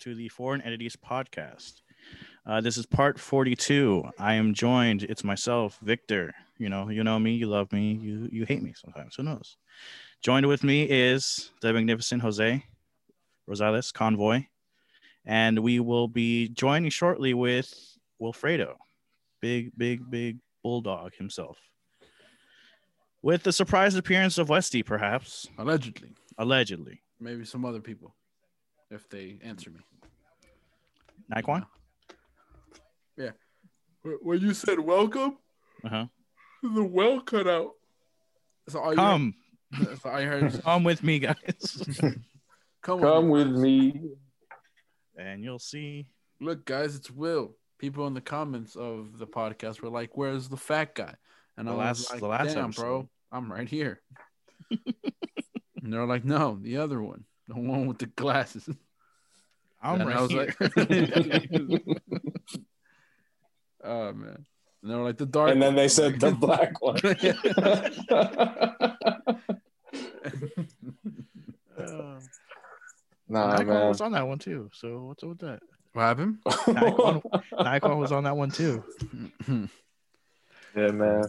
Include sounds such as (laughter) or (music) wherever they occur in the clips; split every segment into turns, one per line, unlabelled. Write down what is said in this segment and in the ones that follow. to the Foreign Entities Podcast. Uh, this is part 42. I am joined. It's myself, Victor. You know, you know me, you love me, you you hate me sometimes. Who knows? Joined with me is the magnificent Jose Rosales Convoy, and we will be joining shortly with Wilfredo, big big big bulldog himself, with the surprise appearance of Westy, perhaps
Allegedly.
allegedly.
Maybe some other people if they answer me.
Nikon.
Wh- When you said welcome,
Uh huh.
the well cut out. So all
Come,
You heard, so all you heard
(laughs)
is,
come with me, guys,
come,
Come
on.
with me.
and you'll see.
Look, guys, it's Will. People in the comments of the podcast were like, where's the fat guy? And
The
I was
last-
like,
the last
damn,
episode."
bro, I'm
(laughs)
right here. and they're like, no, the other one. The one with the glasses.
(laughs) I'm
And
right
I was
here.
(laughs) like, oh, man. And they were like, the dark
and then
one."
they
I'm
said
like, (laughs)
the black one.
(laughs)
Uh,
(laughs) nah,
Nikon
man.
was on that one too. So what's up with that?
what
(laughs)
happened? (clears throat)
Nikon, Nikon was on that one
(laughs)
too.
yeah, man.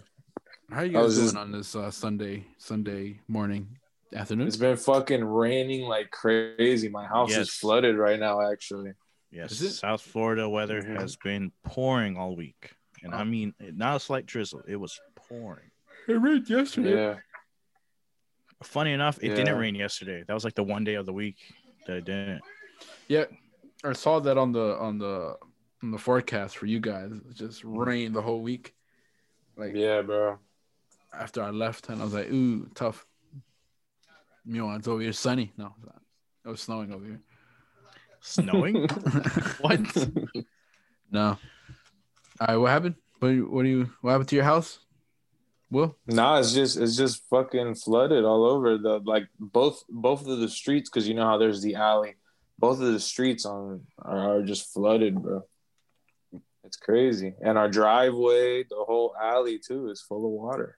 How you
I
guys
was
doing
just-
on this uh, Sunday Sunday morning afternoon?
It's been fucking raining like crazy. My house
Yes.
is flooded right now, actually.
Yes,
Is it? Mm-hmm.
South Florida weather
Mhm.
has been pouring all week, and I
Oh.
mean not a slight drizzle. It was pouring.
It rained yesterday.
Yeah.
Funny enough, it didn't
Yeah.
rain yesterday. That was like the one day of the week that it didn't.
Yeah. I saw that on the on the on the forecast for you guys. It just rained the whole week
Yeah, bro.
after I left, and I was like, ooh, tough. You know, it's over here sunny. No, it's not. it was snowing over here.
Snowing?
(laughs)
what?
No. All right, what happened? What, what do you? What happened to your house? Will?
Nah, it's just it's just fucking flooded all over the like both both of the streets because you know how there's the alley. Both of the streets on are, are just flooded, bro. It's crazy, and our driveway, the whole alley too, is full of water.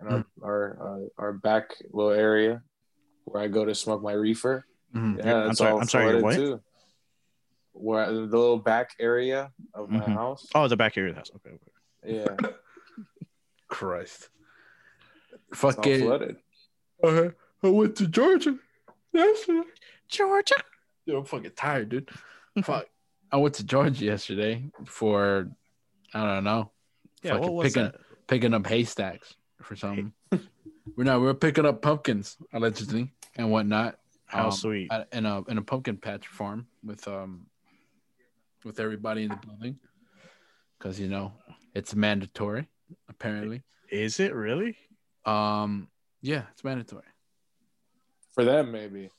And our
Hmm.
our uh, our back little area where I go to smoke my reefer,
Mhm.
yeah,
I'm
it's
sorry-
all
I'm sorry, your
flooded
what?
too. Where I- the little back area of my
Mhm.
house,
Oh, the back area of the house. Okay. okay.
yeah,
Christ.
it's all
Fuck it.
flooded.
Uh, I went to Georgia yesterday. Georgia. Dude, I'm fucking tired, dude. Fuck. I went to Georgia yesterday for I don't know
Yeah.
Fucking
what was
picking-
that?
picking up haystacks for some. we're not. We're picking up pumpkins allegedly and whatnot.
How
um,
sweet.
at- in a in a pumpkin patch farm with um with everybody in the building because you know it's mandatory apparently.
Is it really?
Um, yeah, it's mandatory.
For them, maybe.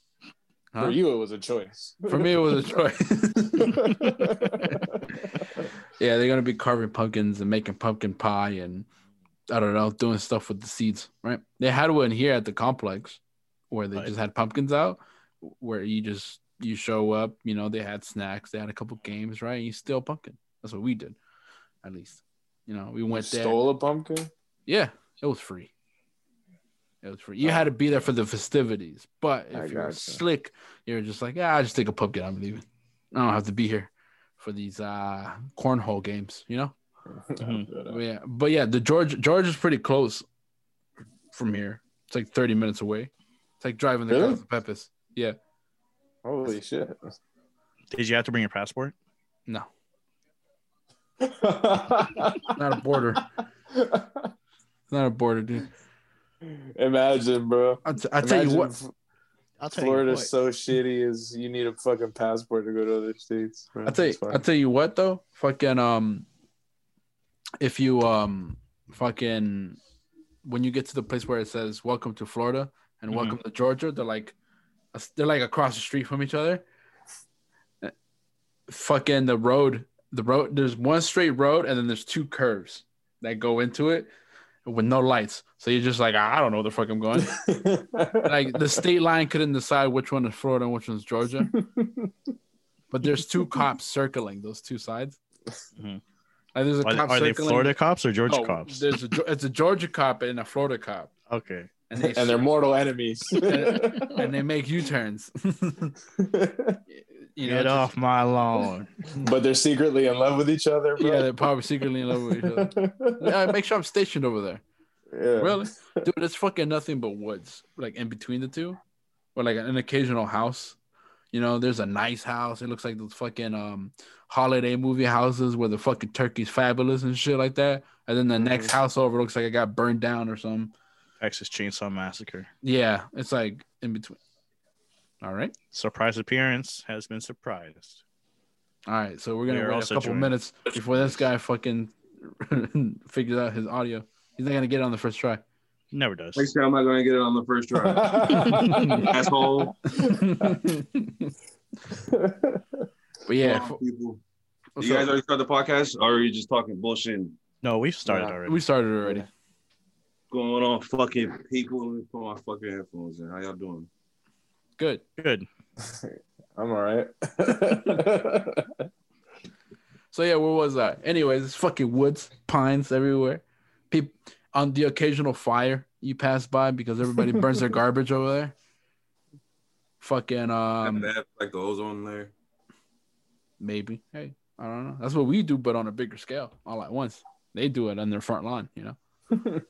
Huh?
For you, it was a choice.
For me, it was a choice.
(laughs)
yeah, they're gonna be carving pumpkins and making pumpkin pie and I don't know, doing stuff with the seeds, right? They had one here at the complex where they
Right.
just had pumpkins out, where you just you show up, you know, they had snacks, they had a couple games, right? And you steal a pumpkin. That's what we did, at least. You know, we
You
went there.
stole a pumpkin?
Yeah, it was free. It was free. You had to be there for the festivities, but
Oh, I
if you're
gotcha.
slick, you're just like, ah, I just take a pumpkin. I'm leaving. I don't have to be here for these uh cornhole games, you know.
(laughs)
But yeah, but yeah, the George George is pretty close from here. It's like 30 minutes away. It's like driving the
Really?
car to Pepis. Yeah,
Holy shit. (laughs)
Did you have to bring your passport?
no,
Imagine,
not a border. It's not a border, dude.
bro.
I'll, t- I'll tell you
Imagine
what.
F-
I'll tell
Florida's so shitty is you need a fucking passport to go to other states. bro.
I tell you,
It's fine.
I tell you what though, fucking um, if you um, fucking, when you get to the place where it says "Welcome to Florida" and
Mhm.
"Welcome to Georgia," they're like, they're like across the street from each other. Fucking the road, the road. There's one straight road, and then there's two curves that go into it with no lights. So you're just like, I don't know where the fuck I'm going.
(laughs)
like the state line couldn't decide which one is Florida and which one's Georgia. but there's two cops circling those two sides.
Mhm.
Like there's a
Are,
cop
are they
circling.
Florida cops or Georgia
No,
cops?
There's a Ge- it's a Georgia cop and a Florida cop,
Okay.
and they (laughs)
and they're mortal enemies.
and they make U turns. You know,
Get
just-
off my lawn.
but they're secretly in love with each other. Bro.
Yeah, they're probably secretly in love with each other. Yeah, make sure I'm stationed over there.
(laughs) Yeah.
Really?
(laughs)
Dude, it's fucking nothing but woods, like in between the two, or like an occasional house. You know, there's a nice house. It looks like those fucking um holiday movie houses where the fucking turkey's fabulous and shit like that. And
Mm-hmm.
then the next
Mhm.
house over looks like it got burned down or something.
(laughs) Texas Chainsaw Massacre.
Yeah, it's like in between. All right.
Surprise appearance has been surprised.
All right, so we're gonna
We are
wait a
also
couple
joined.
minutes before this guy fucking (laughs) figures out his audio. He's not gonna get it on the first try. (laughs)
Never does.
Next time I'm not going to get it on the first try.
(laughs)
Asshole.
but yeah,
Come
f-
on, people.
so-
You guys already started the podcast, or are you just talking bullshit and
No, we've started
Yeah.
already.
we started already.
going on fucking people? Let me put my fucking headphones in. How y'all doing?
Good.
Good.
I'm all right. (laughs)
So yeah, where was I? Anyways, it's fucking woods, pines everywhere. People on the occasional fire you pass by because everybody burns their garbage over there. Fucking um,
That bad, like the ozone layer.
Maybe. Hey, I don't know. That's what we do, but on a bigger scale, all at once. They do it on their front lawn, you know.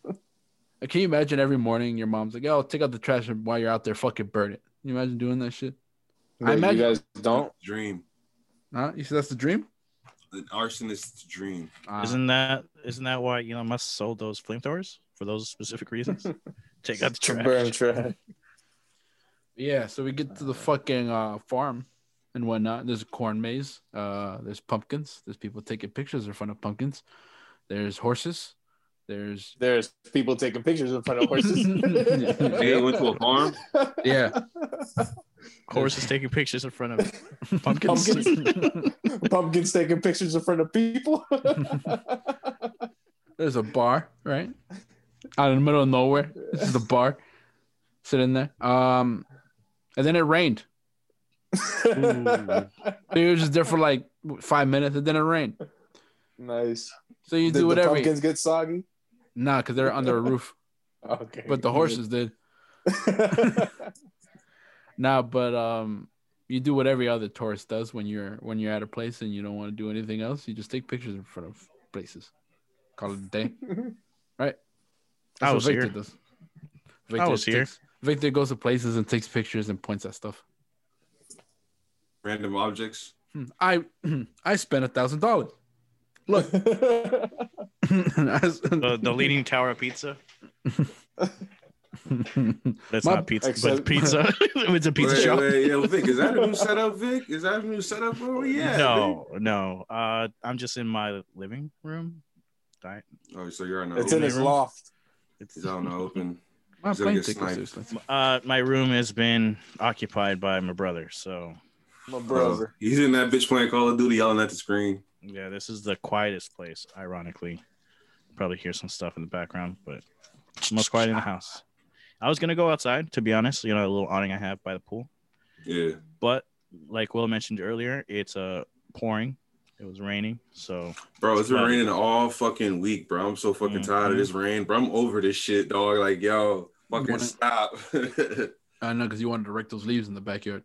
Like, Can you imagine every morning your mom's like, "Oh, take out the trash and while you're out there, fucking burn it." Can you imagine doing that shit? I
Wait,
imagine-
you guys
oh.
don't.
Dream.
Huh? You see, that's the dream.
An arsonist's dream.
Uh,
Isn't that isn't that why Elon Musk sold those flamethrowers for those specific
(laughs)
reasons? Take out the
To Burn
trash.
trash.
yeah. So we get to the fucking uh, farm and whatnot. There's a corn maze. Uh, there's pumpkins. There's people taking pictures in front of pumpkins. There's horses. There's
There's people taking pictures in front of
(laughs)
horses.
They went to a farm.
(laughs)
yeah.
Horses taking pictures in front
(laughs)
of pumpkins.
Pumpkins. (laughs) Pumpkins taking pictures in front of people.
(laughs)
(laughs)
There's a bar, right? Out in the middle of nowhere. This is the bar. Sit in there. Um, and then it rained. We were just there for like five minutes, and then it rained.
nice.
So you
Did
do
The
whatever. you-
pumpkins get soggy.
nah, because they're under a roof.
Okay.
But the
(laughs)
horses did. Nah, but um, you do what every other tourist does when you're when you're at a place and you don't want to do anything else. You just take pictures in front of places. Call it a
(laughs)
day.
I
That's what
was
Victor
here.
does.
was here.
takes- Victor goes to places and takes pictures and points at stuff.
Random objects.
Hmm, I (clears throat) I spent a thousand dollars. (laughs) Look, I s-
The, the leaning tower of pizza. That's
My-
not pizza,
Except-
but
(laughs)
pizza. (laughs) it's a pizza
wait,
shop.
Wait, yo, Vic, is that a new setup, Vic? Is that a new setup? Oh yeah.
no, no. Uh, I'm just in my living room. Di-
Vic. Oh, so you're on the
it's in
open.
his loft.
It's,
He's out in the open.
my
He's gonna
plane
get
ticket.
sniped.
seriously.
uh, my room has been occupied by my brother. So
My
Bro,
brother.
he's in that bitch playing Call of Duty, yelling at the screen.
yeah, this is the quietest place. Ironically, probably hear some stuff in the background, but it's the most quiet in the house. I was gonna go outside, to be honest. You know, the little awning I have by the pool,
Yeah.
but like Will mentioned earlier, it's uh pouring. It was raining, so
Bro, it's been
Right.
raining all fucking week, bro. I'm so fucking tired
Mhm.
of this rain, bro. I'm over this shit, dog. Like, yo, fucking
Wanna-
stop. (laughs)
I know because you wanted to rake those leaves in the backyard.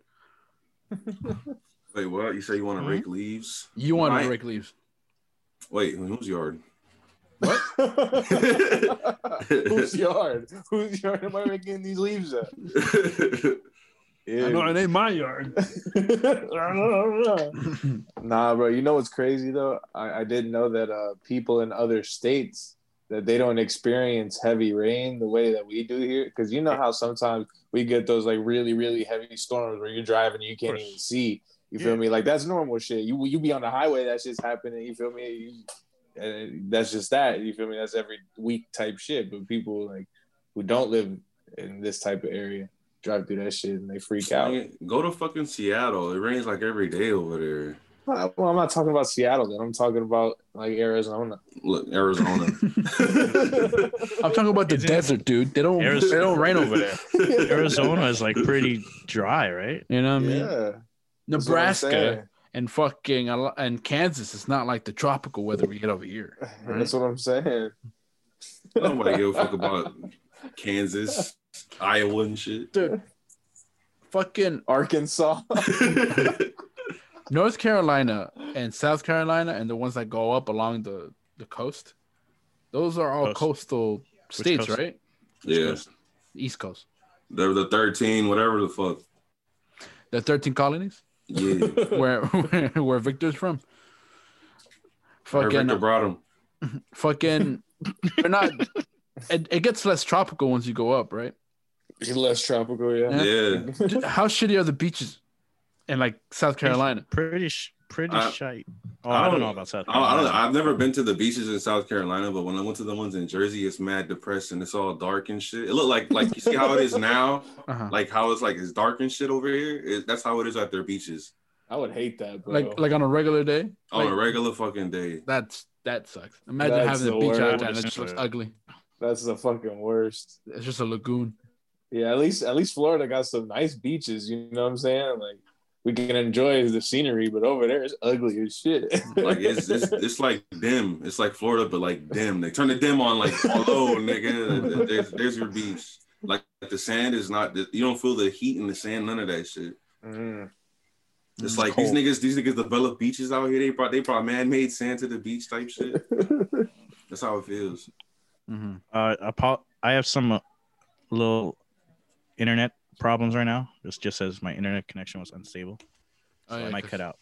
Wait, what? You say you want
Mhm.
to
Mm-hmm.
rake leaves?
You wanted
Right.
to rake leaves.
Wait, in whose yard?
Oh.
(laughs)
(laughs)
Who's yard? Whose yard am I making these leaves at?
it ain't my yard.
(laughs) nah, bro. You know what's crazy though? I, I didn't know that uh, people in other states that they don't experience heavy rain the way that we do here. Because you know how sometimes we get those like really really heavy storms where you're driving and you can't
course.
even see. You feel
Yeah.
me? Like that's normal shit. You you be on the highway, that shit's happening. You feel me? You, and that's just that. You feel me? That's every week type shit. But people like who don't live in this type of area drive through that shit and they freak out.
Man, Go to fucking Seattle. It rains like every day over there.
Uh, Well, I'm not talking about Seattle. Then I'm talking about like Arizona.
Look,
(laughs)
Arizona. (laughs)
I'm talking about the
Isn't-
desert, dude. They don't.
Arizona-
They Oh,
(laughs)
don't rain over there.
Arizona is like pretty dry, right?
You know what I mean?
yeah, that's what I'm
Nebraska
saying.
and fucking Al- and Kansas. It's not like the tropical weather we get over here. right?
That's what I'm saying.
Nobody give a fuck about Kansas,
(laughs)
Iowa, and shit. (laughs)
Dude, fucking
Arkansas.
North Carolina and South Carolina and the ones that go up along the, the coast, those are all
Coast.
coastal states,
coast?
right?
Yeah,
East Coast.
they're the thirteen, whatever the fuck.
The 13 colonies
Yeah,
where (laughs) where, where Victor's from.
Victor
Fucking,
brought him.
fucking, they're not, it, it gets less tropical once you go
(laughs)
up, right?
It's less tropical, yeah.
Yeah,
How shitty are the beaches in like South Carolina?
Pretty, sh- pretty
I-
shite. Oh, I, don't
don't-
know about South
I, I don't know.
Carolina.
I've never been to the beaches in South Carolina, but when I went to the ones in Jersey, it's mad depressing. It's all dark and shit. It looked like like you see how it is now,
Uh-huh.
like how it's like it's dark and shit over here. It, that's how it is at their beaches
I would hate that, bro.
Like, like on a regular day?
on
Like-
a regular fucking day.
That's that sucks. Imagine
That's
having a
the
beach out
worst.
there and it just looks ugly.
That's the fucking worst.
It's just a lagoon.
Yeah, at least at least Florida got some nice beaches. You know what I'm saying? Like we can enjoy the scenery, but over there it's ugly as shit.
Like it's, it's it's like dim. It's like Florida, but like dim. They turn the dim on like hello, nigga. There's there's your beach. Like the sand is not. You don't feel the heat in the sand. None of that shit.
(laughs) Mm.
It's
Mm,
like
cold.
these niggas, these niggas develop beaches out here. They brought they brought man made sand to the beach
(laughs)
type shit. That's how it feels.
Mhm.
Uh, apo- I have some uh, little internet problems right now. This just says my internet connection was unstable.
Oh,
So
yeah,
I might
'cause-
cut out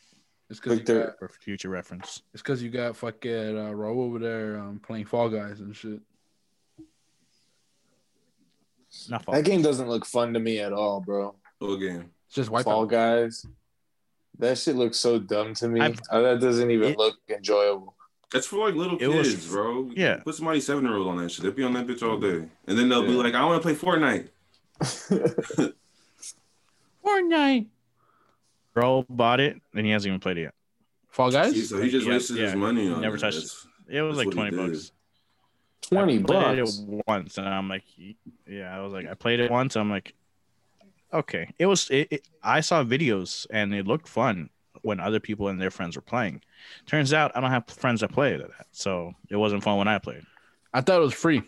It's because you,
Victor-
got-
for future reference.
it's 'cause you got fucking uh, Raul over there um, playing Fall Guys and shit.
Not fault.
That game doesn't look fun to me at all, bro.
Whole game.
It's just wipe
Fall
out.
Guys. That shit looks so dumb to me.
I've-
Uh, that doesn't even
It-
look enjoyable.
That's for like little
It was-
kids, bro.
yeah.
Put somebody seven year old on that shit. They'll be on that bitch all day. And then they'll be
Yeah.
like, I want to play Fortnite.
Fortnite.
Bro bought it and he hasn't even played it yet.
Fall
Gee,
Guys.
so he just
Yeah,
wasted his
yeah.
money on
Never
that.
touched
That's-
It was like
That's what
twenty
he did.
bucks.
Twenty
I played
bucks.
it once and I'm like, yeah. I was like, I played it once. I'm like, okay. It was. It, it, I saw videos and it looked fun when other people and their friends were playing. Turns out I don't have friends that play that, so it wasn't fun when I played.
I thought it was free.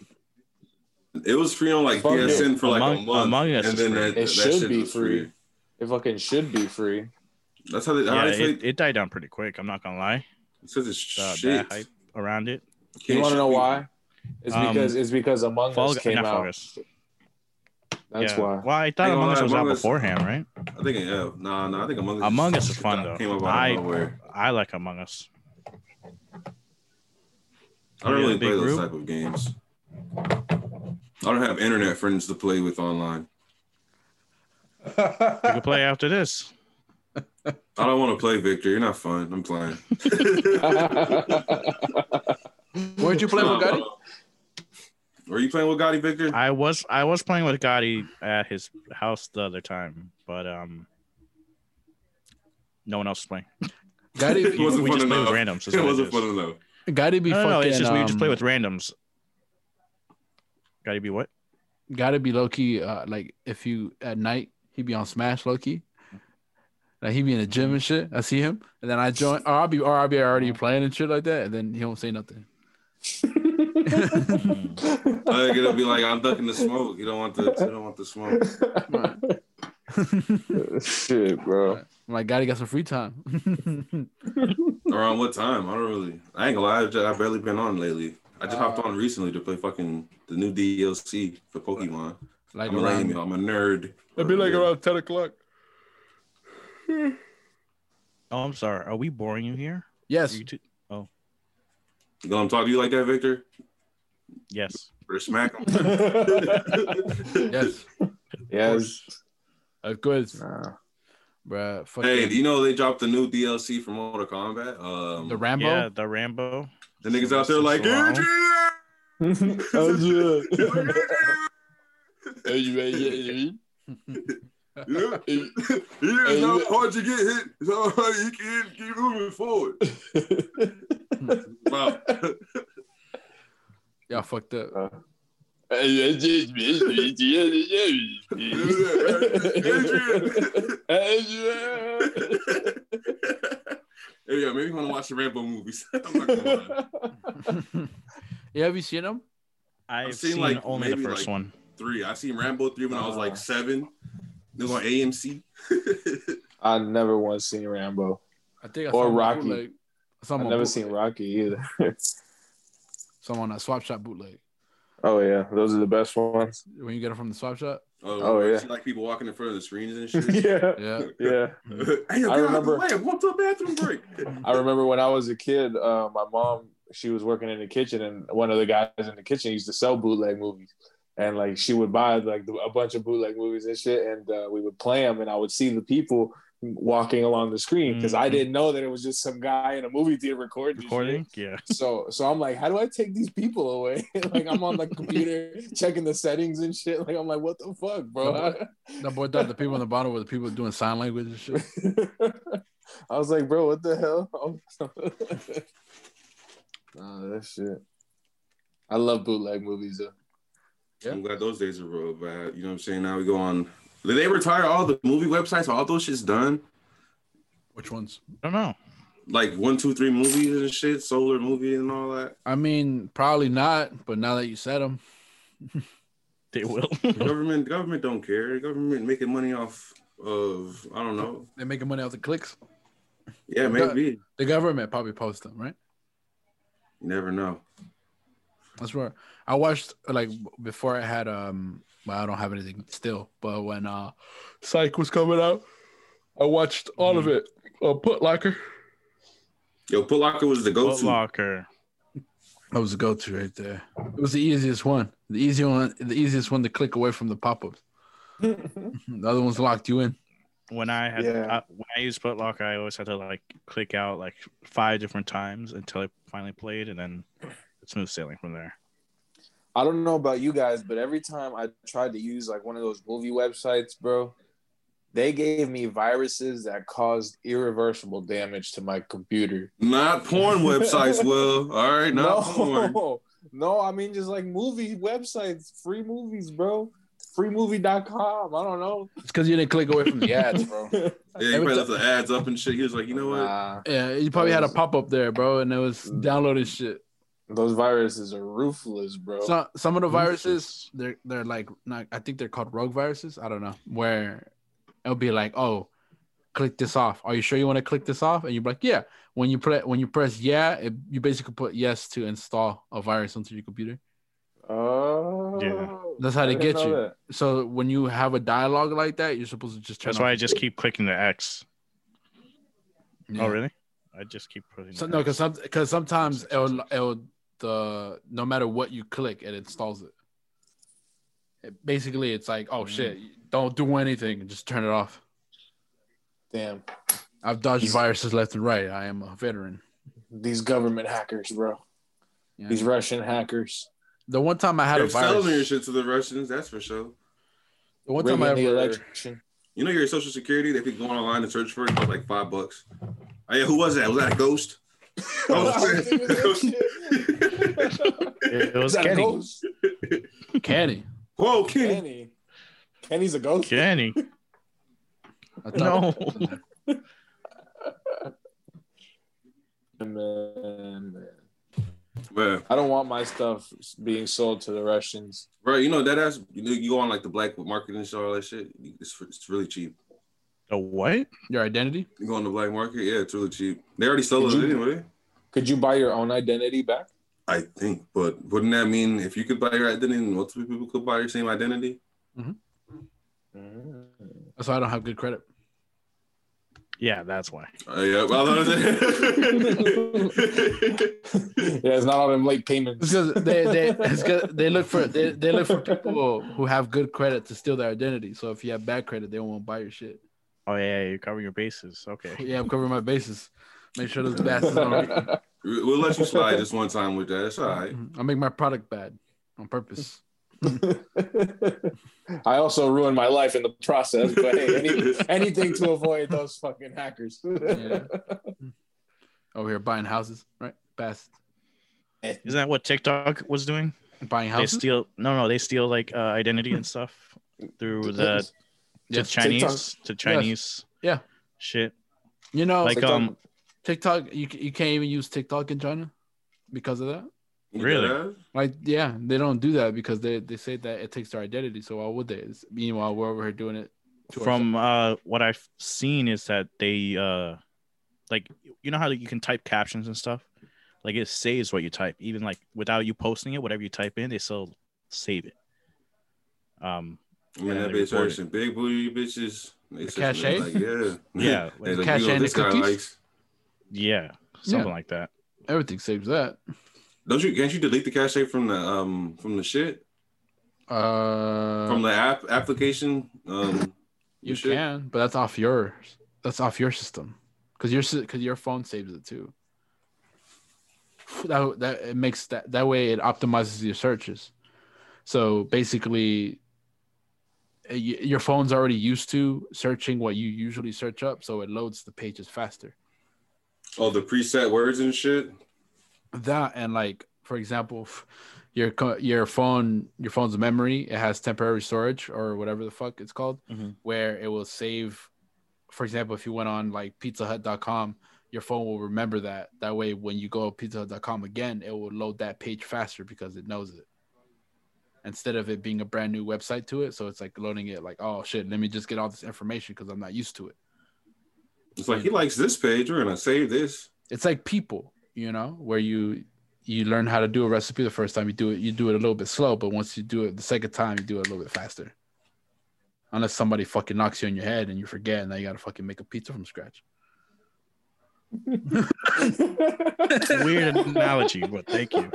It was free on like
Among-
PSN for like
Among-
a month.
Among Us
and
is
then
free.
that,
It
that
should
shit
be
was
free. It fucking should be free.
That's how they, how
yeah,
they play.
it, it died down pretty quick. I'm not gonna lie.
it says it's
The,
shit.
that hype around it.
You
Can't
want to
shit
know
be-
why? It's
Um,
because it's because Among
Fall,
Us came
not
out.
Fall Guys.
That's
yeah.
why.
Well, I thought
Ain't gonna
Among Us
lie,
was
Among
out
Us-
beforehand, right?
I think, yeah. Nah, nah. I think Among Us
Among Us is fun
that
though.
Came up out of
I
nowhere.
I like Among Us.
I don't
Yeah,
really
big
Oh, play those
group.
type of games. I don't have internet friends to play with online.
You can play after this.
I don't want to play Victor. You're not fun.
(laughs)
I'm playing.
Where'd you play with
(laughs)
Gotti?
Were you playing with Gotti, Victor?
I was I was playing with Gotti at his house the other time, but um, no one else was playing.
It
Gotti,
wasn't
we
fun
just
enough.
played with randoms. is
(laughs) it
what
wasn't
is.
fun enough.
Gotti be
No, no, no,
fucking.
it's just we just
um,
play with randoms. Gotti be
(laughs)
what?
gotta be low key. Uh, like if you at night, he be on Smash low key. Like he be in the gym and shit. I see him, and then I join, or I'll be, or I'll be
Oh.
already playing and shit like that, and then he don't say
(laughs)
nothing.
Mm.
Like, it'll be like I'm ducking the smoke. You don't want the you don't want the smoke.
I'm
(laughs) Shit,
(laughs)
bro.
like, gotta get some free time. (laughs)
Around what time? I don't really. I ain't gonna lie. I've, just, I've barely been on lately. I just hopped
Uh,
on recently to play fucking the new DLC for Pokemon.
like
I'm a lame.
around,
yo. I'm a nerd.
it'd be like around ten o'clock.
Oh, I'm sorry. Are we boring you here?
Yes,
You two-
You gonna talk to you like that, Victor?
Yes.
Or smack him?
(laughs)
(laughs)
yes,
yes.
of course,
(laughs)
Nah.
bruh. Fucking
Hey, do you know they dropped the new DLC for Mortal Kombat? Um,
the Rambo.
Yeah, the Rambo.
the niggas out there like,
Stallone.
"Adrian!"
Oh,
(laughs) Yeah.
(laughs) yeah.
Yeah,
Hey,
it's
you-
how hard you get hit. It's (laughs) how hard you can keep moving forward.
(laughs)
Wow.
(laughs)
(laughs)
Y'all fucked up. (laughs)
Adrian.
Adrian.
Hey, yo, maybe you want to watch the Rambo movies. (laughs) I'm not gonna lie.
yeah, have you seen him?
I've,
seen,
seen,
like,
only the
maybe,
first
like,
one.
Three. I seen Rambo three when I was like seven. It was on AMC.
I never once seen Rambo.
I think I
Or
saw a
Rocky.
bootleg. I saw
I've
him on
never
bootleg.
seen Rocky either. (laughs)
Someone on a swap shop bootleg.
oh yeah, those are the best ones.
When you get it from the swap shop,
Oh,
Uh, you
yeah.
see, like people walking in front of the
(laughs)
screens and
(laughs)
shit. (laughs)
yeah,
(laughs) yeah.
yeah.
hey, yo,
I
get out
remember-
the way. Walk to a bathroom break.
(laughs)
(laughs)
I remember when I was a kid, uh, my mom she was working in the kitchen, and one of the guys in the kitchen used to sell bootleg movies, and like she would buy like a bunch of bootleg movies and shit, and uh, we would play them, and I would see the people walking along the screen because I
Mhm.
didn't know that it was just some guy in a movie theater recording. this shit.
Recording? Yeah.
So so I'm like, how do I take these people away? (laughs) like I'm on the computer checking the settings and shit. Like I'm like, what the fuck, bro?
That boy thought the people on the bottom were the people doing sign language and shit.
(laughs) I was like, bro, what the hell? (laughs) nah, that shit. I love bootleg movies though.
I'm glad those days are real bad. You know what I'm saying? Now we go on. Did they retire all the movie websites? All those shit's done.
Which ones?
I don't know.
Like one, two, three movies and shit, solar movie and all
(laughs)
that.
I mean, probably not. But now that you said them,
They will.
The government, the government don't care. The government making money off of I don't know.
they're making money off the clicks.
Yeah, maybe.
The government probably posts them, right?
You never know.
That's where I watched like before I had um well I don't have anything still, but when uh Psych was coming out, I watched all of it. Uh, Put Locker.
Yo, Put Locker was the
Foot
go-to.
Locker.
That was a go to right there. It was the easiest one. The easy one the easiest one to click away from the pop ups. (laughs) The other ones locked you in.
When I had
Yeah.
I- when I used Foot Locker, I always had to like click out like five different times until I finally played, and then it's smooth sailing from there.
I don't know about you guys, but every time I tried to use like one of those movie websites, bro, they gave me viruses that caused irreversible damage to my computer.
Not porn websites,
(laughs)
Will. All right, not porn.
no, (laughs) no, I mean just like movie websites, free movies, bro. Freemovie.com. I don't
(laughs)
know.
It's because you didn't click away from the ads, bro.
Yeah, he probably left the ads up and shit. He was like, you know what?
Nah,
Yeah, you probably had a pop up there, bro, and it was
Mm.
downloading shit.
those viruses are ruthless, bro.
So, some of the
Ruthless.
viruses, they're they're like not. I think they're called rogue viruses. I don't know where it'll be like, oh, click this off. Are you sure you want to click this off? And you're like, yeah. When you pre- when you press yeah, it, you basically put yes to install a virus onto your computer.
Oh,
Yeah.
That's how they
I didn't
get
know
you.
that.
So when you have a dialogue like that, you're supposed to just turn.
That's
off
why I
the-
just keep clicking the X.
Yeah.
Oh really? I just keep putting.
So,
the
no,
X.
because some, cause sometimes it'll, it'll the no matter what you click, it installs it. It- basically, it's like, oh
Mm.
shit, don't do anything, just turn it off.
Damn,
I've dodged
He's-
viruses left and right. I am a veteran.
these government hackers, bro.
Yeah.
These Russian hackers
The one time I had
They're
a virus,
selling your shit to the Russians. That's for sure.
the one time
rigging
I
the
ever- (laughs)
election.
(laughs)
You know your social security. They could go online and search for it. It was like five bucks. Oh, yeah, who was that? Was that a ghost? (laughs)
(laughs)
it was
Is that a
Kenny.
ghost?
Kenny.
Whoa, Kenny.
Kenny. Kenny's a
(laughs)
ghost.
Kenny.
I thought-
No.
Man, man.
Man,
I don't want my stuff being sold to the Russians.
bro, you know that ass. You know, you go on like the black market and shit, all that shit. It's it's really cheap.
The what?
(laughs) Your identity?
You go on the black market, yeah, it's really cheap. They already sell it
Did you-
anyway.
Could you buy your own identity back?
I think, but wouldn't that mean if you could buy your identity, multiple people could buy your same identity?
Mm. That's why I don't have good credit.
Yeah, that's why.
Uh, yeah, well,
(laughs)
I
yeah, it's not all them late
It's
payments.
because they they, it's 'cause they look for they, they look for people who have good credit to steal their identity. So if you have bad credit, they won't buy your shit.
Oh yeah, you cover your bases. Okay.
Yeah, I'm covering my bases. Make sure those bastards don't.
(laughs)
(laughs)
we'll let you slide this one time with that. It's (laughs) all right.
I make my product bad on purpose.
(laughs) I also ruined my life in the process, but hey,
(laughs)
any, anything to avoid those fucking hackers.
Yeah. Over here buying houses, right? Best
Isn't that what TikTok was doing?
buying
They
houses.
steal. No, no, they steal like uh, identity and stuff through the to
Yes.
Chinese to Chinese.
Yeah.
Shit.
You know,
Like
TikTok.
um,
TikTok. You you can't even use TikTok in China because of that.
Really?
Like, yeah, they don't do that because they they say that it takes their identity. So why would they? It's, meanwhile, we're over here doing it. to
from uh, what I've seen is that they uh, like you know how you can type captions and stuff like it saves what you type even like without you posting it whatever you type in they still save it um
I mean,
Yeah,
that
they
bitch
report
works in big booty bitches. They sit there
cachet?
Like, yeah.
(laughs) yeah
(laughs) They
like,
like,
Cachet
you know,
and the
this guy
cookies?
likes.
yeah something like that
Everything saves that.
Don't you? Can't you delete the cachet from the um from the shit
Uh,
from the app application? Um,
you
shit?
can, but that's off yours. That's off your system, because your because your phone saves it too. That that it makes that that way it optimizes your searches. So basically, eh, y- your phone's already used to searching what you usually search up, so it loads the pages faster.
Oh, the preset words and shit.
that and like for example f- your co- your phone your phone's memory it has temporary storage or whatever the fuck it's called
Mhm.
where it will save for example if you went on like pizzahut.com your phone will remember that that way when you go to pizzahut.com again it will load that page faster because it knows it instead of it being a brand new website to it so it's like loading it like oh shit let me just get all this information because i'm not used to it
It's like he likes this page. We're gonna save this.
it's like people, you know, where you you learn how to do a recipe the first time you do it, you do it a little bit slow, but once you do it the second time, you do it a little bit faster. Unless somebody fucking knocks you on your head and you forget, and now you gotta fucking make a pizza from scratch.
um, weird analogy but thank
(laughs)
you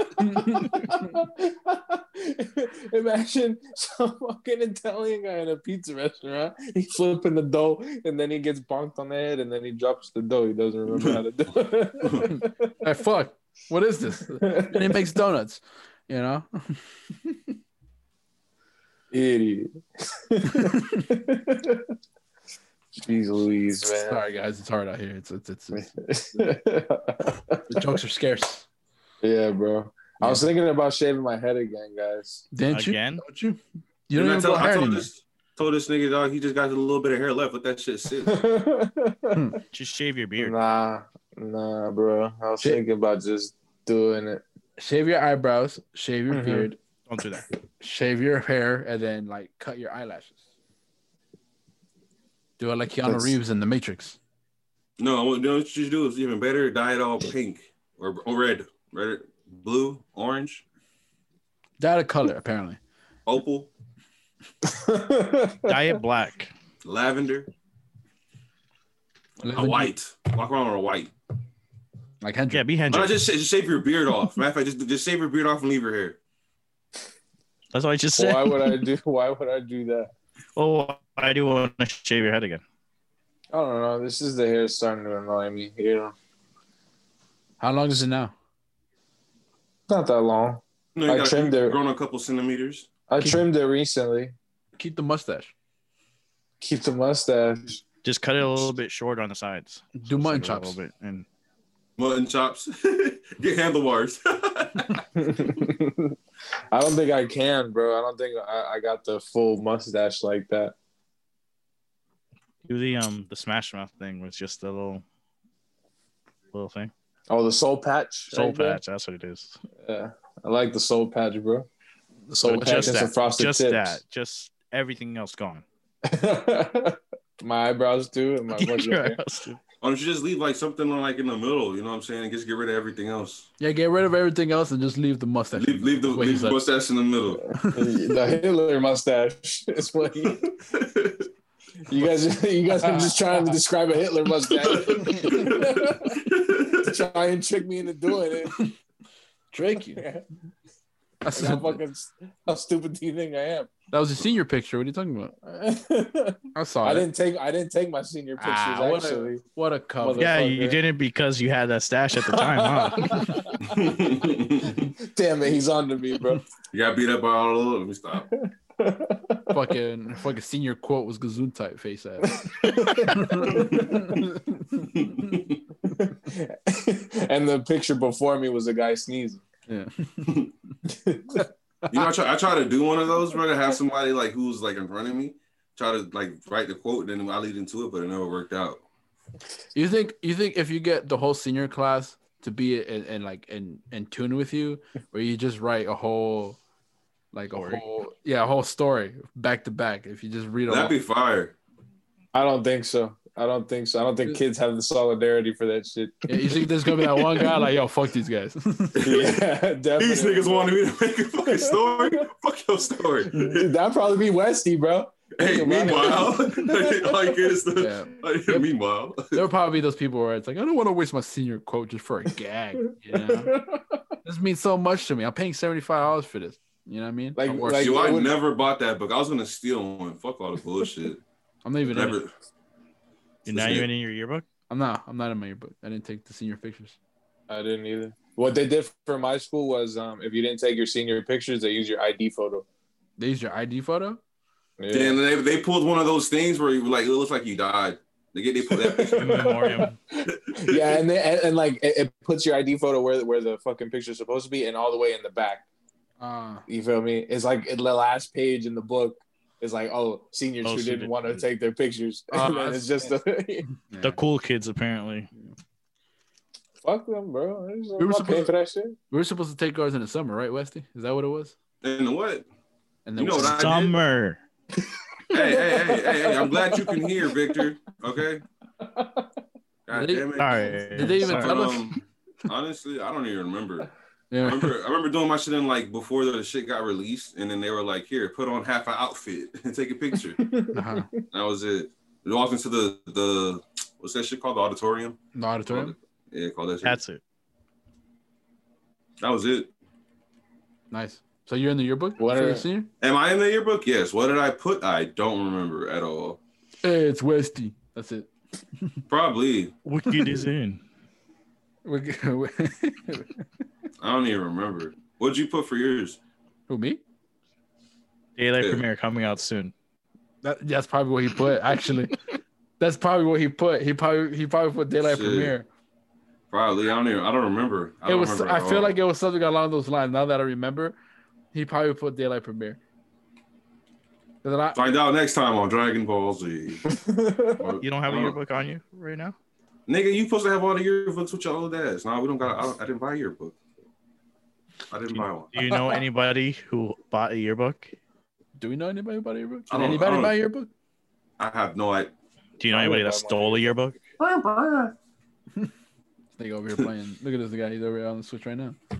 Imagine some fucking Italian guy in a pizza restaurant. He's flipping the dough, and then he gets bonked on the head, and then he drops the dough. He doesn't remember how to do it.
Hey, fuck, what is this?
(laughs)
(laughs)
And it makes donuts, you know.
Idiot. (laughs) Jeez Louise, man.
Sorry guys, it's hard out here. It's it's,
(laughs)
it's, it's the jokes are scarce.
(laughs) yeah, bro. I was thinking about shaving my head again,
(laughs)
guys.
Didn't you?
Again?
Don't you? You don't
And I
even
tell-
grow hair
I told
anymore.
this, told this nigga dog he just got a little bit of hair left. Let that
(laughs)
shit sit.
just shave your beard
nah, nah, bro. I was
Shit.
thinking about just
(laughs)
doing it. (laughs)
Shave your eyebrows, shave your
Mhm.
beard,
don't do that
shave your hair and then like cut your eyelashes. Do it like Keanu
That's-
Reeves in The Matrix.
No, what you should do is even better. Dye it all pink or, or red, red, blue, orange,
That a color apparently.
opal,
diet black
lavender, a
Lavender,
white. Walk around on a white.
like Hendrick.
yeah be
Why not
Hendrix.
just, sha- just shave your beard off? Matter of fact, just just shave your beard off and leave your hair.
that's what i just said
why would Oh, I do? Why would I do that?
(laughs) oh i do want to shave your head again
I don't know. This is the hair starting to annoy me. You know,
How long is it now?
not that long.
No,
I
you got
trimmed it.
grown a couple centimeters.
I
Keep-
trimmed it recently.
Keep the mustache.
Keep the mustache.
just cut it a little bit short on the sides
Do
Shave it
mutton
a
chops.
little bit and
Mutton chops. (laughs) Get handlebars. (laughs)
(laughs) I don't think I can, bro. I don't think I, I got the full mustache like that.
do the um the smash mouth thing was just a little little thing
Oh, the soul patch.
soul
right there?
patch that's what it is
Yeah, I like the soul patch, bro. The soul
So
patch
just
and some
that,
frosted
just
tips.
that, just everything else gone.
(laughs) my eyebrows too, and my
(laughs)
fucking
Your
hair.
house, dude.
Why don't you just leave like something like in the middle? You know what I'm saying? And just get rid of everything else.
Yeah, get rid of everything else and just leave the mustache.
Leave leave the
That's what he
leave the
said.
mustache in the middle.
the Hitler mustache. (laughs) It's what he- you guys. You guys are just trying to describe a Hitler mustache. (laughs) Try and trick me into doing it. (laughs)
Drake you.
Like,
That's-
how fucking how stupid do you think I am? (laughs)
that was a senior picture. What are you talking about? I saw
I
it.
didn't take I didn't take my senior pictures
Ah, what a-
actually.
What a cover.
yeah,
Motherfucker.
you didn't because you had that stash at the
(laughs)
time, huh?
Damn it, he's on to me, bro.
(laughs)
(laughs)
you got beat up by all of them. Let me stop.
fucking fucking senior quote was Gazoon type face ass. (laughs)
and the picture before me was a guy sneezing.
yeah.
You know, I try, I try to do one of those, bro, to have somebody like who's like in front of me, try to like write the quote, and then I lead into it, but it never worked out.
You think you think if you get the whole senior class to be in, in like in in tune with you, where you just write a whole like a
Story.
whole yeah a whole story back to back. If you just read all,
That'd be fire.
I don't think so. I don't think so. I don't think kids have the solidarity for that shit.
Yeah, you think there's gonna be that one guy like, yo, fuck these guys. (laughs)
yeah, (laughs) definitely.
(laughs) These niggas wanted me to make a fucking story. Fuck your story.
(laughs) That'd probably be Westy, bro.
Hey,
Think
meanwhile,
(laughs) about
like,
it.
all you get is the.
yeah.
like,
Yep.
Meanwhile,
There'll probably be those people where it's like, I don't want to waste my senior quote just for a gag. You know? this means so much to me. I'm paying seventy five dollars for this. You know what I mean?
Like-
Or worse.
like-
yo, I
it would-
never bought that book. I was gonna steal one. Fuck all the
(laughs)
bullshit.
I'm not even. in it.
never.
You're not even in your yearbook.
I'm not. I'm not in my yearbook. I didn't take the senior pictures.
I didn't either. What they did for my school was um, if you didn't take your senior pictures, they use your ID photo.
They used your ID photo.
Yeah.
Then they, they pulled one of those things where you like it looks like you died. They get they put
(laughs)
that picture.
In memoriam.
yeah, and, they, and and like it, it puts your ID photo where where the fucking picture's supposed to be, and all the way in the back.
Uh,
You feel me? It's like the last page in the book is like, oh, seniors
Oh,
who
so
didn't
did-
want to take their pictures. (laughs)
Uh,
and then it's just the,
yeah.
The cool kids apparently.
(laughs) fuck them, bro. There's-
We were
I'm not paying
supposed-
for that shit.
(laughs) we were supposed to take ours in the summer, right, Westy? Is that what it was?
And what?
And
You know what I did?
Summer.
Hey, hey, hey, hey, hey! I'm glad you can hear, Victor.
(laughs)
Okay. God
Did they-
damn it.
Sorry.
Did they even
Sorry.
But,
tell us?
um, honestly, I don't even remember. I
yeah.
remember, I remember doing my shit in like before the shit got released, and then they were like, "Here, put on half an outfit (laughs) and take a picture."
(laughs) Uh-huh.
That was it. We walked into the the what's that shit called? The auditorium.
The auditorium.
Yeah, call that shit.
That's it.
that was it.
Nice. So you're in the yearbook
What
for
are-
your senior?
Am I in the yearbook? Yes. What did I put? I don't remember at all.
Hey, it's Westy. That's it.
Probably.
Wicked is in.
We're (laughs) good.
I don't even remember. What'd you put for yours?
Who me?
Daylight
Yeah.
premiere coming out soon.
That, that's probably what he put.
(laughs)
Actually, that's probably what he put. He probably he probably put daylight
Shit.
premiere.
Probably. I don't even. I don't remember.
It
I don't
was.
remember
I
at
feel
all.
like it was something along those lines. Now that I remember, he probably put daylight premiere. And then I,
Find out next time on Dragon Ball Z. (laughs)
You don't have a
Oh.
yearbook on you right now?
Nigga, you supposed to have all the yearbooks with your old ass. No, we don't got. I, don't- I didn't buy a yearbook. I didn't buy one.
Do you know anybody who bought a yearbook?
do we know anybody about your book?
I
Did
don't- I
anybody
don't-
buy your book?
I have no idea.
Do you know
I
anybody
would
that
buy one.
stole a yearbook?
This nigga over here playing. Look at this guy. He's over here on the switch right now.
I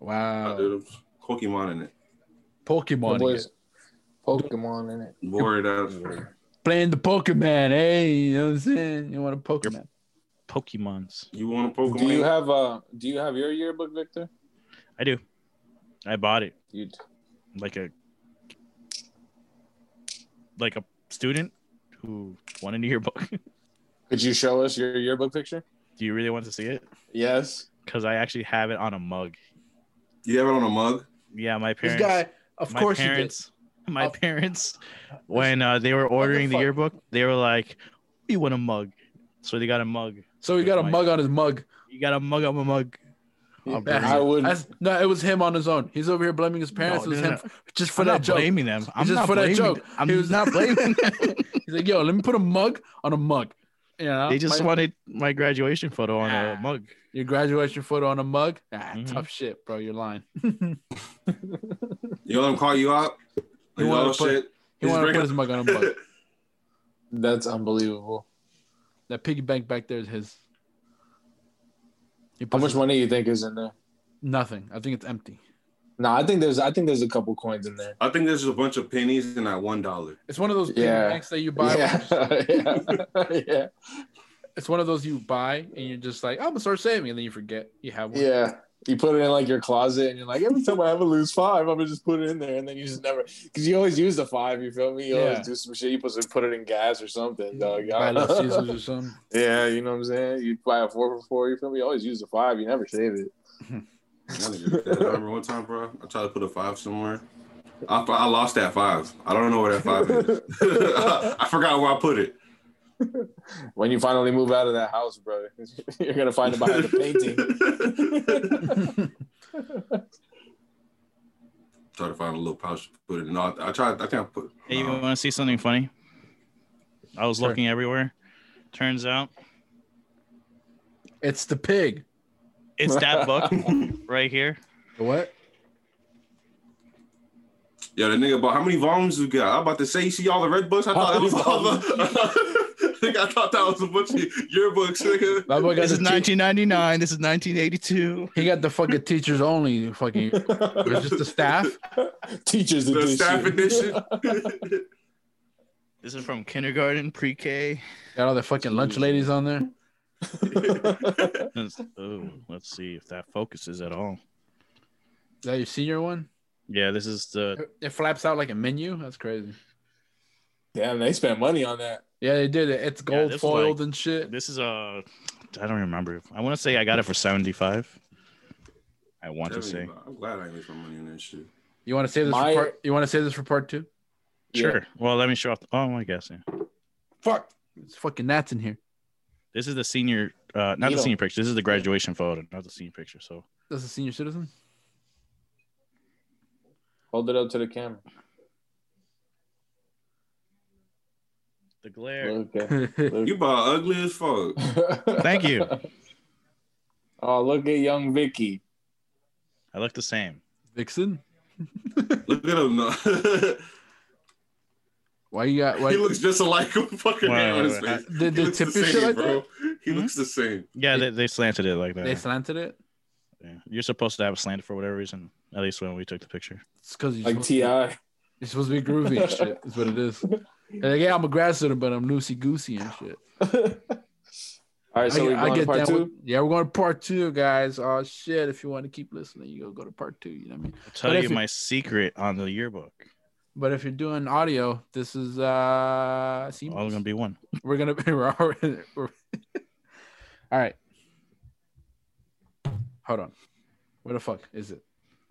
Wow.
did a Pokemon in it.
Pokemon.
Boys,
again.
Pokemon in it.
(laughs)
Bored ass.
Playing the Pokemon. Hey, you know what I'm saying? You want a Pokemon?
Pokemons.
You want a Pokemon?
Do you have uh do you have your yearbook, Victor?
I do. I bought it
You
like a like a student who wanted a (laughs) yearbook.
could you show us your yearbook picture?
do you really want to see it?
Yes.
Because I actually have it on a mug.
you have it on a mug?
Yeah, my
This
parents.
guy. Of
my
course you did.
parents. My
Of-
parents, when uh, they were ordering the
fuck?
yearbook, they were like, "We want a mug," so they got a mug.
So he got a
Mike.
mug on his mug.
You got a mug on a mug. I'll bring
(laughs) I
it.
would
That's, no, it was him on his own. He's over here blaming his parents.
No,
it was
no,
him
no.
just for
I'm
that
not
joke.
blaming them. I'm
just
not
for that
blaming
joke.
them. I'm
He was-
not
(laughs)
blaming them.
He's like, yo, let me put a mug on a mug. You know,
they just
my-
wanted my graduation photo on a
Ah.
mug.
your graduation photo on a mug. Ah,
Mhm.
tough shit, bro. You're lying.
You let him call you out?
You
You
wanna
know,
put-
shit.
He
He's
wanted to
bringing-
put his mug on a
(laughs)
mug.
that's unbelievable.
That piggy bank back there is his. He
How
puts
much
his-
money you think is in there?
Nothing. I think it's empty.
No, I think there's I think there's a couple coins in there.
(laughs) I think there's just a bunch of pennies and that one dollar.
It's one of those piggy
Yeah.
banks that you buy.
(laughs) yeah. yeah. (laughs)
It's one of those you buy and you're just like, I'm gonna start saving, and then you forget you have one.
Yeah. You put it in like your closet and you're like, every time I ever lose five, I'm gonna just put it in there and then you just never because you always use the five, you feel me? You
Yeah.
always do some shit, you supposed to put it in gas or something, dog.
Buy Little Caesars or something.
(laughs) yeah, you know what I'm saying? You buy a four for four, you feel me? You always use the five, you never save it.
I remember one time, bro, I tried to put a five somewhere. I, I lost that five. I don't know where that
(laughs)
five is. (laughs) I forgot where I put it.
When you finally move out of that house, bro, (laughs) you're gonna find it behind the
(laughs)
painting.
(laughs) Try to find a little pouch to put it in. No, I, I tried. I can't put.
Hey, you
no.
want to see something funny? I was
Sure.
looking everywhere. Turns out
It's the pig.
it's
(laughs)
that book right here.
What?
Yo, that nigga, but how many volumes you got? I'm about to say, you see all the (laughs) red books? I
How
thought that
many
was all the. Nigga, I thought that was a bunch of yearbooks,
(laughs)
nigga.
That boy got
This
the
is
te-
1999. This is 1982.
he got the fucking teachers only fucking. It was just the staff.
(laughs) Teachers
The
edition.
staff edition.
This is from kindergarten, pre-K.
Got all the fucking lunch ladies on there.
Let's- oh, let's see if that focuses at all.
Is that your senior one?
Yeah, this is the.
It- It flaps out like a menu. That's crazy.
(laughs) Damn, they spent money on that.
Yeah, they did it. It's
Yeah,
gold
this was
foiled
like-
and shit.
This is uh, I don't remember. I want to say I got it for 75. I want to say.
I'm glad I made some money in that shit.
You want to save this
My-
for part? You want to save this for part two?
Sure. Well, let me show off. The, oh, I guess. Yeah.
Fuck. It's fucking gnats in here.
This is the senior, uh, not the
Needle.
senior picture. This is the graduation photo, not the senior picture. So
That's a senior citizen. (laughs)
Hold it up to the camera.
the glare.
Look at,
That's
You
look.
bought ugly as fuck.
Thank you.
(laughs) Oh, look at young Vicky.
I look the same.
Vixen.
Look at him.
(laughs)
now.
Why you got?
(laughs)
Why,
he looks just alike with fucking
Wait,
hair on his
wait, wait.
Did-
face.
did
he looks the
Tip your shit
same,
like
bro. He
Hmm?
looks the same.
Yeah, they, they slanted it like that.
they slanted it.
Yeah. You're supposed to have it slanted for whatever reason. At least when we took the picture.
It's because you're,
Like
supposed to-
(laughs) T.I.
you're supposed to be groovy and shit. That's what it is.
(laughs)
They're like, yeah, I'm a grad student, but I'm loosey goosey and shit.
All right,
I,
so we're
get- I
going to
get
part
that
two.
one. Yeah, we're going to part two, guys. Oh shit! If you want to keep listening, you gotta go to part two. You know what I mean?
I'll tell
But if
you
you-
my secret on the yearbook.
But if you're doing audio, this is uh, seamless.
All gonna be one.
we're gonna be (laughs) we're already we're, all right hold on where the fuck is it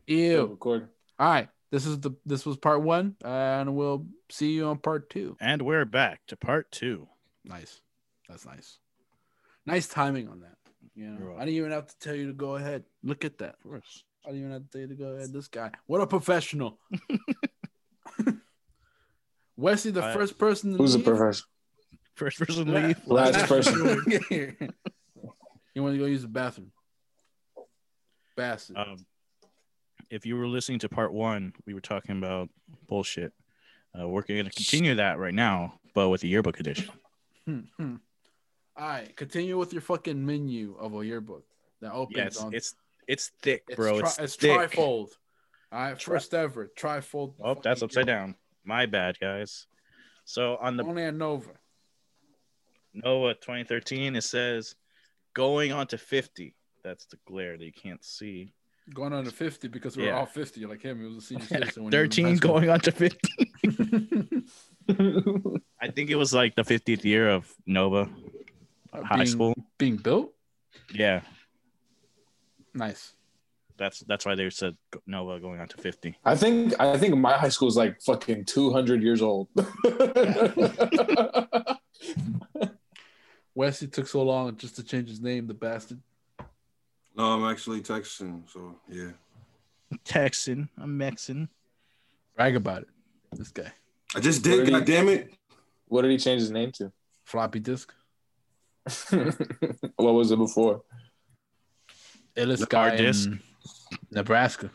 Still
ew
recording.
all right this is the this was part one and we'll see you on part two
And we're back to part two. (laughs)
nice that's nice nice timing on that you
You're
know i
welcome.
didn't even have to tell you to go ahead look at that
Of course.
i didn't even have to tell you to go ahead this guy what
(laughs)
a professional wesley the
I-
first person to
Who's the
leave?
professional?
First person leave.
Last person.
you want to go use the bathroom? Bastard.
Um, if you were listening to part one, we were talking about bullshit. Uh, we're going to continue that right now, but with the yearbook edition.
Hmm, hmm. All right, continue with your fucking menu of a yearbook that opens
Yes,
on.
it's it's thick,
it's
bro.
tri-
it's
it's
thick.
trifold. All right, first ever trifold.
Oh, that's upside down. My bad, guys. So on the
Only a Nova.
Nova 2013, it says going on to 50. That's the glare that you can't see.
Going on to 50 because we're
Yeah.
all 50 like him. He was
(laughs)
a senior citizen. when he was in
13
high school.
going on to 50.
(laughs)
I think it was like the 50th year of Nova
Uh,
High
being-
School.
Being built?
Yeah,
Nice.
that's that's why they said Nova going on to 50.
I think I think my high school is like fucking 200 years old. (laughs)
Wesley took so long just to change his name, the bastard.
No, I'm actually texting. So yeah,
Texan, I'm Mexican.
Brag about it. This guy.
I just
Where
did.
do you-
God damn it!
what did he change his name to? (laughs)
Floppy disk.
what was it before?
illest
Hard
guy
disk.
in Nebraska.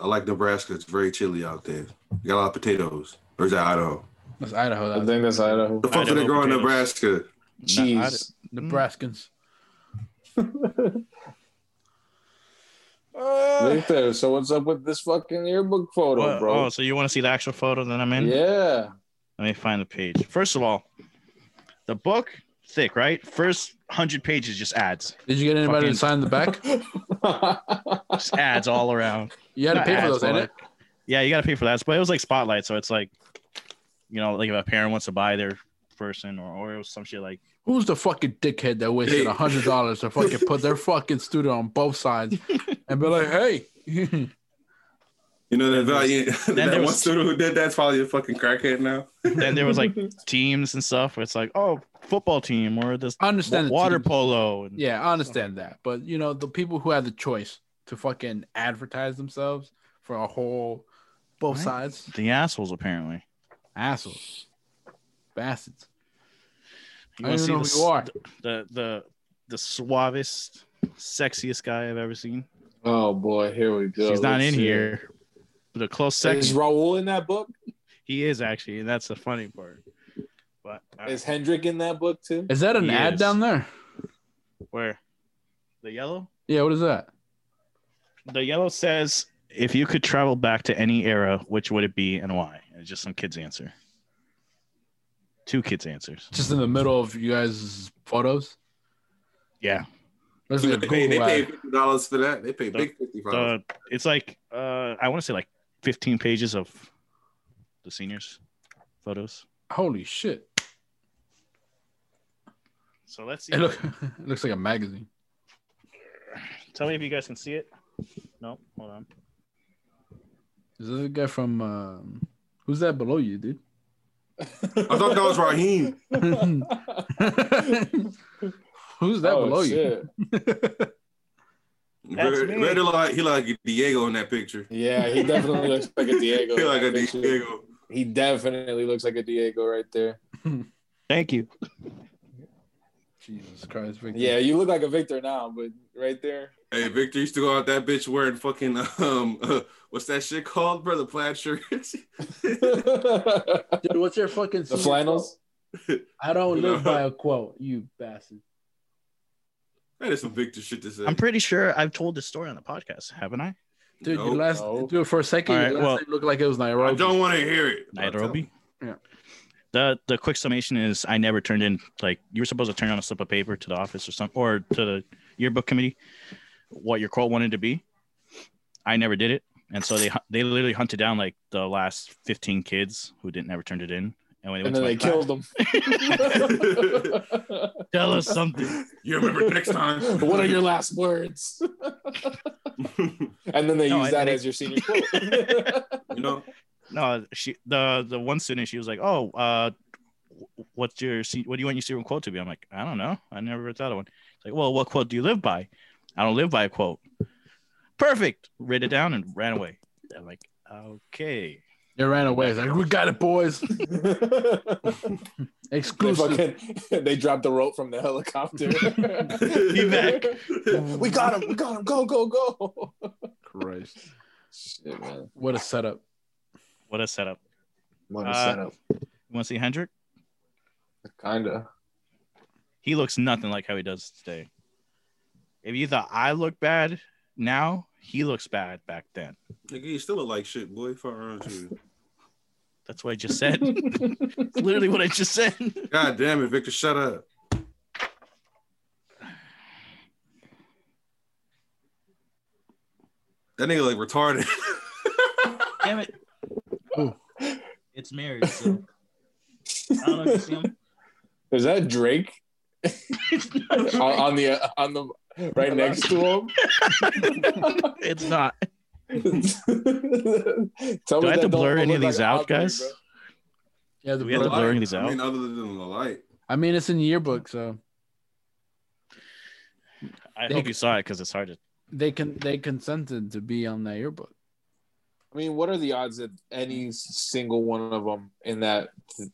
I like Nebraska. It's very chilly out there. You got a lot of potatoes. Or is that Idaho?
That's Idaho.
I
That
think that's Idaho.
The fuck do they
Idaho
grow in
potatoes.
Nebraska?
Cheese.
Nebraskans.
Victor, so what's up with this fucking yearbook photo,
What-
bro?
Oh, so you want to see the actual photo that I'm in?
yeah. (laughs)
Let me find the page. First of all, the book thick, right? First hundred pages just ads,
Did you get
Fucking-
anybody to sign the
(laughs)
back?
just ads all around.
You had to
Not
pay for
ads,
those,
but
ain't
like-
it?
Yeah, you gotta pay for that. But it was like spotlight, so it's like, you know, like if a parent wants to buy their person or or it was some shit like
Who's the fucking dickhead that wasted
Hey.
a hundred dollars to fucking put
(laughs)
their fucking student on both sides and be like, "Hey, (laughs)
You know that valiant. (laughs)
there
That
was-
one student who did that's probably a fucking crackhead now.
then there was like teams and stuff. Where it's like, oh, football team or this
I understand the
water
team.
polo. And,
yeah, I understand that." But you know, the people who had the choice to fucking advertise themselves for a whole both
Right.
sides,
The assholes apparently.
assholes, bastards.
You
I
wanna
don't even know
the
who
s-
you are.
the the the suavest, sexiest guy I've ever seen.
oh boy, here we go.
He's not
Let's
in
see.
here, but a close
Is
second.
Raul in that book?
He is actually, and that's the funny part. But uh,
Is Hendrick in that
(laughs)
book too?
Is that an
He
ad
is.
down there?
Where? The yellow?
Yeah, what is that?
The yellow says, if you could travel back to any era, which would it be and why? And it's just some kid's answer. Two kids' answers.
Just in the middle of you guys' photos.
Yeah.
That's like a
They pay, they
Google
pay
ad.
fifty dollars for that. They pay
The-
big fifty dollars.
Uh, it's like, uh, I want to say like 15 pages of the seniors' photos.
Holy shit!
So let's see.
It, look, (laughs) it looks like a magazine.
Tell me if you guys can see it. No, hold on.
Is this the guy from? Um, who's that below you, (laughs) dude?
I thought that
(laughs)
was Raheem.
who's that
Oh,
below
shit.
you?
(laughs) That's
Red,
me.
Red look like, he like Diego in that picture.
Yeah, he definitely looks like a Diego.
(laughs) He like a
That picture.
Diego.
He definitely looks like a Diego right there.
Thank you.
Jesus Christ! Victor.
Yeah, you look like a Victor now, but right there.
Hey, Victor used to go out that bitch wearing fucking um, (laughs) uh, what's that shit called, brother? Plaid shirts. (laughs)
the
Dude, what's your fucking senior
flannels.
quote? I don't
You
live
know?
by a quote, you bastard.
that is some Victor shit to say.
I'm pretty sure I've told this story on the podcast, haven't I?
Dude,
Nope.
your last
No.
dude for a second,
All
your
right,
last
well-
name looked like it was
I
Nairobi.
don't want to hear it.
Nairobi.
Yeah.
The the quick summation is I never turned in like you were supposed to turn on a slip of paper to the office or something or to the yearbook committee what your quote wanted to be. I never did it, and so they hu- they literally hunted down like the last fifteen kids who didn't ever turned it in, and when they
And
went
then
to my
they
class,
killed him. (laughs)
tell us something.
You remember next time.
what are your
(laughs)
last words?
you
And then they
No,
use
I-
that
I-
as your senior quote.
know?
No, she the the one student she was like, oh, uh, what's your se- what do you want your student quote to be? I'm like, I don't know, I never thought of one. It's like, well, what quote do you live by? I don't live by a quote. Perfect. Wrote it down and ran away. I'm like, okay.
They ran away. It's like we got it, boys. (laughs)
(laughs)
(laughs) they,
Exclusive.
fucking, (laughs) they dropped the rope from the
(laughs)
helicopter.
Be
back.
(laughs) We got him. We got him. Go, go, go.
Christ,
Shit, man.
what a setup.
What a setup.
What a
Uh,
setup.
You want to see Hendrick?
Kinda.
He looks nothing like how he does today. If you thought I look bad now, he looks bad back then.
Nigga, you still look like shit, boy. Fuck around with you.
That's what I just said. It's literally what I just said.
God damn it, Victor, shut up. That nigga like (laughs) retarded.
Damn it.
Oh.
It's married, so I don't know if you
(laughs) Is
(laughs)
that Drake
see him.
on, on the uh, on the right next to (laughs) him?
(laughs) it's not.
Tell
Do I have to
that don't
blur any
look
of these
like
out,
Aubrey,
guys?
bro.
Yeah, the
We had the
Light.
blurring these
I
out.
mean, other than the light.
I mean, it's in the yearbook, so
I
They-
hope you saw it because it's hard to.
they can they consented to be on that yearbook.
I mean, what are the odds that any single one of them in that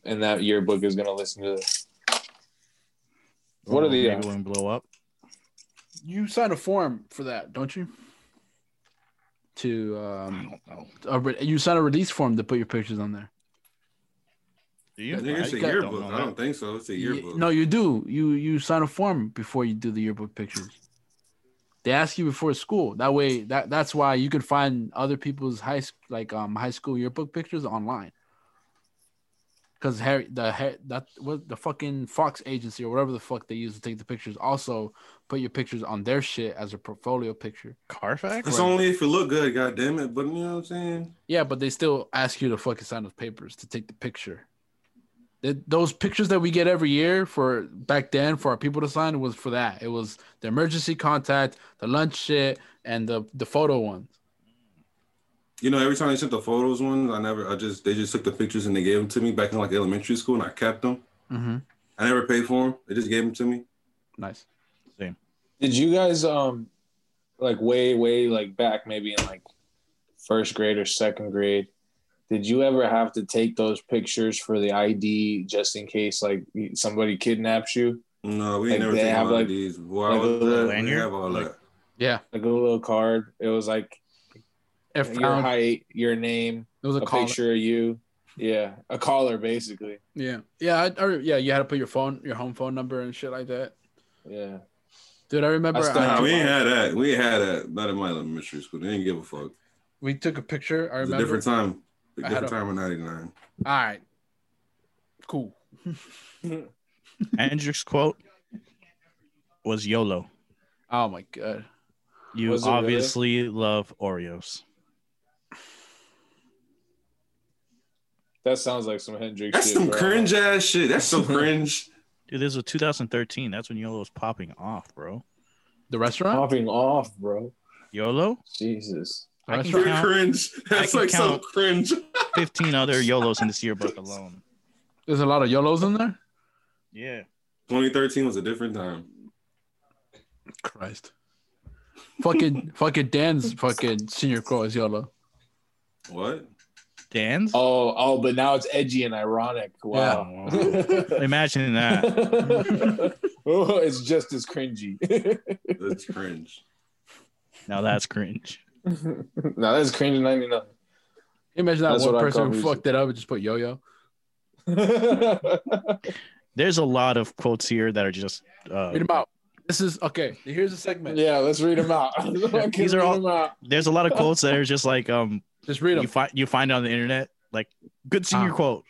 in that yearbook is going to listen to this? What are the
Maybe
odds?
when we blow up?
You sign a form for that, don't you? To um,
I don't know.
a re- you sign a release form to put your pictures on there.
Do you?
Nigga, it's a
I don't
yearbook.
know
I don't think so. It's a
You-
yearbook.
no, you do. You you sign a form before you do the yearbook pictures. They ask you before school. That way, that that's why you can find other people's high s- like um high school yearbook pictures online. Because Harry the Har- that what the fucking Fox agency or whatever the fuck they use to take the pictures also put your pictures on their shit as a portfolio picture.
Carfax?
It's only if you look good, god damn it. But you know what I'm saying?
Yeah, but they still ask you to fucking sign those papers to take the picture. Th- those pictures that we get every year for back then for our people to sign was for that. It was the emergency contact, the lunch shit, and the the photo ones.
You know, every time they sent the photos ones, I never I just they just took the pictures and they gave them to me back in like elementary school and I kept them.
Mm-hmm.
I never paid for them. They just gave them to me.
Nice.
Did you guys um like way way like back maybe in like first grade or second grade? Did you ever have to take those pictures for the ID just in case like somebody kidnaps you?
No, we
Like,
ain't never
they
taken
have,
all
like-
of these. Why
like a
was
little
that? We
lanyard?
have all
Like-
that.
Yeah.
Like a little card. It was like
If
your height, your name,
it was a,
a
collar.
picture of you. Yeah, a caller basically.
Yeah, yeah, I, I, yeah. You had to put your phone, your home phone number, and shit like that.
Yeah.
Dude, I remember
I still
I-
Nah, we ain't had that. We ain't had that. Not in my elementary school. They didn't give a fuck.
we took a picture. I
It's a
remember.
different time. A
I had
different
a-
time in '99.
All right, cool.
Andrew's quote was YOLO.
Oh my god.
You
Was it really?
obviously love Oreos.
That sounds like some Hendrix.
That's
shit,
some
bro.
cringe ass shit. That's so cringe.
Dude, this was 2013. That's when YOLO was popping off, bro.
The
Oh,
restaurant?
Popping off, bro.
YOLO?
Jesus.
I can
You're
count
cringe. That's
can
like some
count.
cringe.
15 other YOLOs in this yearbook alone.
There's a lot of YOLOs in there?
Yeah.
2013 was a different time.
Christ. fucking fucking Dan's fucking senior crow is YOLO.
What?
Dan's?
Oh, oh, but now it's edgy and ironic. Wow.
Oh,
(laughs)
Imagine that.
oh, it's just as cringy. (laughs)
That's cringe.
Now that's cringe.
no, that's cringe in 99.
Can you Imagine that
That's
one
what I
person
call
who
music.
fucked it up and just put yo yo.
There's a lot of quotes here that are just. Uh,
Read them out. This is okay. Here's a segment.
(laughs) Oh, yeah, let's read them out. (laughs) Fucking
These are
read
all-
them out. Oh,
There's a lot of quotes that are just like um
Just read
you
them.
find you find on the internet like good senior
Ah.
quote.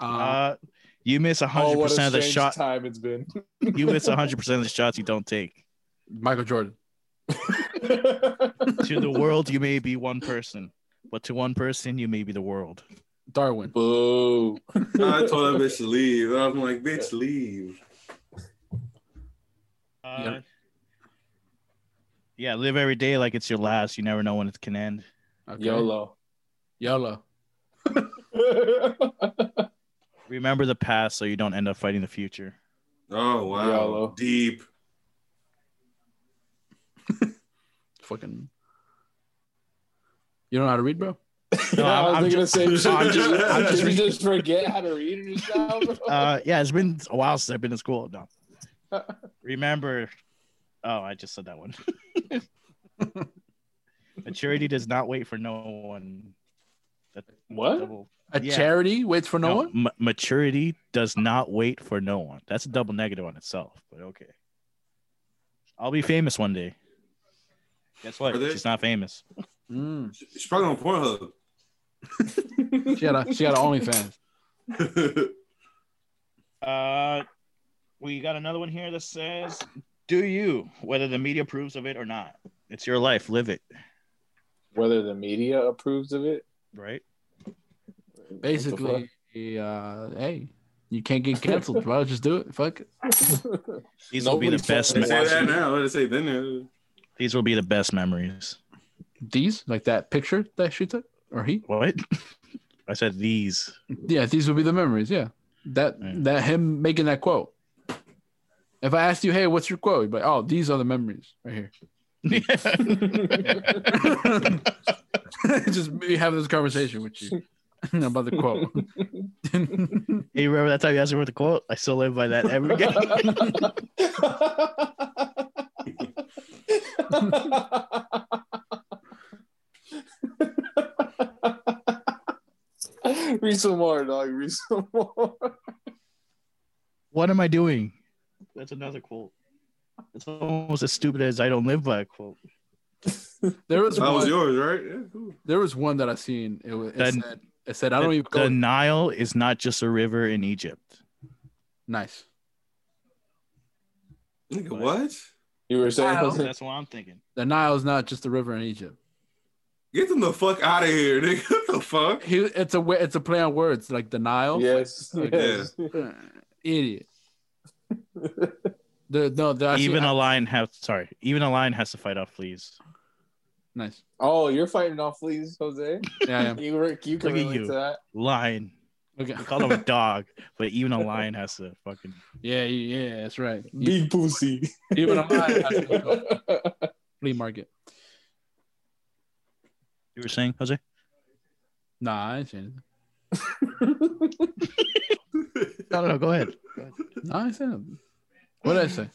Uh,
Uh, you miss
ah. Oh,
hundred
what
percent
a
of the
strange
shot.
time it's been. (laughs)
You miss hundred percent of the shots you don't take.
Michael Jordan.
to the world, you may be one person, but to one person, you may be the world.
Darwin.
Boo.
I told that bitch to leave. I'm like, bitch, leave.
Uh,
Yep.
Yeah, live every day like it's your last. You never know when it can end.
Okay.
(laughs) YOLO.
YOLO.
Remember the past so you don't end up fighting the future.
Oh wow,
Yellow.
deep.
Fucking You don't know how to read,
No,
bro?
Yeah, (laughs) I
I'm-
was
I'm
thinking the
just-
same shit.
I'm
(laughs)
just- I'm
Did
just
you
reading-
just forget how to read it yourself?
Uh, yeah, it's been a while since I've been in school. No.
(laughs)
Remember. Oh, I just said that one. (laughs) Maturity does not wait for no one. That's
what?
double-
A
Yeah.
charity waits for no,
No,
one?
ma- maturity does not wait for no one. That's a double negative on itself, but okay. I'll be famous one day. Guess what?
Are they-
She's not famous.
Mm.
She's probably on Pornhub. (laughs)
She got a she got a
(laughs)
OnlyFans.
Uh, we got another one here that says, "Do you, whether the media approves of it or not, it's your life. Live it."
Whether the media approves of it?
Right?
What the
Basically, uh, hey, you can't get canceled, bro. Just do it. Fuck it.
fuck?
These will be the
Nobody
best.
They
fucking
me-
say that
Watching.
now. They say then. uh,
These will be the best memories.
These, like that picture that she took, or he.
What? (laughs) I said (laughs) these.
Yeah, these would be the memories. Yeah, that
Yeah.
that him making that quote. If I asked you, hey, what's your quote? You'd be like, oh, these are the memories right here. (laughs)
(laughs)
Just me having this conversation with you (laughs) about the quote.
Hey, you remember that time you asked me for the quote? I still live by that
(laughs)
every (laughs) day.
Read some more, dog. Read some more.
what am I doing? That's another quote. It's almost as stupid as I don't live by a quote.
there was
That was
one,
yours, right? Yeah, cool.
there was one that I seen. It, was, it
Then-
said it said I don't even
the
go.
Nile is not just a river in Egypt.
nice.
Nigga, what?
You were saying
Wow.
That's what I'm thinking.
The Nile is not just a river in Egypt.
Get them the fuck out of here, nigga. (laughs) What the fuck?
He, it's a it's a play on words like the Nile.
(laughs) Yes.
Like,
yes.
Uh,
(laughs)
idiot. the no, the, I see-
even
I-
a lion have sorry. Even a lion has to fight off fleas.
nice.
Oh, you're fighting off fleas, Jose.
Yeah, I am.
You were you can
Look at
relate
you.
to that.
Lion.
Okay.
We call him
(laughs)
a dog, but even a lion has to fucking.
yeah, yeah, yeah, that's right. You-
(laughs)
Big pussy. (laughs)
Even a lion has to go to a flea market.
You were saying, Jose?
Nah, I ain't saying anything.
(laughs)
No, no, no. Go ahead.
Nah, I ain't saying nothing. What did I say?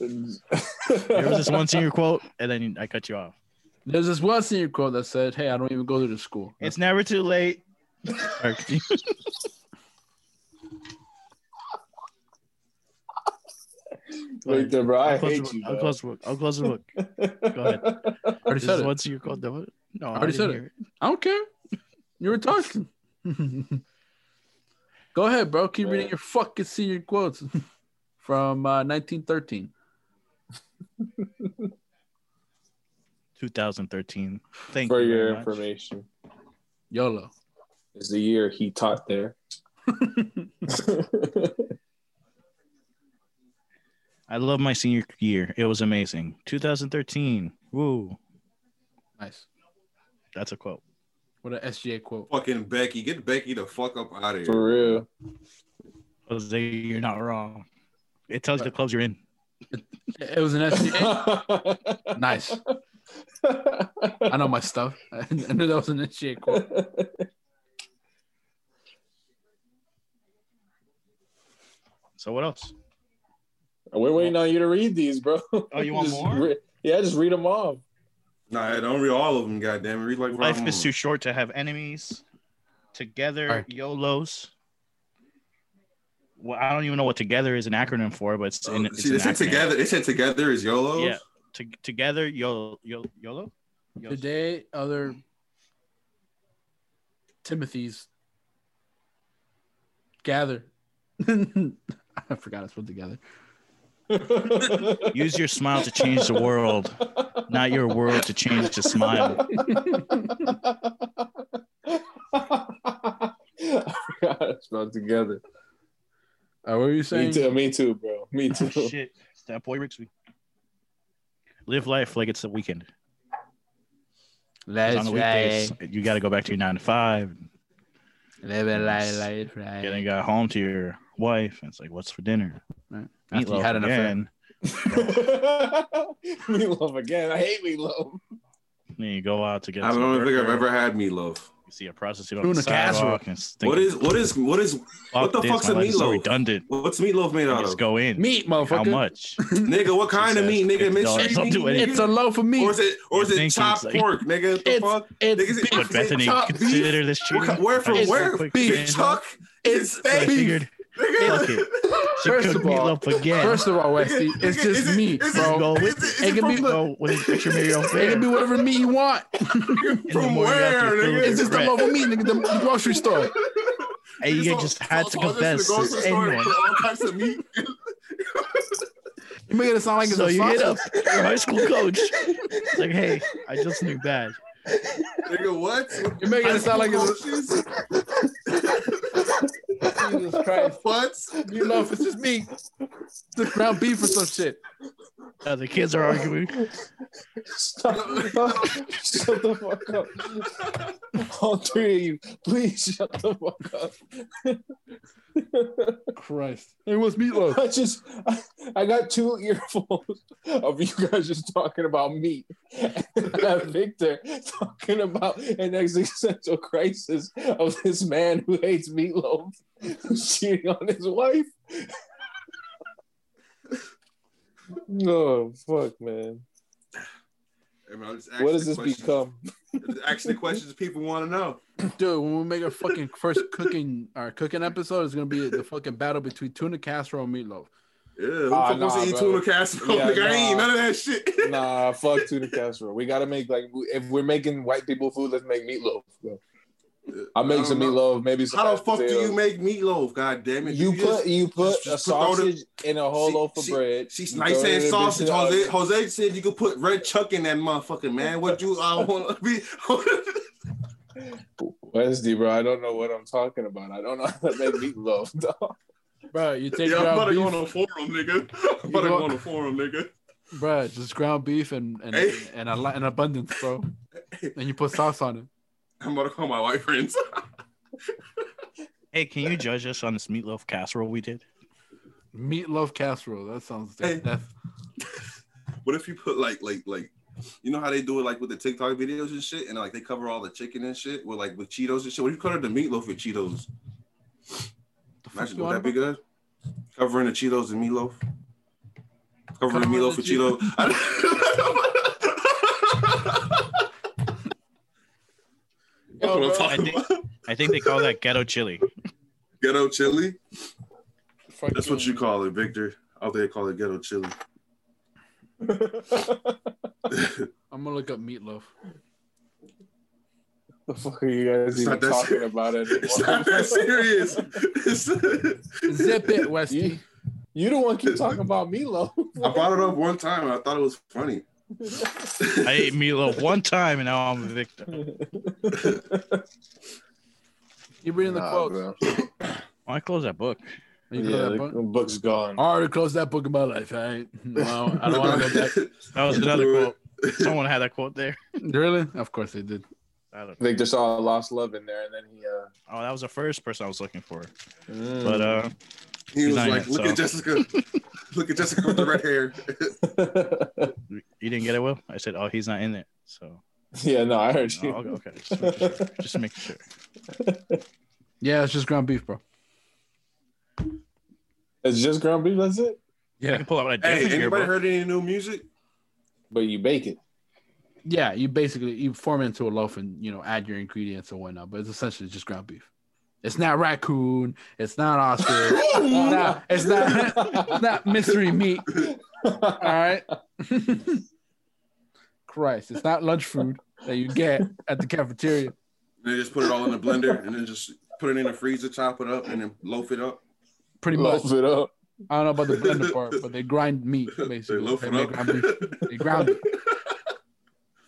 There was this one senior quote, and then I cut you off.
There's this one senior quote that said, "Hey, I don't even go to the school."
It's never too late. Turkey.
Victor, bro, I
I'll close
hate
the book.
you.
I'll
dog.
close the book. I'll close the book. Go ahead.
(laughs)
already
This
said
is
it.
what's your call? No, I
already
didn't
said it.
hear
I don't care. You were talking. (laughs) Go ahead, bro. Keep reading your fucking senior quotes (laughs) from uh, 1913.
2013. Thank
for
you. very
your
much.
information.
YOLO.
Is the year he taught there. (laughs)
I love my senior year. It was amazing. 2013. Woo.
Nice.
That's a quote.
What a SGA quote.
Fucking Becky, get Becky the fuck up out of here.
for real. (laughs)
Jose, you're not wrong. It tells you the clubs you're in.
It was an SGA. nice. I know my stuff. (laughs) I knew that was an SGA quote.
So what else?
We're waiting on you to read these, bro.
Oh,
(laughs)
you want
Just
more?
re- yeah, just read them off.
Nah, don't read all of them, goddamn. Read like
Life
five
is
more.
too short to have enemies. Together,
Alright.
YOLOs. Well, I don't even know what together is an acronym for, but it's,
Oh,
in, it's
see,
an
they said
acronym.
together. They said together is YOLO.
Yeah. To, together, YOLO. YOLO? Yo-
Today, other Timothy's gather. (laughs) I forgot it's put together.
(laughs)
Use your smile to change the world, not your world to change the smile.
(laughs) I forgot it's about together.
Uh, what were you
Me
saying?
too, me too, bro. Me
Oh,
too.
(laughs)
(laughs)
shit. It's that boy Rixby. Live life like it's the weekend. 'Cause
Let's
on the
try.
weekdays, you got to go back to your nine to five.
Living life, life,
And then
right.
you got home to your wife, and it's like, what's for dinner?
After you
Meatloaf
had an affair.
again.
meatloaf again. I hate meatloaf.
Then you go out to get.
I
some
don't think I've
burger.
ever had meatloaf.
You see a prostitute on the
Tuna casserole.
sidewalk. And it's
What
thinking,
is what is what is
"Fuck
what the
this,
fuck's
my
a
life is so
meatloaf?
redundant.
what's meatloaf made out
Just
of?
go in.
Meat, motherfucker.
How much?
(laughs) Nigga, what kind of
Jesus,
meat, nigga?
$50
Mystery
don't
meat,
do anything.
nigga?
It's a loaf of meat.
or is it or is
You're thinking
it chopped
it's like-
pork, nigga? What the
It's-
fuck?
It's
Niggas-
beef.
But Bethany,
chopped beef?
consider this
Where,
cheating.
where from
I just
where?
real quick
Big
finished
Chuck? It's
So I
steak,
figured, fuck
nigga.
it. She
First
cooked
of all-
meatloaf again.
First of all, Westy,
Nigga,
it's
nigga,
just
is it-
(laughs)
meat,
is it-
bro.
Go with
Is it- is
It could
it
be-
from the-
Go with an extra Mary Lou
It
Fair.
can be whatever meat you want.
In the
(laughs) from
morning after you're
where,
filled
nigga?
with
It's just a
regret.
loaf of meat, nigga. The the grocery store.
And you just had to confess to anyone.
All types of meat.
You making it sound like it's
so
a
you hit up
sausage.
your high school coach. It's like, hey,
(laughs)
I just knew bad.
Nigga, what?
You're making it sound like it's
Jesus
a Jesus Christ.
What?
You love it's just meat. Just ground beef or some shit.
Uh, the kids are arguing.
(laughs)
Stop. (laughs) shut the fuck up. All three of you, please shut the fuck up.
Christ. It was meatloaf.
I just, I, I got two earfuls of you guys just talking about meat. And I got Victor talking about an existential crisis of this man who hates meatloaf, who's cheating on his wife. (laughs) No, Oh, fuck, man.
Hey, man, I'll just ask
What does
the
this
questions-
become?
Ask the questions people want to know.
Dude, when we make our fucking first cooking our cooking episode, it's gonna be the fucking battle between tuna casserole and meatloaf.
Yeah, who
Ah,
fuck wants
nah,
to eat
bro.
tuna (laughs) casserole?
Yeah,
nigga, I ain't eat
nah.
none of that shit.
Nah, fuck tuna casserole. We gotta make like if we're making white people food, let's make meatloaf. Bro. I'll make
Uh, don't
some
know.
meatloaf, maybe some.
(laughs) How the
mashed
fuck do you
potatoes.
make meatloaf? God damn it!
You put you put
just-
a
just put all the-
sausage in a whole
She-
loaf of
she-
bread.
She's
You throw it
nice
in
saying
a bitch in
sausage.
the (laughs)
Jose,
oven.
Jose said you could put red chuck in that motherfucker, man. What
(laughs)
you I want to be?
Wednesday, bro. I don't know what I'm talking about. I don't know how to make meatloaf. (laughs) dog.
Bro, you take
(laughs) Yeah, I'm
ground
about to go on
beef,
a forum, nigga. (laughs) I'm about to go on a forum, nigga.
bro, just ground beef and and,
Hey.
and a lot in abundance, bro. And you put sauce on it.
I'm about to call my white friends.
Hey, can you judge us on this meatloaf casserole we did?
Meatloaf casserole. That sounds
Hey.
that's
What if you put like like like you know how they do it like with the TikTok videos and shit, and like they cover all the chicken and shit with like with Cheetos and shit. What if you cover the meatloaf with Cheetos?
the fuck
Imagine
you
would
on
that be
about?
good? Covering the Cheetos and meatloaf.
Covering
Covering meatloaf
the
with Cheetos. That's (laughs)
Yo,
what
bro,
I'm
I
talking
think-
about.
I I think they call that ghetto chili.
Ghetto chili.
Fucking-
That's what you call it, Victor. Out there, call it ghetto chili.
(laughs) the
I'm gonna look up
(laughs)
meatloaf.
fuck are you guys
It's
even
not that
talking
serious.
about
(laughs) It's not that
it?
serious.
(laughs)
It's-
Zip it,
You,
Westy.
(laughs) you don't want to keep talking about (laughs)
(laughs)
Milo.
I brought it up one time. And I thought it was funny.
I ate meatloaf one time and now I'm a victim.
You reading the quotes?
Why close that book?
You close
yeah,
that
the
book?
book's gone.
I already closed that book in my life. I, ain't- (laughs) well, I don't want to go
(laughs)
back.
That was another quote. Someone had that quote there.
Really? Of course they did.
I don't know.
Victor saw Lost Love in there, and then he. Uh,
Oh, that was the first person I was looking for.
mm.
But uh,
He
He's
was
not
like,
yet,
"Look at Jessica. (laughs) Look at Jessica with the red hair." (laughs)
you didn't get it, Will. I said, oh, he's not in it. So
(laughs) yeah, no, I heard
oh,
you.
okay, okay. Just, make sure. just make sure.
Yeah, it's just ground beef, bro.
It's just ground beef. That's it.
I
Yeah.
can pull out a different
hey, anybody
yearbook.
heard any new music?
But you
(laughs)
bake it.
Yeah, you basically you form it into a loaf and you know add your ingredients and whatnot, but it's essentially just ground beef. It's not raccoon. It's not ostrich. it's not. It's
(laughs)
not, it's not mystery meat. All right. (laughs) Christ, it's not lunch food that you get at the cafeteria.
They just put it all in a blender and then just put it in the freezer, chop it up, and then loaf it up. (laughs)
Pretty much.
Loaf it up. (laughs)
I don't know about the blender part, but they grind meat
They
basically.
loaf
They
it
make ground beef.
up.
They ground it.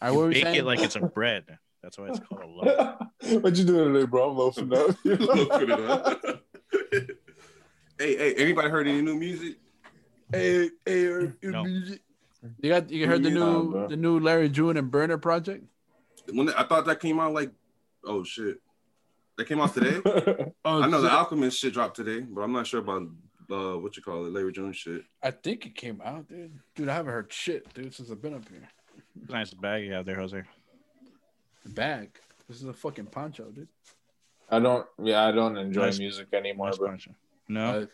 All right, what were we
Bake
saying?
it like it's a bread. That's why it's called a loaf.
what you doing today, bro? I'm loafing up. (laughs)
loafing it up. (laughs) hey, hey, anybody heard any new music?
Hey, hey, er,
Hmm. No.
you got you heard the
Yeah,
new
bro.
the new Larry June and Burner project?
When I thought that came out, like, oh shit, that came out today.
(laughs) Oh,
I know the Alchemist shit dropped today, but I'm not sure about uh, what you call it, Larry Jones shit.
I think it came out, dude. Dude, I haven't heard shit, dude, since I've been up here.
Nice bag you have there, Jose.
The bag. This is a fucking poncho, dude.
I don't. Yeah, I don't enjoy
Nice-
music anymore,
Nice
bro,
bunch of- No,
Uh,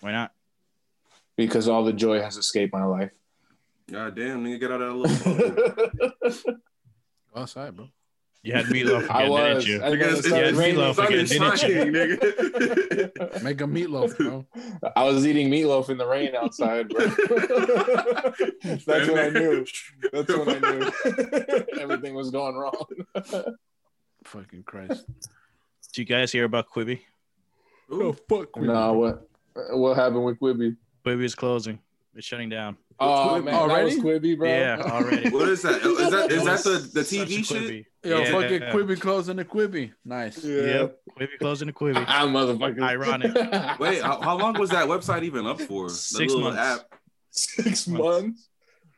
why not?
because all the joy has escaped my life. (laughs)
God damn, nigga, get out of that
(laughs)
little bubble.
go outside, bro.
You had
(laughs)
meatloaf
I
again,
was.
didn't you?
and then it
Because
Yeah,
started
it's
raining.
meatloaf again,
Started
didn't (laughs)
shining, nigga.
Make a meatloaf, bro.
I was eating meatloaf in the rain outside, (laughs) bro. That's what I knew. That's what I knew. (laughs) Everything was going wrong.
fucking Christ.
Did you guys hear about Quibi?
Ooh,
fuck
No, what what happened with Quibi?
Quibi is closing. It's shutting down.
Oh
Quibi?
man,
Already?
that was Quibi, bro.
Yeah, already.
what is that? Oh, Is that is that the, the
Such a
TV shit?
Quibi.
Yo,
Yeah.
fucking Quibi closing the Quibi. Nice.
Yeah.
Yep, Quibi closing to Quibi.
Ah, motherfucker. (laughs)
Ironic.
Wait, how, how long was that website even up for? The
Six
little
months.
Six months.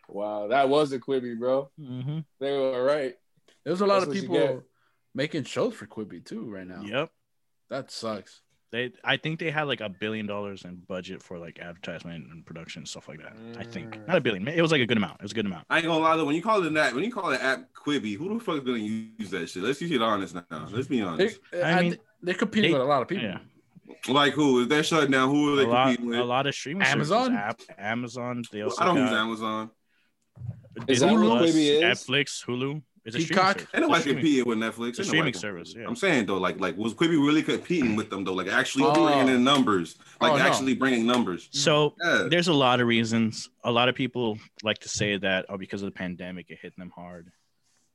Wow, that was a Quibi, bro.
Mm-hmm.
They were right.
There's a lot
That's
of
what you
people
get.
making shows for Quibi too right now.
Yep.
That sucks.
They, I think they had like a billion dollars in budget for like advertisement and production and stuff like that. I think
Mm.
not a billion. It was like a good amount. It was a good amount.
I ain't gonna lie though. When you call it an app, when you call it app Quibi, who the fuck is gonna use that shit? Let's be honest now. Let's be
They,
honest.
I
I
mean,
th- they're competing
they-
with a lot of people.
Yeah,
Like who? If they're shutting down, who
a
are they
lot,
competing with?
a lot of streaming. services.
Amazon?
app, Amazon. They
Well,
also
I don't
got
use Amazon.
Is
Disney
that what
Plus,
Quibi is?
Netflix, Hulu. It's a streaming service.
Peacock?
Ain't
It's a
nobody
streaming-
competing with Netflix.
The
Ain't
streaming
nobody-
service, yeah.
I'm saying though, like like was Quibi really competing with them though? Like actually
Oh.
bringing in numbers, like
Oh, no.
actually bringing numbers.
So
Yeah.
there's a lot of reasons. A lot of people like to say that oh, because of the pandemic, it hit them hard.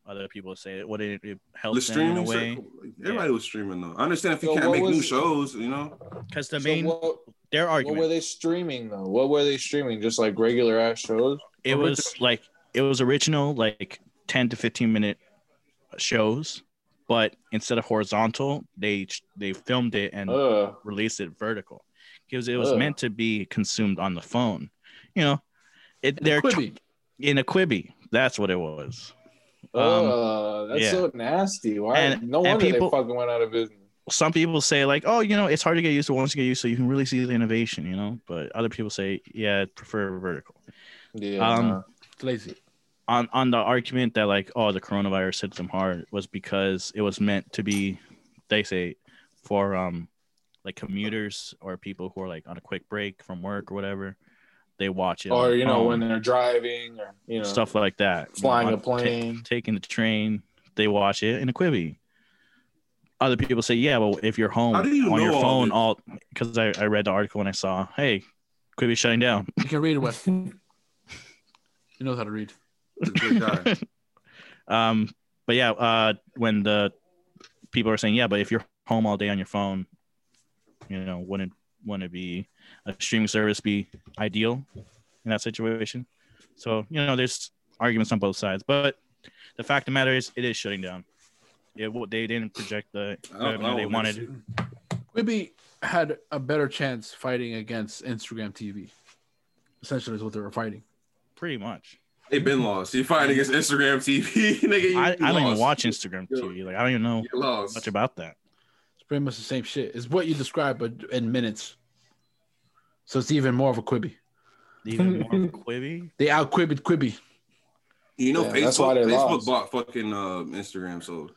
Other people say what it, it
The
helped them in a
streaming,
way.
circle, like, everybody was streaming though. I understand if you
So
can't
what
make
was
new
it?
shows, you know.
Because the
So
main
what,
their
what
argument
were they streaming though? What were they streaming? Just like regular ass shows?
it was like it was original like 10 to 15 minute shows but instead of horizontal they they filmed it and
Ugh.
released it vertical because it was
Ugh.
meant to be consumed on the phone you know it they're tr-
Quibi.
in a quibby that's what it was
Ugh, that's
Um, yeah.
so nasty. Why?
And-
no
and
wonder
people-
they fucking went out of business.
some people say like oh you know it's hard to get used to once you get used to it, you can really see the innovation you know but other people say yeah I prefer vertical
Yeah.
Um,
nah.
It's lazy.
on on the argument that like oh the coronavirus hit them hard was because it was meant to be they say for um like commuters or people who are like on a quick break from work or whatever they watch it on
or
their
you know when
phone,
they're driving or you know
um, stuff like that
flying
On
a plane.
ta- taking the train they watch it in a quibby other people say, yeah, well, if you're home
How do you
on your
know all
phone,
this?
all because I, I read the article and I saw, hey, could be shutting down.
You can read it
(laughs)
with. he knows how to read.
He's a
(laughs)
good guy.
Um, but yeah, uh, when the people are saying, yeah, but if you're home all day on your phone, you know, wouldn't want to be a streaming service be ideal in that situation? So you know, there's arguments on both sides, but the fact of the matter is, it is shutting down. It w- they didn't project the
I don't- I
revenue they
don't
wanted.
understand.
Quibi had a better chance fighting against Instagram TV. Essentially, is what they were fighting.
Pretty much.
They've been lost. You're fighting against Instagram TV, (laughs) nigga. You,
I, I
you
don't even
lost.
watch Instagram
Yo.
TV. Like I don't even know
You lost.
much about that.
It's pretty much the same shit. It's what you described, but in minutes. So it's even more of a Quibi.
Even
(laughs)
more Quibi.
They out Quibied Quibi.
You know,
Yeah,
Facebook,
that's why they lost.
Facebook bought fucking uh, Instagram. So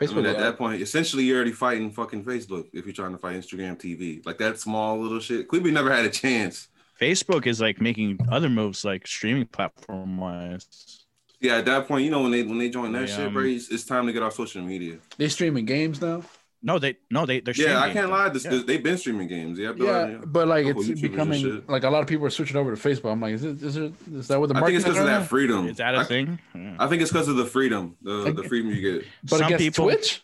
I
Facebook.
mean, at
yeah.
that point, essentially, you're already fighting fucking Facebook if you're trying to fight Instagram TV. Like that small little shit. Quibi never had a chance.
Facebook is like making other moves, like streaming platform wise.
Yeah, at that point, you know when they when they join that
Yeah,
shit,
um,
bro, it's, it's time to get off social media.
they streaming games now.
No, they no they they're streaming
Yeah, I
games
can't lie. This,
now.
this- they've been streaming games. Yeah, I feel
Yeah,
like, yeah.
but like
Couple
it's
YouTubers and
becoming
shit.
like a lot of people are switching over to Facebook. I'm like, is it is, it, is that what the
I think
market
it's because
is
of
right
that
now?
freedom.
Is that a
I-
thing? Yeah.
I think it's because of the freedom, the,
Like-
the freedom you get.
But
some
against
people,
Twitch,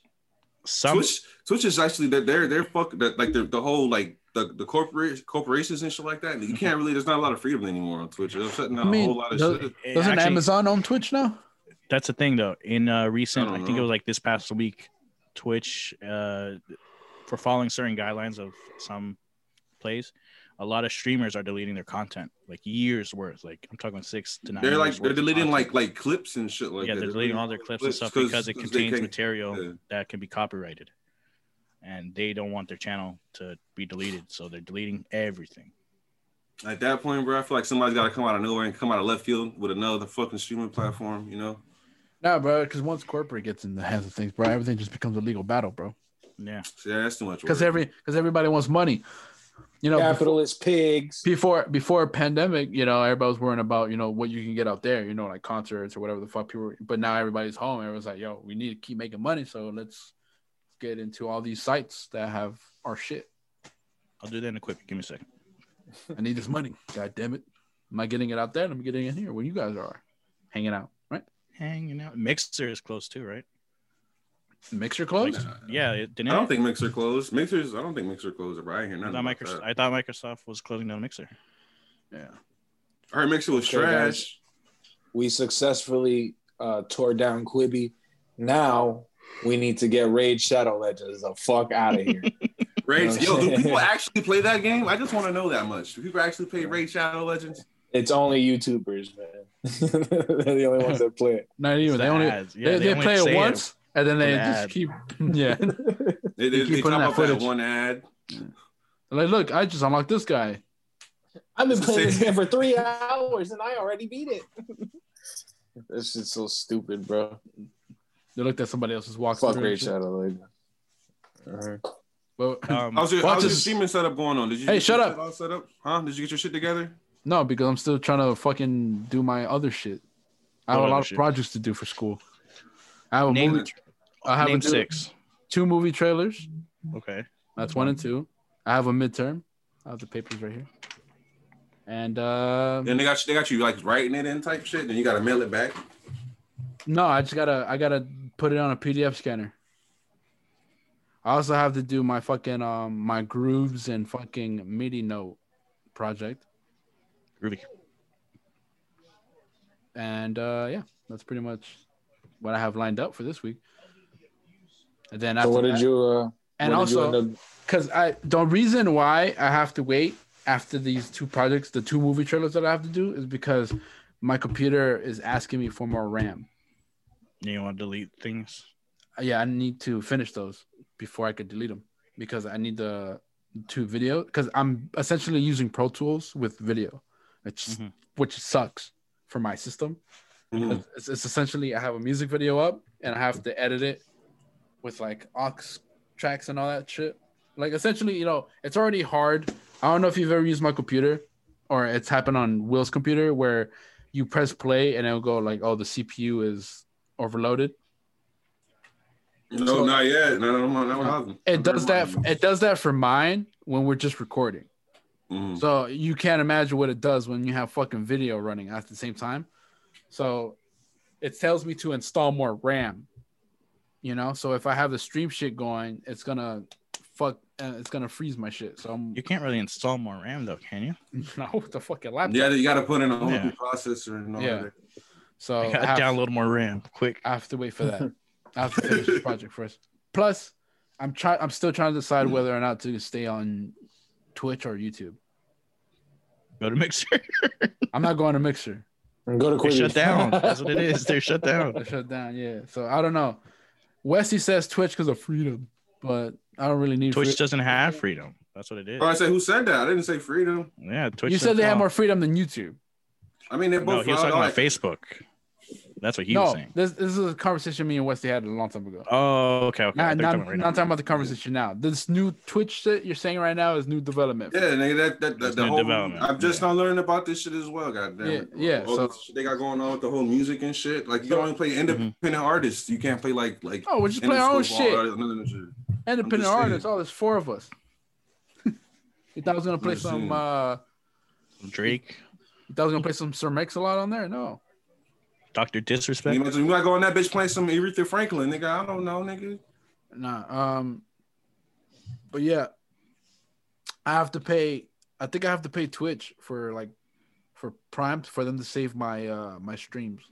some
Twitch, Twitch is actually that they're they're fuck that like the, the whole like the the corporate corporations and shit like that. You can't really. There's not a lot of freedom anymore on Twitch. They're shutting down
I mean,
a whole lot of
the-
shit.
it eh,
doesn't
actually-
Amazon own Twitch now?
That's the thing though. In uh, recent,
I
I,
don't
think it
know.
was like this past week, Twitch uh, for following certain guidelines of some plays, a lot of streamers are deleting their content, like years worth. Like I'm talking six to nine.
They're like
years worth
they're
of
deleting
content.
like like clips and shit like
yeah,
that.
they're deleting all their clips and stuff because it
'cause they
contains
can't-
material
yeah.
that can be copyrighted, and they don't want their channel to be deleted, so they're deleting everything.
At that point, bro, I feel like somebody's got to come out of nowhere and come out of left field with another fucking streaming platform. You know,
Nah, bro, because once corporate gets in the hands of things, bro, everything just becomes a legal battle, bro.
Yeah,
so, yeah, that's too much.
Because
work.
every because everybody wants money. You know,
Capitalist pigs.
before before pandemic, you know, everybody was worrying about you know what you can get out there, you know, like concerts or whatever the fuck people. Were, but now everybody's home. Everyone's like, yo, we need to keep making money, so let's get into all these sites that have our shit.
I'll do that in a quick. Give me a second.
I need this money. God damn it! I'm not getting it out there. I'm getting it here where you guys are, hanging out, right?
Hanging out. Mixer is close too, right?
Mixer closed.
Nah,
Yeah, it didn't.
I
it?
don't think Mixer closed. Mixers, I don't think Mixer closed. Bro, I ain't hear
I
nothing.
thought,
about
Microsoft,
that.
I thought Microsoft was closing down Mixer.
Yeah.
I heard Mixer was
Okay,
trash.
We successfully uh, tore down Quibi. Now we need to get Raid Shadow Legends the fuck out
(laughs)
of here.
Raid,
No.
yo, do people actually play that game? I just want to know that much. Do people actually play Raid Shadow Legends?
it's only YouTubers, man. (laughs) They're the only ones that play it.
Not even.
The
They only
ads. Yeah,
they, they,
only
play
say
it once and then they
for the
just
ad.
keep (laughs) yeah.
They, they,
They keep
they
putting
top
that
up that
footage.
one ad.
like, look, I just unlocked this guy.
(laughs) I've been (laughs)
It's the
playing this
same-
game for three hours and I already beat it. this shit's so stupid, bro.
They looked at somebody else's walkthrough.
Fuck
and
Raid
shit.
Shadow Legends. Uh-huh.
But-
Um,
How's your,
Mm. Watch
how's your
this.
streaming setup going on? Did you
Hey,
get
shut
your
up.
shit all set up? Huh? Did you get your shit together?
(laughs) No, because I'm still trying to fucking do my other shit. I have
What
a
other
lot of
shit?
projects to do for school. I have a
Name
movie.
it.
I have a
name
two,
six.
two movie trailers.
Okay.
That's one and
Mm-hmm.
two. I have a midterm. I have the papers right here. And uh,
Then they got you, they got you like writing it in type shit. Then you got to mail it back.
no, I just gotta I gotta put it on a PDF scanner. I also have to do my fucking um my grooves and fucking MIDI note project.
Groovy.
And uh, yeah, that's pretty much what I have lined up for this week. And then after
So what did
that-
you uh
and
what did you
also
end up-
because I the reason why I have to wait after these two projects, the two movie trailers that I have to do, is because my computer is asking me for more RAM.
You want to delete things?
Yeah, I need to finish those before I could delete them because I need the two video because I'm essentially using Pro Tools with video, which
Mhm.
which sucks for my system. Mm.
Mhm.
It's, it's essentially I have a music video up and I have to edit it with like aux tracks and all that shit. Like essentially, you know, it's already hard. I don't know if you've ever used my computer or it's happened on Will's computer where you press play and it'll go like, oh, the CPU is overloaded.
No,
So-
not yet. No, no, no, no, no, no.
It does that. It does that for mine when we're just recording.
Mm.
Mhm.
So you can't imagine what it does when you have fucking video running at the same time. So it tells me to install more RAM. You know, so if I have the stream shit going, it's gonna fuck. Uh, it's gonna freeze my shit. So I'm (laughs)
You can't really install more RAM though, can you?
no with the fucking laptop.
Yeah, you got to put in a whole
Yeah.
new processor and all
Yeah.
that.
So
you gotta
Oh, I have-
download more RAM quick.
I have to wait for
(laughs)
that. I have to finish this project first. Plus, I'm trying. I'm still trying to decide
Mm.
whether or not to stay on Twitch or YouTube.
Go to
(laughs)
Mixer.
I'm not going to Mixer.
Go to
They're shut
Quidditch. (laughs)
down. That's what it is. They're shut down.
(laughs) They shut down. Yeah. So I don't know. Wesley says Twitch because of freedom, but I don't really need
Twitch
freedom.
doesn't have freedom. That's what it is.
Oh, I said, who said that? I didn't say freedom.
Yeah, Twitch.
You said they
doesn't-
have more freedom than YouTube.
I mean, they're both.
No, he was
valid.
talking about
Like,
Facebook. That's what he was
no,
saying.
this this is a conversation me and Wesley had a long time ago.
Oh, okay, okay.
Not,
They're
not,
talking right now.
not talking about the conversation now. This new Twitch that you're saying right now is new development.
Yeah, nigga, that that,
That's
that the
new
whole.
development.
I'm just
Yeah.
now learning about this shit as well. Goddamn. it.
Yeah, yeah,
All
so-
the shit they got going on with the whole music and shit. Like you don't only
Mm-hmm.
play independent artists. You can't play like like.
Oh, we're just playing our own
Interscope, all
shit.
that- none of that shit.
Independent
saying.
artists. Oh, there's four of us. (laughs) you thought I was gonna play
just
some
saying.
uh
Drake,
you thought I was gonna play some Sir Mix-a-Lot on there? No.
Doctor
You
Disrespect.
might, you might go on that bitch playing some Aretha Franklin, nigga. I don't know, nigga.
Nah. Um but yeah. I have to pay I think I have to pay Twitch for like for Prime for them to save my uh my streams.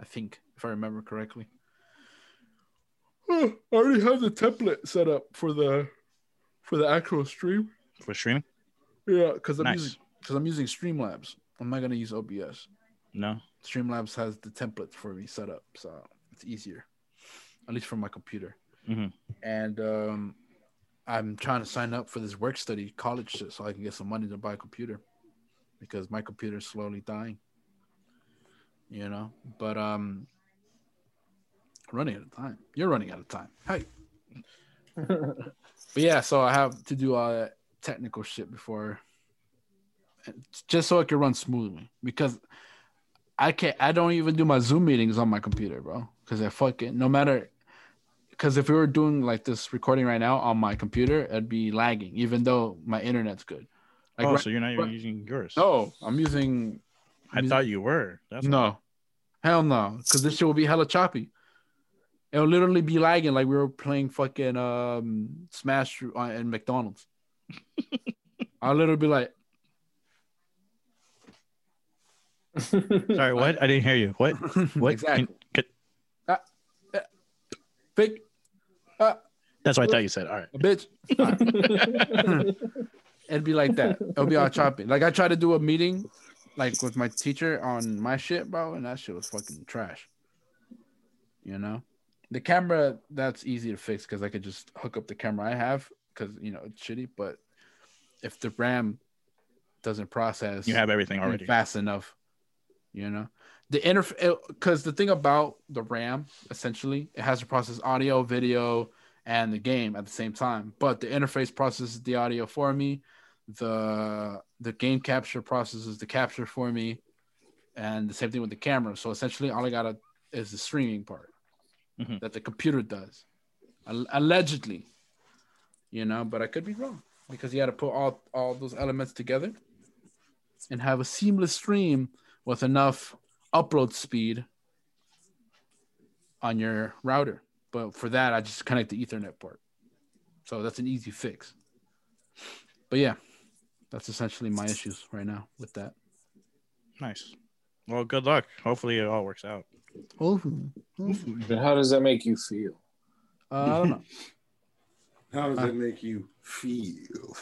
I think, if I remember correctly. I already have the template set up for the for the actual stream.
for streaming?
Yeah, because I'm
Nice.
using because I'm using Streamlabs. I'm not gonna use OBS.
No.
Streamlabs has the template for me set up, so it's easier, at least for my computer.
Mhm.
And um, I'm trying to sign up for this work study college shit so I can get some money to buy a computer because my computer's slowly dying. You know, but um, I'm running out of time. You're running out of time. Hey. but yeah, so I have to do all that technical shit before, just so it can run smoothly because I can't. I don't even do my Zoom meetings on my computer, bro. Because I fucking no matter. Because if we were doing like this recording right now on my computer, it'd be lagging, even though my internet's good. Like,
oh,
right-
so you're not even
right-
using yours?
no, Oh, I'm using.
I thought you were. That's
No, hell no, because this shit will be hella choppy. It'll literally be lagging like we were playing fucking um Smash on-
(laughs)
in McDonald's. I'll literally be like, (laughs)
Sorry, what? I didn't hear you.
(laughs)
What? What?
Exactly.
Can- can-
"Fake
That's what I thought you said. All right.
a bitch." It'd be like that. It'll be all choppy. Like I tried to do a meeting, like with my teacher on my shit, bro, and that shit was fucking trash. You know, the camera that's easy to fix because I could just hook up the camera I have because you know it's shitty. But if the RAM doesn't process,
You have everything
and
already.
fast enough. You know, the interface because the thing about the RAM essentially it has to process audio, video, and the game at the same time. But the interface processes the audio for me, the the game capture processes the capture for me, and the same thing with the camera. So essentially, all I gotta is the streaming part
Mhm.
that the computer does, Al- allegedly. You know, but I could be wrong because you got to put all all those elements together and have a seamless stream with enough upload speed on your router. But for that, I just connect the Ethernet port. So that's an easy fix. But yeah, that's essentially my issues right now with that.
Nice. Well, good luck. Hopefully, it all works out.
Oh,
But how does that make you feel? (laughs)
uh, I don't know.
How does
Uh.
that make you feel?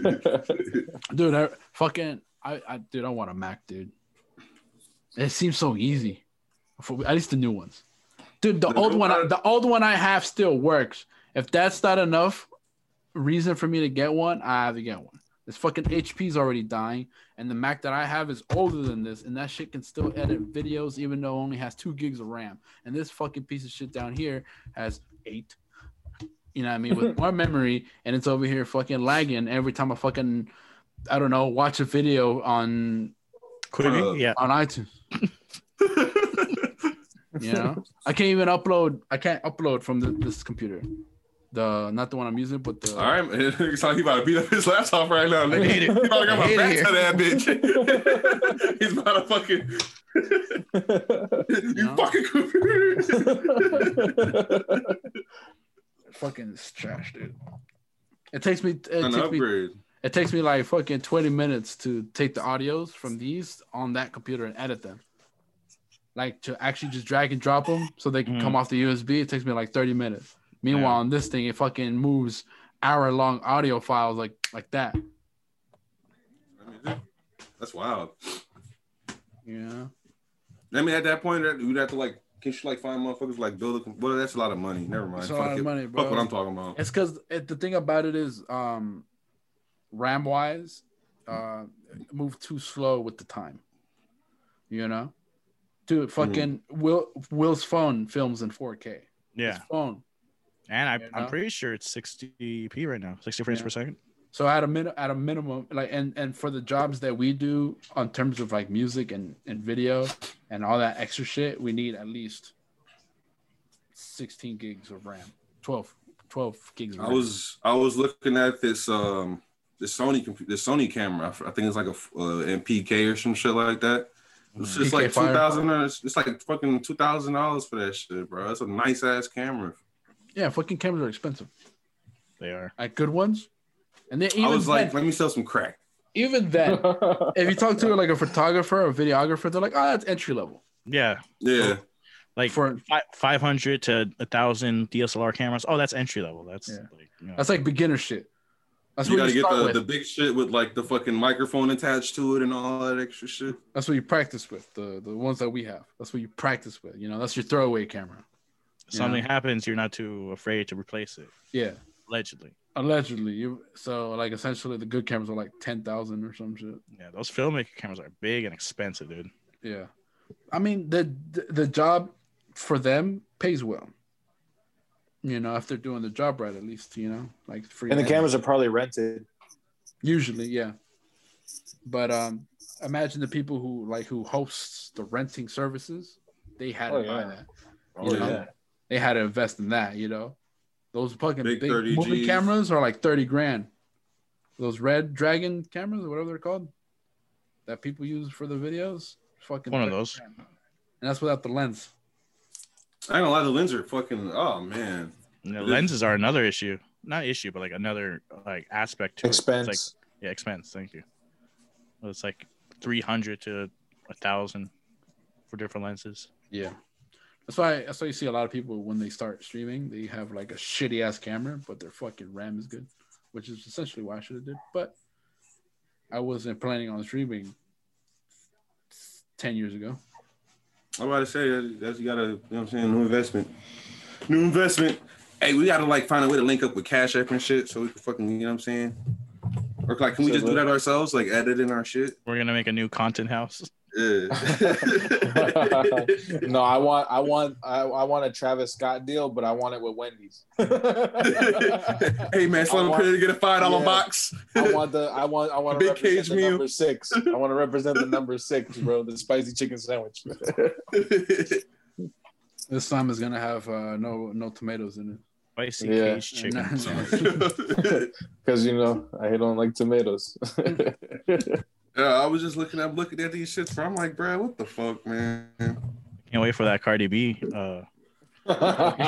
(laughs)
dude. I fucking I, I dude. I want a Mac, dude. It seems so easy, for at least the new ones. Dude, the
The
old
new
one,
one-
the old one I have still works. If that's not enough reason for me to get one, I have to get one. This fucking HP's already dying, and the Mac that I have is older than this, and that shit can still edit videos even though it only has two gigs of RAM. And this fucking piece of shit down here has eight. You know what I mean? With more memory, and it's over here fucking lagging every time I fucking I don't know, watch a video on (laughs)
Quibi?
Uh,
yeah.
on iTunes. You know, I can't even upload. I can't upload from the, this computer. The not the one I'm using, but the.
All right, man. (laughs) It's like he about to beat up his laptop right now. Nigga. He about to got my
Hate
back
it.
to that bitch. (laughs) He's about
(laughs)
to fucking you
No.
fucking (laughs) computer.
Fucking it's trash, dude. It takes me. It
An
takes me.
upgrade.
It takes me like fucking 20 minutes to take the audios from these on that computer and edit them. Like to actually just drag and drop them so they can
Mhm.
Mm-hmm.
come off the USB. It takes me like 30 minutes. Meanwhile,
Yeah.
on this thing, it fucking moves hour long audio files like like that.
I mean, That's wild.
Yeah.
I mean, at that point, that- you'd have to like, can you like find motherfuckers like build a? Well, that's a lot of money. Never mind.
It's a
Fuck,
lot
it.
of money,
Fuck what
bro.
I'm talking about.
It's because it, the thing about it is, um, RAM wise, uh, it moved too slow with the time. You know, dude, fucking Will Will's phone films in 4K.
Yeah,
His phone.
and I,
You
I'm
know?
pretty sure it's 60p right now, 60 frames
Yeah.
per second.
So at a min- at a minimum, like and and for the jobs that we do on terms of like music and and video and all that extra shit, we need at least 16 gigs of RAM, 12, 12 gigs. Of
I
RAM.
was I was looking at this um this Sony compu- this Sony camera. I f- I think it's like a f- uh, MPK or some shit like that.
Mm,
It's just
PK
like two
Fire.
thousand. It's like fucking two thousand dollars for that shit, bro. That's a nice ass camera.
yeah, fucking cameras are expensive.
They are.
Like good ones, and then even
I was
then,
like, let me sell some crack.
even then, if you talk to like a photographer or videographer, they're like, oh, that's entry level.
Yeah,
Yeah,
like
For
fi- 500 to a thousand DSLR cameras. Oh, that's entry level. That's
Yeah.
like, you know,
that's like beginner shit. That's
you
what
gotta
you
get
start
the,
with.
the big shit with like the fucking microphone attached to it and all that extra shit.
That's what you practice with. The the ones that we have. That's what you practice with. You know, that's your throwaway camera.
something happens, you're not too afraid to replace it.
Yeah.
Allegedly,
Allegedly, you so like essentially the good cameras are like ten thousand or some shit.
yeah, those filmmaker cameras are big and expensive, dude.
Yeah, I mean the the, the job for them pays well. You know, if they're doing the job right, at least you know, like free.
and the cameras are probably rented.
Usually, yeah. But um, imagine the people who like who hosts the renting services. They had to
Oh,
buy
yeah.
that.
Oh,
yeah. They had to invest in that. You know, those fucking
Big
big,
30
movie
Gs.
cameras are like thirty grand. Those red dragon cameras, or whatever they're called, that people use for the videos. Fucking
One of
30
those.
grand. and that's without the lens.
I ain't gonna lie, the lenses are fucking. Oh man,
And the
It is-
lenses are another issue, not issue, but like another like aspect to it. It's
Expense.
like Yeah, expense. Thank you. Well, It's like 300 to a thousand for different lenses.
Yeah. That's why that's why you see a lot of people when they start streaming, they have like a shitty ass camera, but their fucking RAM is good, which is essentially why I should have did. But I wasn't planning on streaming ten years ago.
I'm about to say that that's- you gotta. You know what I'm saying? New investment. New investment. Hey, we gotta like find a way to link up with Cash App and shit, so we can fucking. You know what I'm saying? Or like, can we just do that ourselves? Like, edit in our shit.
We're gonna make a new content house.
Yeah. (laughs)
no, I want, I want, I, I want a Travis Scott deal, but I want it with (laughs) Wendy's.
hey man,
I
Slim
want-
Pretty get a five dollar
Yeah.
box.
I want the, I want, I want to
Big
represent
cage
the
meal.
number six. I want to represent the number six, bro. The spicy chicken (laughs) sandwich.
This time is gonna have uh, no no tomatoes in it.
Spicy
Yeah.
cage
(laughs)
chicken.
No.
sandwich.
Because you know, I don't like tomatoes.
(laughs) Yeah, I was just looking. I'm looking at these shits, bro. I'm like, bro, what the fuck, man? It's
Can't wait for that Cardi B. Uh,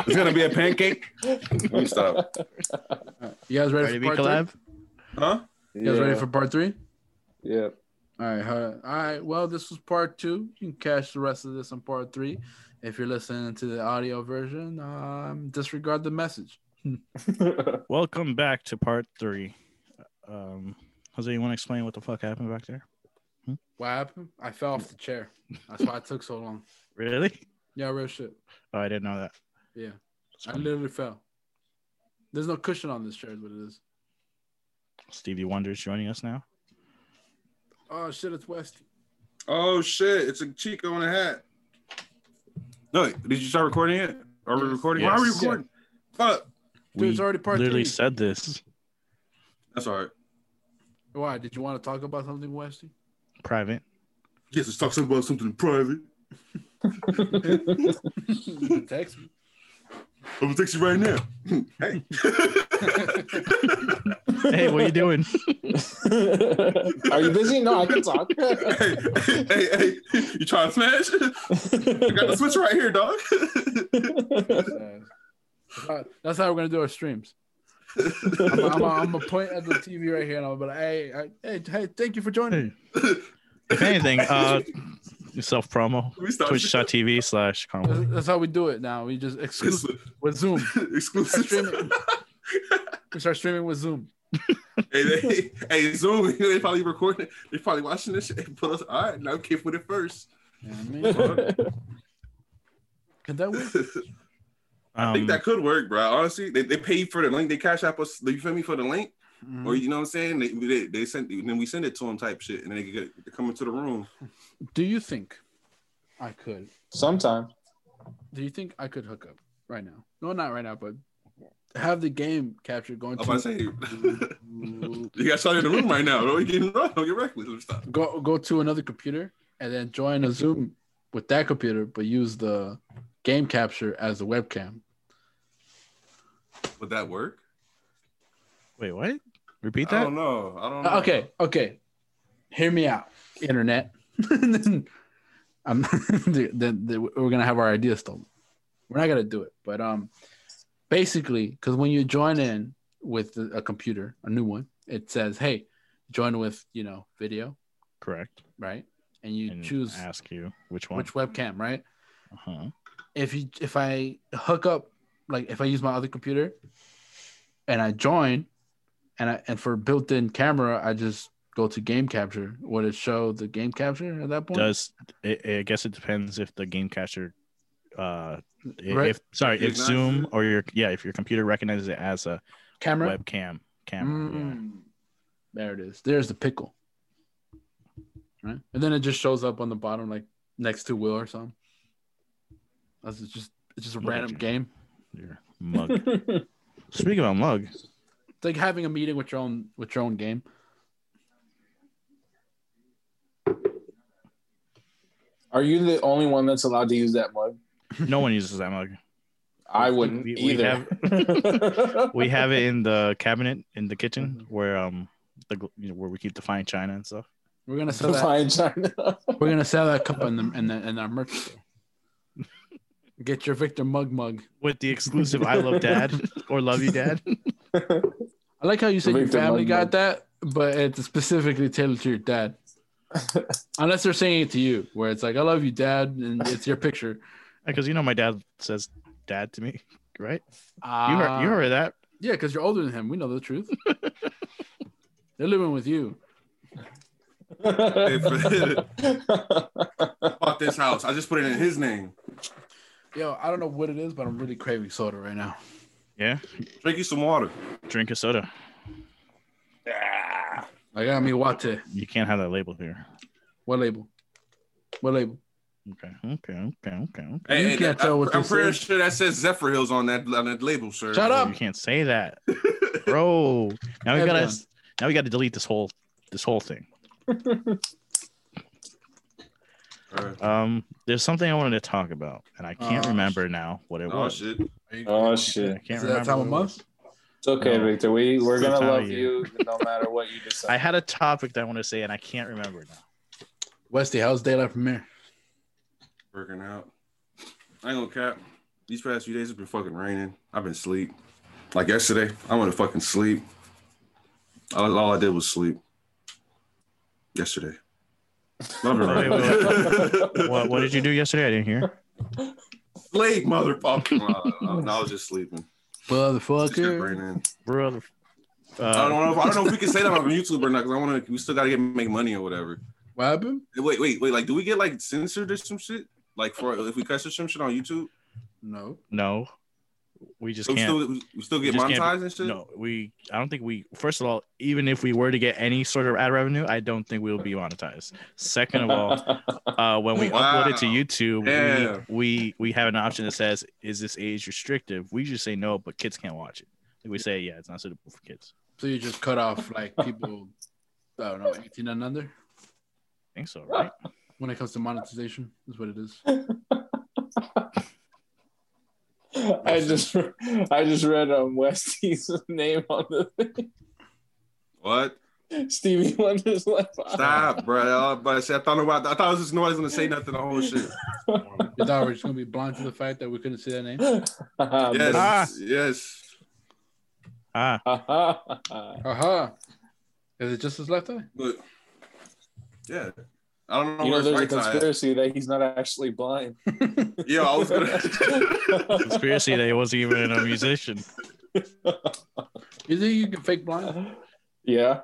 gonna be a pancake. Let me stop.
All right, Uh, you guys ready
Cardi B
for part
collab.
three?
Huh?
You guys ready
yeah.
for part three?
(laughs) yeah.
All right, all right, all right. Well, this was part two. You can catch the rest of this on part three. If you're listening to the audio version, um, disregard the message.
Welcome back to part three. Um, Jose, you want to explain what the fuck happened back there?
What happened? I fell off the chair. That's why it took so long.
Really?
Yeah, real shit.
Oh, I didn't know that.
Yeah, I literally fell. There's no cushion on this chair, is what it is.
Stevie Wonder's joining us now.
Oh shit, it's Westy.
Oh shit! It's a Chico in a hat. Look, did you start recording it? Are we recording? Why are we
Yes.
recording? Fuck.
Dude, it's already part
literally
three.
said this
That's all right.
Why? Did you want to talk about something, Westy? (laughs)
private.
Yes, let's talk about something private.
Text me.
I'm gonna text you right now. (laughs) hey.
(laughs) Hey, what you doing?
Are you busy? No, I can talk. (laughs)
hey, hey, hey, you trying to smash? (laughs) I got the switch right here, dog. (laughs)
Uh, That's how we're gonna do our streams. I'm gonna I'm gonna point at the TV right here, and I'm like, hey, I, hey, hey, thank you for joining.
(laughs) If anything, uh, self promo.
we start
Twitch.tv slash combo.
That's, that's how we do it now. We just exclusive with Zoom.
(laughs) exclusive.
(laughs)
Streaming. We start streaming with Zoom.
hey, they, hey, Zoom, (laughs) they probably recording. They probably watching this shit. They put us, all right, now keep with it first. (laughs)
Can that work?
I
Um,
think that could work, bro. Honestly, they, they paid for the link. They cash app us. You feel me for the link,
Mm.
or
Mm-hmm.
you know what I'm saying? They they, they sent then we send it to them type shit, and then they get they come into the room.
Do you think I could?
Sometime.
Do you think I could hook up right now? No, not right now, but have the game capture going
I'm about to
to
say, (laughs) you got shot in the room right now, bro. You getting (laughs) wrong? Don't get reckless. Let's
(laughs)
Stop.
go go to another computer and then join a Zoom with that computer, but use the game capture as the webcam.
Would that work?
wait, what? Repeat
I
that?
don't know. I don't know.
Uh, Okay, okay. Hear me out, internet. (laughs) I'm, (laughs) dude, then, then we're gonna have our idea stolen. We're not gonna do it, but um, basically, because when you join in with a computer, a new one, it says, "Hey, join with you know video,
Correct.
right?" And you
And
choose
Ask you which one.
which webcam, right?
uh-huh.
if you if I hook up like if I use my other computer and I join and I and for built-in camera I just go to game capture would it show the game capture at that point
Does it, I guess it depends if the game capture, uh, i-
Right.
if sorry, if
Recognizes
Zoom
it?
or your yeah, if your computer recognizes it as a
camera,
webcam camera. yeah.
Mm. there it is there's the pickle right and then it just shows up on the bottom like next to will or something that's just it's just a
Look at
random
you.
game
Your mug.
(laughs)
Speaking about mug,
it's like having a meeting with your own with your own game
Are you the only one that's allowed to use that mug?
no one uses that mug.
I wouldn't
We- we
either. (laughs)
We have it in the cabinet in the kitchen
Mm-hmm.
where um the gl- you know, where we keep the fine china and stuff.
we're gonna sell
to
that
find China.
We're gonna sell that cup in the in, the, in our merch store. Get your Victor mug mug.
With the exclusive "I love (laughs) Dad" or "Love you, (laughs) Dad."
I like how you said your
Victor
family
mug
got
mug.
that, but it's specifically tailored to your dad. Unless they're saying it to you, where it's like "I love you, dad," and it's your picture.
Because you know my dad says "Dad" to me, right?
Uh,
(laughs) you heard you heard that.
yeah, because you're older than him. We know the
(laughs)
truth. they're living with you.
I bought this house. I just put it in his name.
Yo, I don't know what it is, but I'm really craving soda right now.
Yeah,
Drink you some water.
drink a soda.
I got me latte.
You can't have that label here.
What label? What label?
Okay, okay, okay, okay. okay.
Hey,
You
hey,
can't
that-
tell
I,
what
I'm
this
pretty
is.
sure that says Zephyr Hills on that on that label, sir.
Shut
You
up.
can't say
(laughs)
that, bro. Now we gotta
Everyone.
now we gotta delete this whole this whole thing.
Alright.
Um, there's something I wanted to talk about, and I can't
Oh,
remember now what it
Oh
was.
shit.
Are you-
(laughs) oh
is
I
shit!
Uh, can't
it
remember.
that time
what
of
it
month?
It's okay,
No.
Victor. We we're
It's the
gonna
time of
love
year.
you no matter what you
was. I
decide.
had a topic that I want to say, and I can't remember now.
Westy, how's daylight premiere?
Working out. I ain't gonna cap. These past few days have been fucking raining. I've been sleep. Like yesterday, I went to fucking sleep. All, all I did was sleep. Yesterday. Love it,
Wait, (coughs)
right?
What What did you do yesterday? I didn't hear.
Sleep, motherfucker. No, no, I was just sleeping. It's just
Motherfucker.
raining.
Brother.
I
Uh,
don't know. If, I don't know if we can say that on YouTube or not. Because I want to. We still gotta get make money or whatever.
What happened?
Wait, wait, wait. Like, do we get like censored or some shit? Like, for if we censor some shit on YouTube,
No.
no, we just
we
can't.
still we still
we
get
just can't
monetized and shit.
No, we. I don't think we. First of all, even if we were to get any sort of ad revenue, I don't think we will be monetized. Second of all,
(laughs)
uh, when we upload it to
Wow.
YouTube,
Yeah.
we, we we have an option that says, "Is this age restrictive?" We just say no, but kids can't watch it. We say, "Yeah, it's not suitable for kids."
So you just cut off like people, I don't know, 18 and under
I think so, right?
when it comes to monetization, is what it is.
(laughs) I just I just read um Westy's (laughs) name on the (laughs) thing.
What?
Stevie Wonder's left eye. (laughs)
Stop, bro. I was about to say, I thought about. I thought I was just nobody's gonna say nothing. The whole shit.
Your dog was just gonna be blind to the fact that we couldn't see that name.
Yes,
(laughs)
Ah.
yes.
Ah,
you
Uh-huh. Is it just his left eye?
But yeah, I don't know.
know,
where
there's a
his right side.
conspiracy that he's not actually blind.
at. Yeah, I
(laughs)
was gonna.
conspiracy that he wasn't even a musician.
(laughs)
You think you can fake blind?
yeah,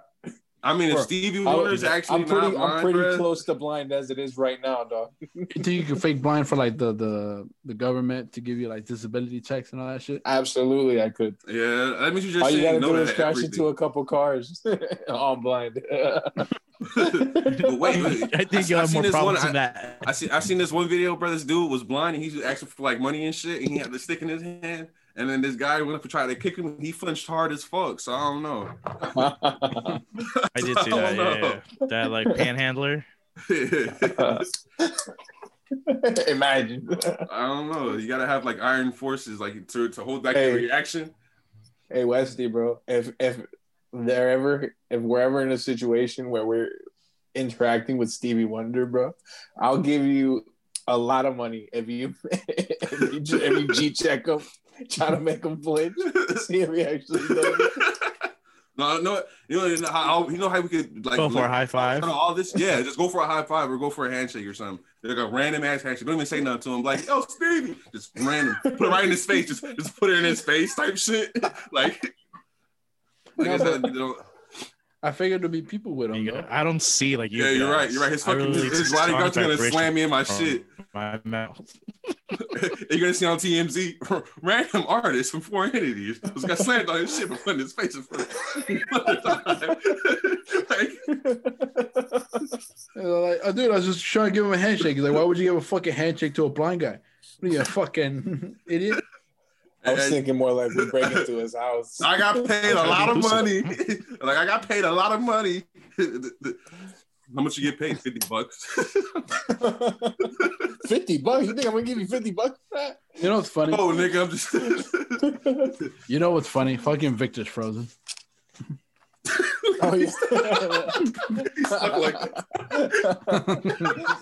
I mean, if
Bro,
Stevie
I-
Wonder's actually
I'm pretty,
not mine,
I'm pretty
bruh,
close to blind as it is right now, dog.
You think you can fake blind for like the the the government to give you like disability checks and all that shit?
Absolutely, I could.
Yeah, that means you just
All you
say
gotta
no
do
to
is crash into
(laughs) everything.
a (laughs) couple cars. All
(laughs)
blind. (laughs)
But wait, wait.
I think you
I
have
seen
more
this one,
problems
I-
than that.
I see. I seen this one video, bro. This dude was blind, and he was asking for like money and shit, and he had the stick in his hand. And then this guy went up and tried to kick him. and He flinched hard as fuck. So I don't know. (laughs)
I did see
I
that.
don't
Yeah,
know.
yeah. That
(laughs)
like panhandler.
Imagine.
I don't know. You gotta have like iron forces, like to, to hold back
Hey.
your reaction.
Hey Westy, bro. If if there ever if we're ever in a situation where we're interacting with Stevie Wonder, bro, I'll give you a lot of money if you (laughs) if you, ju- if you G check him, try to make him flinch, (laughs) see if he actually does. it.
(laughs) no, no, you know, you know how you know how we could like
Go for a high
I
five.
know all
(laughs)
this, yeah, just go for a high five or go for a handshake or something. Like a random ass handshake. Don't even say nothing to him. Like, yo, Stevie, just random, put it right in his face. Just, just put it in his face, type shit. (laughs) Like, like I said, you know,
I figured there'd be people with him.
You
though.
got- I don't see like you.
yeah, you're
guys.
right. You're right. His
I
fucking
really
his, his
sound
bodyguard's gonna
vibration
slam me in my
from
shit.
My mouth.
You're gonna see on TMZ (laughs) random artist from foreign entities just got slammed on his shit but put in his face in front of (laughs) like,
And they're like, oh, dude, I was just trying to give him a handshake. He's like, why would you give a fucking handshake to a blind guy? What are you, a fucking (laughs) idiot?
I was thinking more like we break into
(laughs)
his house. (laughs)
I got paid a lot of money. (laughs) like I got paid a lot of money. (laughs) How much you get paid? Fifty bucks. (laughs)
fifty bucks? You think I'm gonna give you fifty bucks for
You know what's funny?
oh, nigga, I'm just. (laughs)
that?
You know what's funny? Fucking Victor's frozen.
Oh yeah. (laughs)
stuck like that.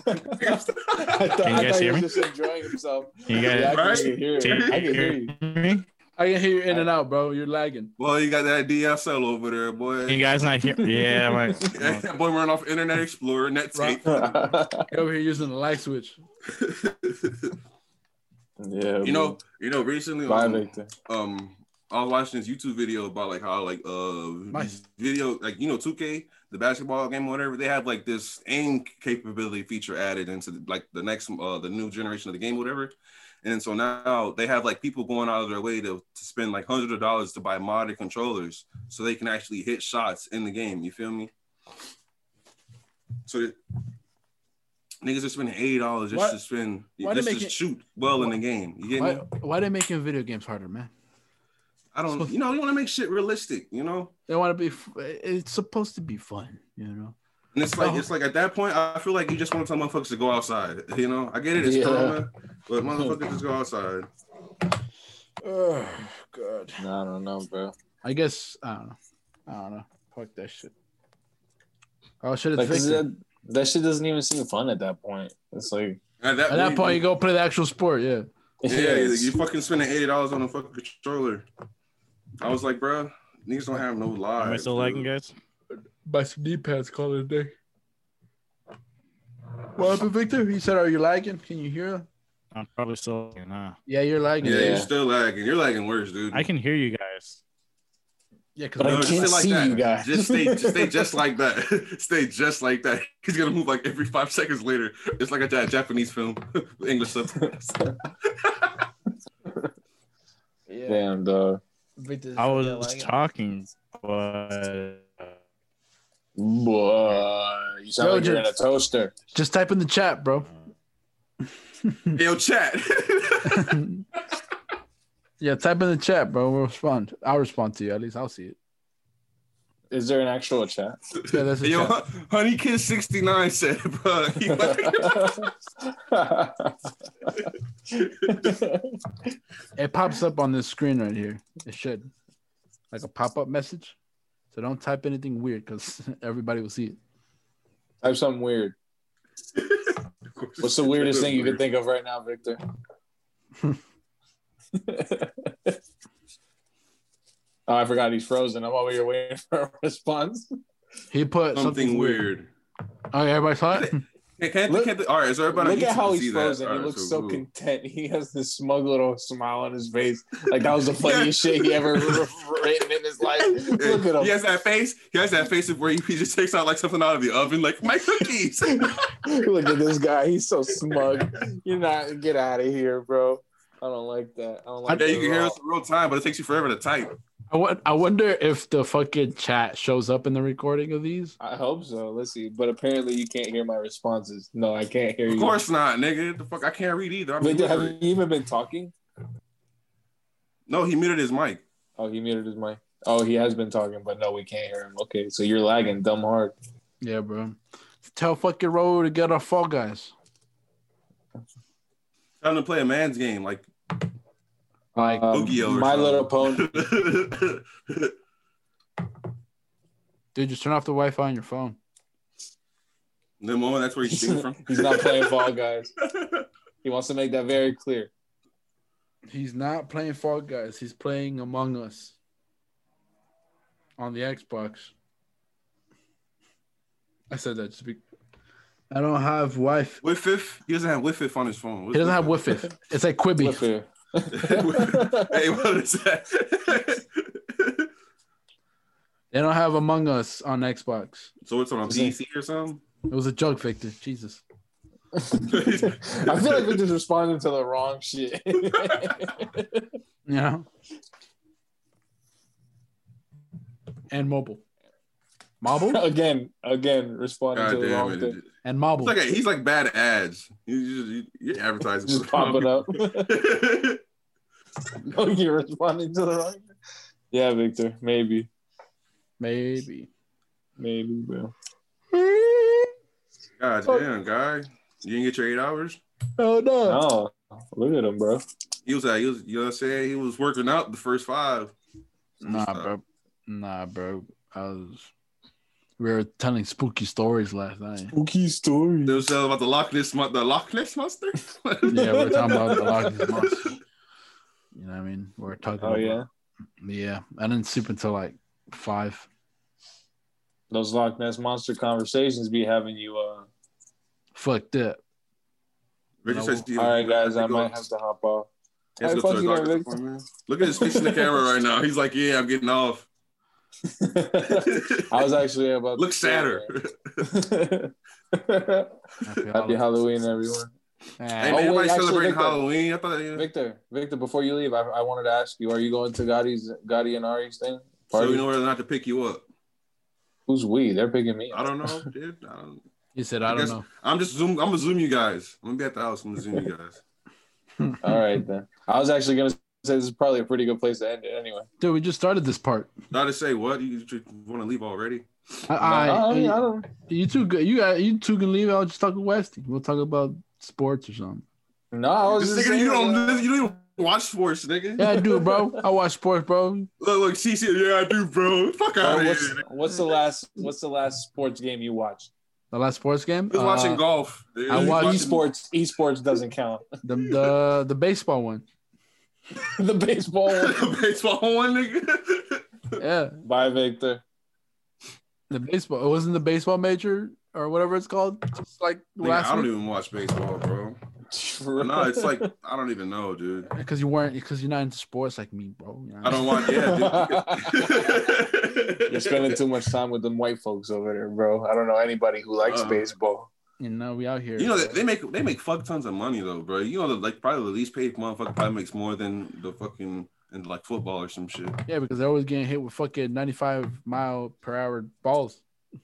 I thought,
Can you
I
guys hear
thought he
me?
was just enjoying himself.
You guys,
Yeah, I can
Right?
hear you.
can
I can
you
hear you.
hear me?
I can hear you in and out, bro. You're lagging.
well, you got that DSL over there, boy.
You guys not hear?
(laughs)
Yeah, my.
that boy running off Internet Explorer, Netscape.
You're over here using the light switch.
(laughs) yeah.
you know, you know. Recently,
bro. Bye,
um,
Victor.
um I was watching this YouTube video about like how like uh
Nice.
video like you know 2K the basketball game or whatever they have like this aim capability feature added into like the next uh the new generation of the game whatever and so now they have like people going out of their way to, to spend like hundreds of dollars to buy modded controllers so they can actually hit shots in the game you feel me so that- niggas are spending eighty dollars just
Why-
to spend
why they
just
make
to
it-
shoot well in the game you get
Why,
me
why they making video games harder, man?
I don't,
So-
you know, you want to make shit realistic, you know.
They want to be, f- it's supposed to be fun, you know?
And it's like,
Oh.
it's like at that point, I feel like you just want some motherfuckers to go outside, you know. I get it, it's
Yeah.
corona, but motherfuckers just go outside.
Oh, God.
No, I don't know, bro.
I guess, I don't know. I don't know. Fuck that shit. Oh, shit, it's
Like, 'cause
Victor.
that, that shit doesn't even seem fun at that point. It's like,
At
At that point, you go play the actual sport, yeah.
(laughs)
(laughs)
yeah, you fucking spending eighty dollars on a fucking controller. I was like, bro, niggas don't have no lives.
Am I still
dude.
lagging, guys?
Buy some knee pads, call it a day. What happened, Victor? He said, Are you lagging? Can you hear?
I'm probably still. Lagging, huh?
Yeah, you're lagging.
Yeah,
Yeah.
you're still lagging. You're lagging worse, dude.
I can hear you guys.
Yeah,
But I
No,
because
just
can't
stay like
see
that.
you guys.
Just stay,
(laughs)
just stay
(laughs)
just like that. (laughs) stay just like that. He's gonna move like every five seconds later. It's like a ja- Japanese film, (laughs) with English subtitles.
yeah.
Damn, dog.
Victor's
I was
lagging.
talking, but uh,
Boy, you sound
Yo,
like you're in
just-
a toaster.
Just type in the chat, bro.
Hey, Yo, chat. (laughs)
(laughs) yeah, type in the chat, bro. We'll respond. I'll respond to you. At least I'll see it.
Is there an actual chat?
(laughs)
Yeah, that's the
Yo,
chat.
Hon- Honey
(laughs)
Kiss 69 said, bro. he-
Yo,
It pops up on this screen right here. It should. Like a pop up message. So don't type anything weird because (laughs) everybody will see it.
(laughs) Type something weird. What's the weirdest thing you could think of right now, Victor?
(laughs)
oh, I forgot he's frozen. I'm over here waiting for a response.
He put something,
Something weird.
Oh, yeah, everybody saw
(laughs)
it?
Hey, can't,
Look-
can't, all right, so everybody
Look
on
at how
YouTube
he's
see that.
frozen.
All
He
right,
looks so
cool.
content. He has this smug little smile on his face. Like that was
(laughs)
the funniest shit he ever written in his life. (laughs) Look at him.
He has that face. He has that face of where he, he just takes out like something out of the oven, like
(laughs)
my cookies.
Look at this guy. He's so smug. You're not get out of here, bro. I don't like that. I don't
I
like
know
that
you can
at
hear
all.
us in real time, but it takes you forever to type.
I won- I wonder if the fucking chat shows up in the recording of these.
I hope so. Let's see. But apparently you can't hear my responses. No, I can't hear you.
Of course not, nigga. The fuck, I can't read either. I'm
Wait, have
illiterate.
you even been talking?
No, he muted his mic.
Oh, he muted his mic. Oh, he has been talking, but no, we can't hear him. Okay, so you're lagging dumb hard.
Yeah, bro. Tell fucking Ro to get our Fall Guys.
Trying to play a man's game, like (laughs)
Like,
Um,
Yu-Gi-Oh or
my
something.
little
(laughs)
pony.
dude, just turn off the Wi Fi on your phone.
the moment that's
(laughs)
where he's shooting from.
He's not playing Fall Guys. He wants to make that very clear.
He's not playing Fall Guys. He's playing Among Us on the Xbox. I said that just be. I don't have Wi-Fi.
Wiffif. He doesn't have Wiffif on his phone.
He doesn't have Wi-Fi. It's like
Look
(laughs)
Quibi.
here.
hey, what is that?
They don't have Among Us on Xbox.
so it's on PC
(laughs)
or something?
It was a joke, Victor. Jesus.
I feel like we're just responding to the wrong shit. (laughs)
You know. And mobile.
(laughs)
Mobble
again, again, responding
God
to the
damn
wrong
it.
thing.
It's
and mobile.
like a, he's like bad ads. You just, you, are advertising.
Just popping
(laughs)
up. (laughs) oh, you're responding to the wrong thing. Yeah, Victor. Maybe.
Maybe.
Maybe,
(laughs)
bro.
God damn, guy. You didn't get your eight hours?
Oh no.
No. Look at him, bro.
He was at, he was, you know what I'm saying? He was working out the first five.
Nah, bro. Nah, bro. I was. We were telling spooky stories last night.
Spooky story.
They was uh, about the Loch Ness, mon- the Loch
(laughs)
Ness monster?
Yeah,
(laughs)
we were talking about the Loch Ness monster. You know what I mean? We were talking.
Oh
about,
yeah.
Yeah. I didn't sleep until like five.
Those Loch Ness monster conversations be having you uh
Fucked up.
Richard says, dude,
all right
you
guys,
have
I
to go-
might have to hop off. (laughs)
you have to
All
go
right,
to
fuck you,
the doctor's
Rick.
appointment. Look at his face in the camera right now. He's like, yeah, I'm getting off.
(laughs) I was actually about to
(laughs) Look
say
sadder.
that. (laughs)
Happy
Happy
holidays.
Halloween, everyone.
Ain't
Ah,
wait,
anybody
actually,
celebrating
Victor.
Halloween? I thought you
Victor, Victor, before you leave, I, I wanted to ask you: Are you going to Gotti's, Gotti and Ari's thing?
so
Party?
we know whether or not to pick you up.
Who's we? They're picking me.
I
Up.
don't know, (laughs) dude. I don't.
He said, "I
I
don't
guess-
know."
I'm just zoom. I'm gonna zoom you guys. I'm gonna be at the house. I'm
(laughs)
gonna zoom you guys.
All right then. I was actually gonna say this is probably a pretty good place to end it anyway.
Dude, we just started this part.
Not to say what you, want to leave already.
I,
No, I, mean,
I,
I don't.
you two, go- you got- you two can leave. I'll just talk to Westy. We'll talk about sports or something.
No, I was
This
just
nigga,
saying,
you don't.
uh,
You don't even watch sports, nigga.
Yeah, I do, bro. I watch sports, bro.
Look, look, CC. Yeah, I do, bro. Fuck
Bro,
out of here.
Oh, what's,
nigga.
what's the last what's the last sports game you watched?
The last sports game.
He was
uh,
watching golf. dude.
I
He was
watched-
watching-
Esports esports doesn't count. (laughs)
the, the the baseball one.
the baseball
(laughs)
one.
baseball one, nigga.
Yeah,
Bye, Victor.
the baseball. It wasn't the baseball major or whatever it's called. Just like
Nigga, I
last
don't
week
even watch
(laughs)
baseball, bro. No, it's like I don't even know, dude.
because you weren't because you're not into sports like me, bro. You know?
I don't want. Yeah,
(laughs)
dude. (laughs)
You're spending too much time with them white folks over there, bro. I don't know anybody who likes
Uh,
baseball.
You know, we out here.
You know
bro.
they they make they make fuck tons of money though, bro. You know, like probably the least paid motherfucker probably makes more than the fucking and like football or some shit.
yeah, because they're always getting hit with fucking 95 mile per hour balls. I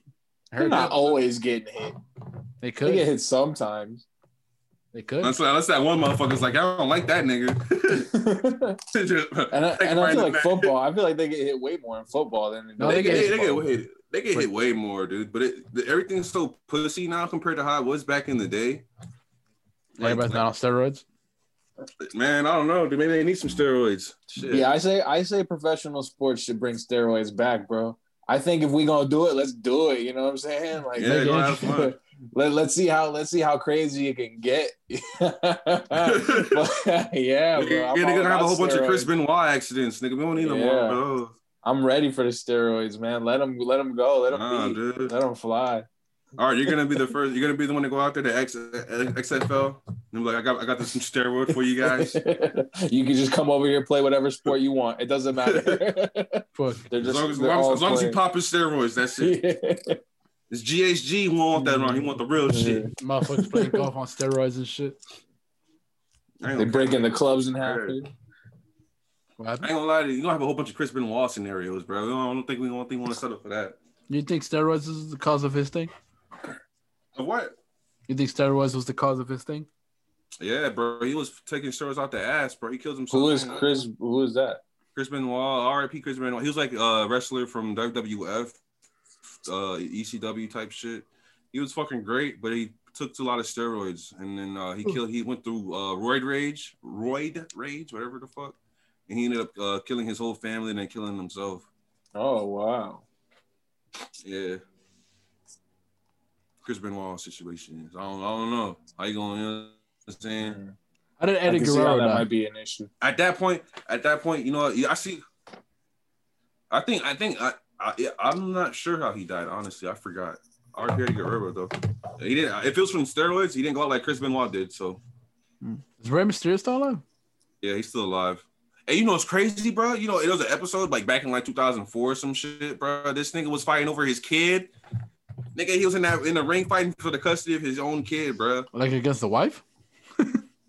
They're
heard
not
that.
always getting hit.
They
They get
could.
hit sometimes. (laughs)
They could.
Unless, unless that one motherfucker's like, I don't like that nigga. (laughs)
and I,
Take
and I
Brandon
feel like
back.
football. I feel like they get hit way more in football than in
No,
they, get, they,
hit
they
baseball.
get hit. They get hit way more, dude. But it, the, everything's so pussy now compared to how it was back in the day. Like,
Everybody's not on steroids.
Man, I don't know. Maybe they need some steroids. Shit.
Yeah, I say I say professional sports should bring steroids back, bro. I think if we gonna do it, let's do it. You know what I'm saying? Like,
Yeah,
make
go
it (laughs)
have fun.
Let, let's see how let's see how crazy it can get. (laughs)
(laughs)
But, yeah, bro.
Nigga,
I'm
they're
all
gonna have a
about
whole bunch of Chris
steroids.
Benoit accidents, nigga. We don't need no
Yeah.
more, bro.
I'm ready for the steroids, man. Let them let them go. Let them
Nah, dude.
Let them fly.
All right, you're gonna be the first. You're gonna be the one to go out there to X, XFL. And be like, I got, I got this some steroid for you
(laughs)
guys.
you can just come over here play whatever sport you want. It doesn't
(laughs)
matter. They're
Fuck.
As
just
long as,
they're
long as-
all
as long as you
playing.
pop his steroids, that's it.
(laughs)
It's GHG won't want that wrong. He want the real shit.
Motherfuckers playing golf on steroids and shit.
I ain't,
They're
gonna,
breaking the clubs in half.
What happened?
I ain't gonna lie to you. You gonna have a whole bunch of Chris Benoit scenarios, bro. I don't think we don't think we want to settle for that.
You think steroids is the cause of his thing?
Of what?
You think steroids was the cause of his thing?
Yeah, bro. He was taking steroids out the ass, bro. He killed himself.
Who is Chris? Who is that?
Chris Benoit, RIP Chris Benoit. He was like a wrestler from WWF, uh, ECW type shit. He was fucking great, but he took a lot of steroids, and then uh, he killed. He went through uh, roid rage, roid rage, whatever the fuck, and he ended up uh, killing his whole family and then killing himself.
Oh wow.
Yeah. Chris Benoit situation. I don't, I don't know. How you going? You know what I'm saying?
How did
I
Eddie
can see how
Guerrero
that
die?
might be an issue.
at that point, at that point, you know, I see. I think, I think, I, I, yeah, I'm not sure how he died. Honestly, I forgot. I already Guerrero though. He didn't. If it was from steroids, he didn't go out like Chris Benoit did. So
Is Rey Mysterio still alive?
yeah, he's still alive. And you know it's crazy, bro. You know it was an episode like back in like 2004 or some shit, bro. This nigga was fighting over his kid. Nigga, he was in that in the ring fighting for the custody of his own kid, bro.
Like against the wife?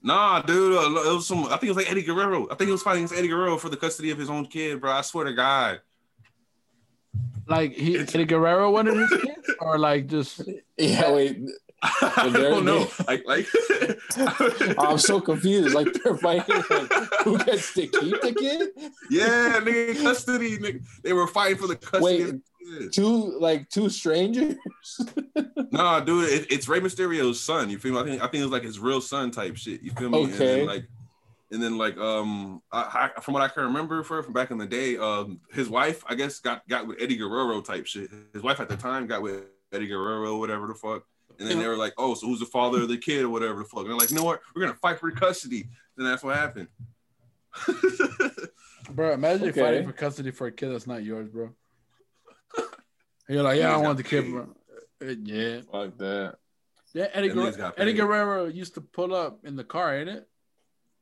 Nah, dude, uh, it was some. I think it was like Eddie Guerrero. I think he was fighting against Eddie Guerrero for the custody of his own kid, bro. I swear to God.
Like he,
It's-
Eddie Guerrero wanted
(laughs)
his kids, or like just
Yeah, wait.
I
there-
don't know. Like,
(laughs)
like
I'm so confused. Like they're fighting. Like, who gets to keep the kid?
(laughs) yeah, nigga, custody. Nigga. They were fighting for the custody.
Wait.
of the kid.
Two like two strangers.
Nah, dude, it, it's Rey Mysterio's son. You feel me? I think I think it was like his real son type shit. You feel me? And
Okay.
then, like, and then like um, I, I, from what I can remember for, from back in the day, um, his wife I guess got got with Eddie Guerrero type shit. His wife at the time got with Eddie Guerrero, whatever the fuck. And then they were like, "Oh, so who's the father of the kid or whatever the fuck?" And they're like, "You know what? We're gonna fight for custody." Then that's what happened.
bro. Imagine
Okay.
fighting for custody for a kid that's not yours, bro. And you're like, yeah, I want the kid, bro. Uh, Yeah,
Fuck that.
yeah. Eddie,
Them
Guerrero,
niggas got
Eddie
paid.
Guerrero used to pull up in the car, ain't it?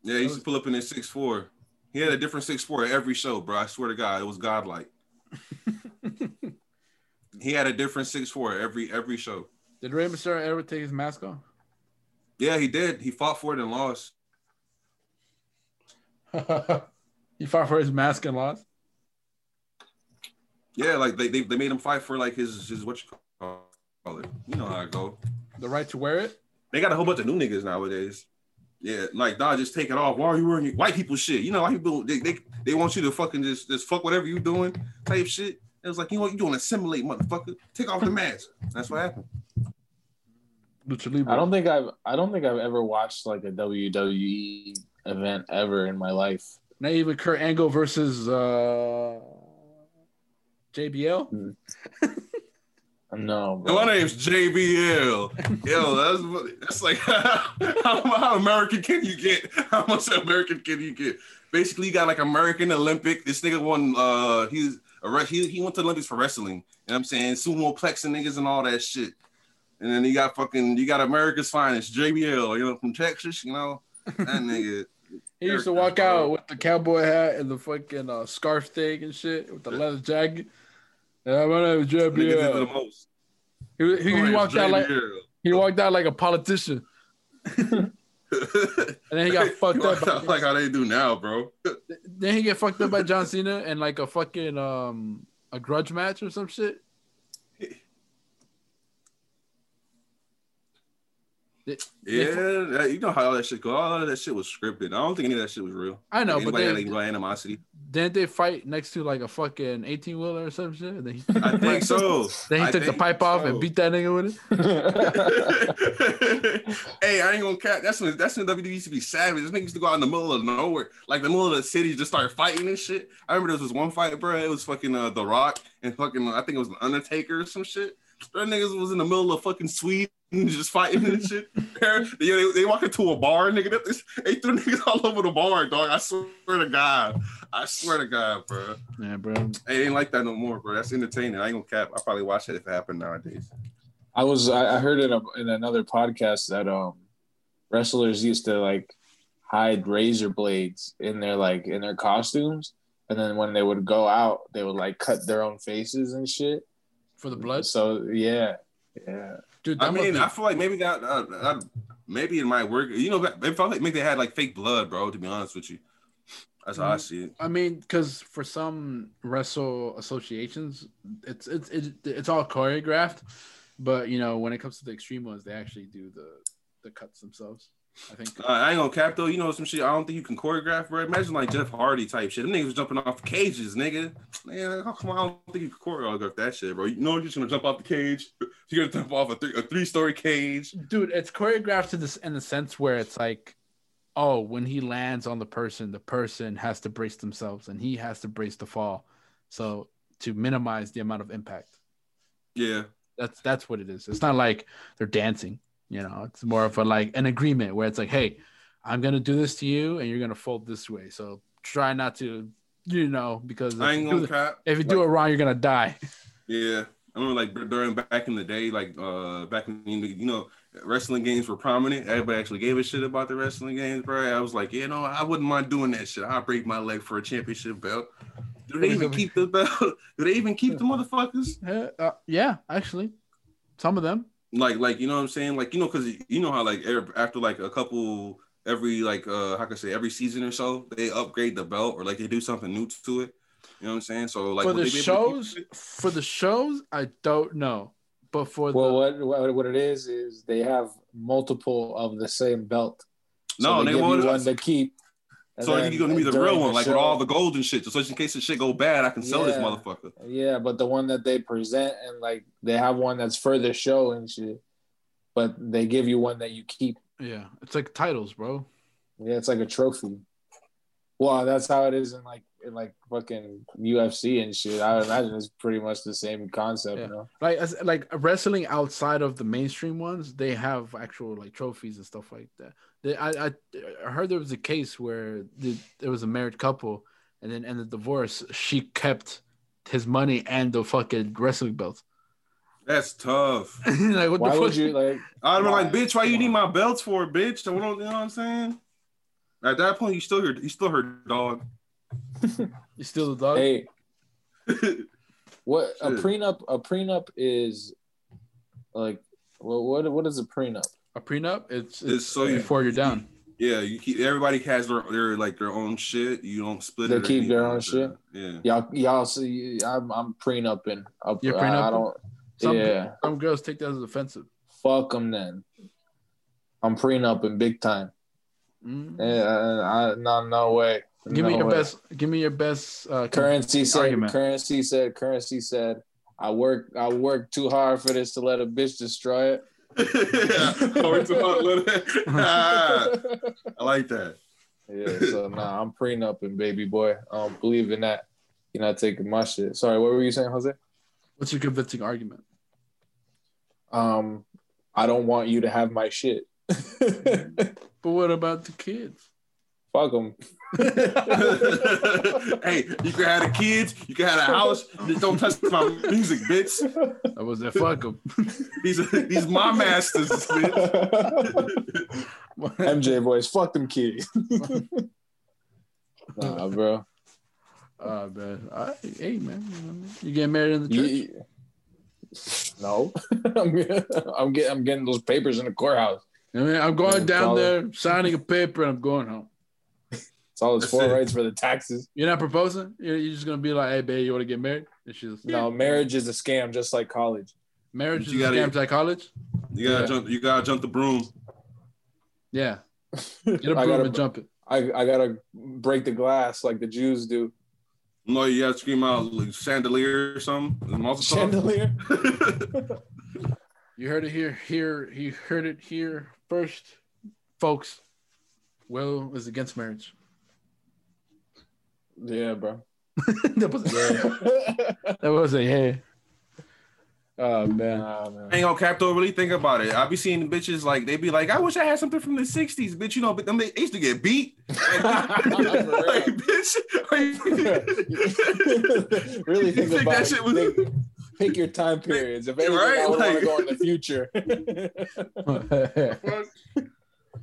Yeah, he used to pull up in his six four. He had a different six four at every show, bro. I swear to God, it was godlike. he had a different six four every every show.
Did Rey Mysterio ever take his mask
(laughs)
off?
Yeah, he did. He fought for it and lost.
he fought for his mask and lost.
Yeah, like they they, they made him fight for like his his what you call it. You know how I go.
The right to wear it.
They got a whole bunch of new niggas nowadays. Yeah, like nah, just take it off. Why are you wearing your white people shit? You know, white people they, they they want you to fucking just just fuck whatever you doing type shit. It was like you know what you doing assimilate motherfucker. Take off the mask. That's what happened.
Lucha Libre.
I don't think I've I don't think I've ever watched like a WWE event ever in my life.
Not even Kurt Angle versus uh, JBL.
No,
Yo,
bro.
My name's JBL. Yo, that's that's like (laughs) how, how American can you get? (laughs) How much American can you get? Basically, you got like American Olympic. This nigga won. Uh, he's a re- he he went to Olympics for wrestling. You know what I'm saying sumo plexing niggas and all that shit. And then you got fucking you got America's finest JBL. You know from Texas. You know
(laughs)
that nigga.
He used to walk out with the cowboy hat and the fucking uh, scarf thing and shit with the leather jacket. Yeah, my name is
Niggas did the
JBL.
most.
He, he, he walked out like
JBL.
he walked out like a politician,
(laughs)
and then he got fucked
walked
up.
out like how they do now, bro.
(laughs) Then he get fucked up by John Cena and like a fucking um a grudge match or some shit.
Yeah, that- you know how all that shit go. All of that shit was scripted. I don't think any of that shit was real.
I know,
Anybody
but
had
they,
any animosity.
Didn't they fight next to like a fucking eighteen wheeler or some shit? And Then he,
I think so.
then he
I
took the
think
pipe off
so.
and beat that nigga with it.
(laughs)
(laughs)
hey, I ain't gonna cap. That's when that's when WWE used to be savage. This nigga used to go out in the middle of nowhere, like the middle of the city, just start fighting and shit. I remember there was this one fight, bro. It was fucking uh, The Rock and fucking I think it was the Undertaker or some shit. That niggas was in the middle of fucking Sweden just fighting and shit. they, they, they walk into a bar, nigga. That- this- They threw niggas all over the bar, dog. I swear to God. I swear to God, bro.
Yeah, bro.
Hey, it ain't like that no more, bro. That's entertaining. I ain't gonna cap. I probably watch it if it happened nowadays.
I was I I heard in a, in another podcast that um wrestlers used to like hide razor blades in their like in their costumes, and then when they would go out, they would like cut their own faces and shit.
For the blood,
So yeah, yeah.
dude. That
I mean, I
must
feel like maybe that, uh, uh, maybe it might work. You know, if I like maybe they had like fake blood, bro. To be honest with you, that's how I see it.
be- I mean, because for some wrestle associations, it's it's it's, it's all choreographed, but you know when it comes to the extreme ones, they actually do the the cuts themselves. I think.
Uh, I ain't gonna cap though. You know some shit. I don't think you can choreograph, bro. Imagine like Jeff Hardy type shit. Them niggas was jumping off cages, nigga. Man, how come I don't think you can choreograph that shit, bro? You know you're just gonna jump off the cage. (laughs) You're gonna jump off a three a three story cage.
dude it's choreographed to this in the sense where it's like oh when he lands on the person the person has to brace themselves and he has to brace the fall so to minimize the amount of impact
Yeah,
that's that's what it is it's not like they're dancing you know it's more of a like an agreement where it's like hey i'm gonna do this to you and you're gonna fold this way so try not to you know because
I
if
ain't
you do,
gonna cap.
if you do it wrong you're gonna die (laughs)
Yeah, I remember like during back in the day, like uh back in you know wrestling games were prominent. Everybody actually gave a shit about the wrestling games, bro. I was like, you know, I wouldn't mind doing that shit. I'll break my leg for a championship belt. Do they even keep the belt? (laughs) Do they even keep the motherfuckers?
Uh, uh, yeah actually some of them
Like, like you know what I'm saying? Like, you know, cause you know how like every- after like a couple every like uh how can I say every season or so they upgrade the belt or like they do something new to it. You know what I'm saying? So like
for
would
the
they be able to keep
shows
it?
for the shows i don't know but for
Well,
the
what, what what it is is they have multiple of the same belt.
No,
they
they
give you
won't-
one to keep. and
So
then
you gonna be the
during
real one, like with
show-
all the gold and shit, just so in case the shit go bad, I can sell this
Yeah.
motherfucker.
Yeah, but the one that they present and like they have one that's for the show and shit, but they give you one that you keep.
yeah it's like titles bro
Yeah, it's like a trophy. Well, that's how it is in like in like fucking UFC and shit. I would imagine it's pretty much the same concept.
Yeah.
No?
like as, like wrestling outside of the mainstream ones they have actual like trophies and stuff like that they, I, I i heard there was a case where the, there was a married couple and then ended divorce she kept his money and the fucking wrestling belt (laughs)
That's tough.
like what
Why
the
would
fuck
you like?
I'd be
Why?
like, bitch, why you
Come
need
on.
my belts for, bitch? I don't, you know what I'm saying? At that point, you still her, you still her dog.
(laughs) you steal the dog
Hey, what a
Shit.
prenup? A prenup is like what? What, what is a prenup?
a prenup it's,
It's
it's
so you-
before you're down
yeah, you keep everybody has their, their like their own shit. You don't split.
They
it or
keep their
anything
own
like
shit?
that. Yeah. (laughs)
Y'all, y'all see, I'm I'm prenuping. Up,
You're
I, I
prenupping?
don't.
some,
yeah,
some girls take that as offensive
fuck them then. I'm prenupping big time.
Mm.
Yeah, I, I, no, no way.
Give me
No
your
way.
best. Give me your best. Uh,
Currency said.
argument.
Currency said. Currency said. I work. I work too hard for this to let a bitch destroy it.
Going to my little- Ah, (laughs) I like that. (laughs)
Yeah. (laughs) So nah, I'm prenupping, baby boy. I don't believe in that. You're not taking my shit. Sorry. What were you saying, Jose?
what's your convincing argument?
Um, I don't want you to have my shit. (laughs) Fuck
But what about the kids?
(laughs) them.
hey, you can have the kids, you can have the house. Just don't touch my music, bitch.
I was that fuck them.
These are these my masters, bitch.
MJ voice. Fuck them kids. (laughs) nah, bro.
Oh man. I, hey man, you know what I mean? you getting married in the church?
Ye- No, (laughs) I'm, get- I'm getting I'm getting those papers in the courthouse.
I mean, I'm going
Yeah,
down
follow.
there, signing a paper, and I'm going home.
It's all his (laughs)
That's
four
it.
rights for the taxes.
You're not proposing. You're, you're just gonna be like, hey babe, you want to get married? And she's
No, marriage is a scam, just like college.
Marriage is
You
a
gotta-
scam to college.
You gotta
Yeah.
jump. You gotta jump the broom.
Yeah, get
I
approved
gotta-
and jump it.
I, I gotta break the glass like the Jews do.
No, you gotta scream out like, chandelier or something. Molotov.
(laughs) Chandelier.
(laughs)
You heard it here, here. You heard it here first, folks. Will is against marriage. (laughs)
Yeah, (laughs) bro.
that was a,
Yeah.
(laughs) that was a hey. Oh man,
Nah, man.
(laughs) Ain't gonna cap though. Really think about it. I be seeing bitches like they be like, I wish I had something from the '60s, bitch. You know, but them they used to get beat. (laughs) like, bitch, are you-
really
You
think,
think
about
that
it.
shit was-
Think- pick your time periods. If anything,
Right?
I would want
Like-
to go in the
(laughs)
future.
(laughs)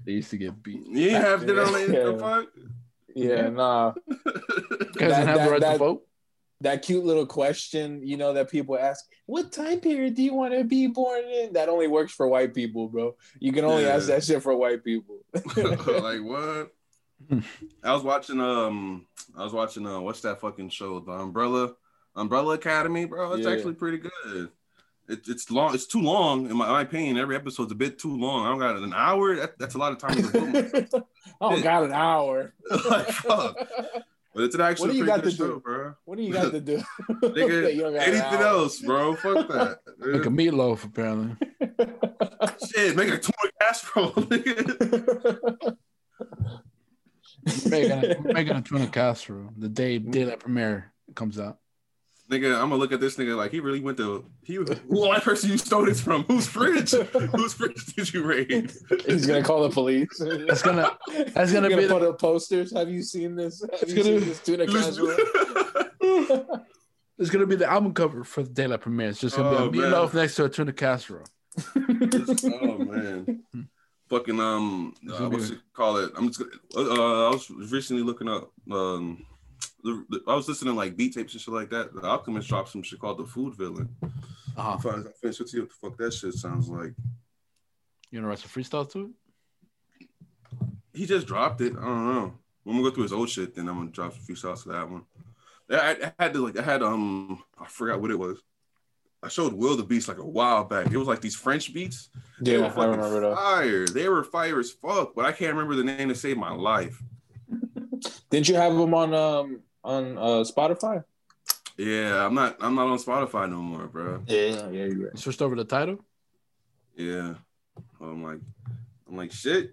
they used to get beat.
You ain't have that on the
yeah, nah.
Guys don't have
that-
the right to
that-
vote.
That cute little question, you know, that people ask, what time period do you want to be born in? That only works for white people, bro. You can only
Yeah.
ask that shit for white people.
fuck. (laughs) like
(laughs)
what? I was watching um, I was watching uh, what's that fucking show? The Umbrella, Umbrella Academy, bro. It's
Yeah.
actually pretty good. It, it's long. It's too long in my, my opinion. Every episode's a bit too long. I don't got an hour. That, that's a lot of time. To devote.
(laughs) oh, got an hour.
(laughs) like, fuck. But it's an actually
do you
pretty
got
good
to
show,
do?
bro.
(laughs) What do you got to do?
(laughs)
(laughs)
Nigga,
You don't got an
anything
hour.
else, bro?
(laughs)
Fuck that.
Like a
Nigga,
meatloaf, apparently.
Shit, make a tuna casserole, (laughs) nigga.
making, a,
(laughs)
we're making a tuna casserole the day day that premiere comes out.
nigga, I'm gonna look at this nigga like he really went to (laughs) he. Who white person you stole this from? Whose fridge? Whose fridge (laughs) did you raid?
He's gonna call the
(laughs)
police. (laughs)
That's gonna that's gonna
You're
be the-
put up posters. Have you seen this? Have
It's
you
gonna-
seen this
(laughs)
tuna casserole?
it's gonna be the album cover for the day that premiere. It's just gonna
Oh,
be a
man.
meatloaf next to a tuna casserole.
oh man. Fucking um,
This
uh,
will be
what's
a-
it call it? I'm just. gonna- Uh, I was recently looking up. Um, the, the- I was listening to like beat tapes and shit like that. The Alchemist dropped some shit called the Food Villain.
Uh-huh.
I'm fin- I'm finished with you. What the fuck that shit sounds like?
You gonna write some freestyle to it?
He just dropped it. I don't know. When we go through his old shit, then I'm gonna drop a few shots to that one. I, I had to like I had um I forgot what it was. I showed Will the Beast like a while back. It was like these French beats. They were
Yeah, I
fucking
remember that.
fire. They were fire as fuck, but I can't remember the name to save my life.
Didn't you have him on um on uh Spotify?
Yeah, I'm not I'm not on Spotify no more, bro.
Yeah, yeah, you're
You switched over the title?
Yeah. I'm like I'm like shit.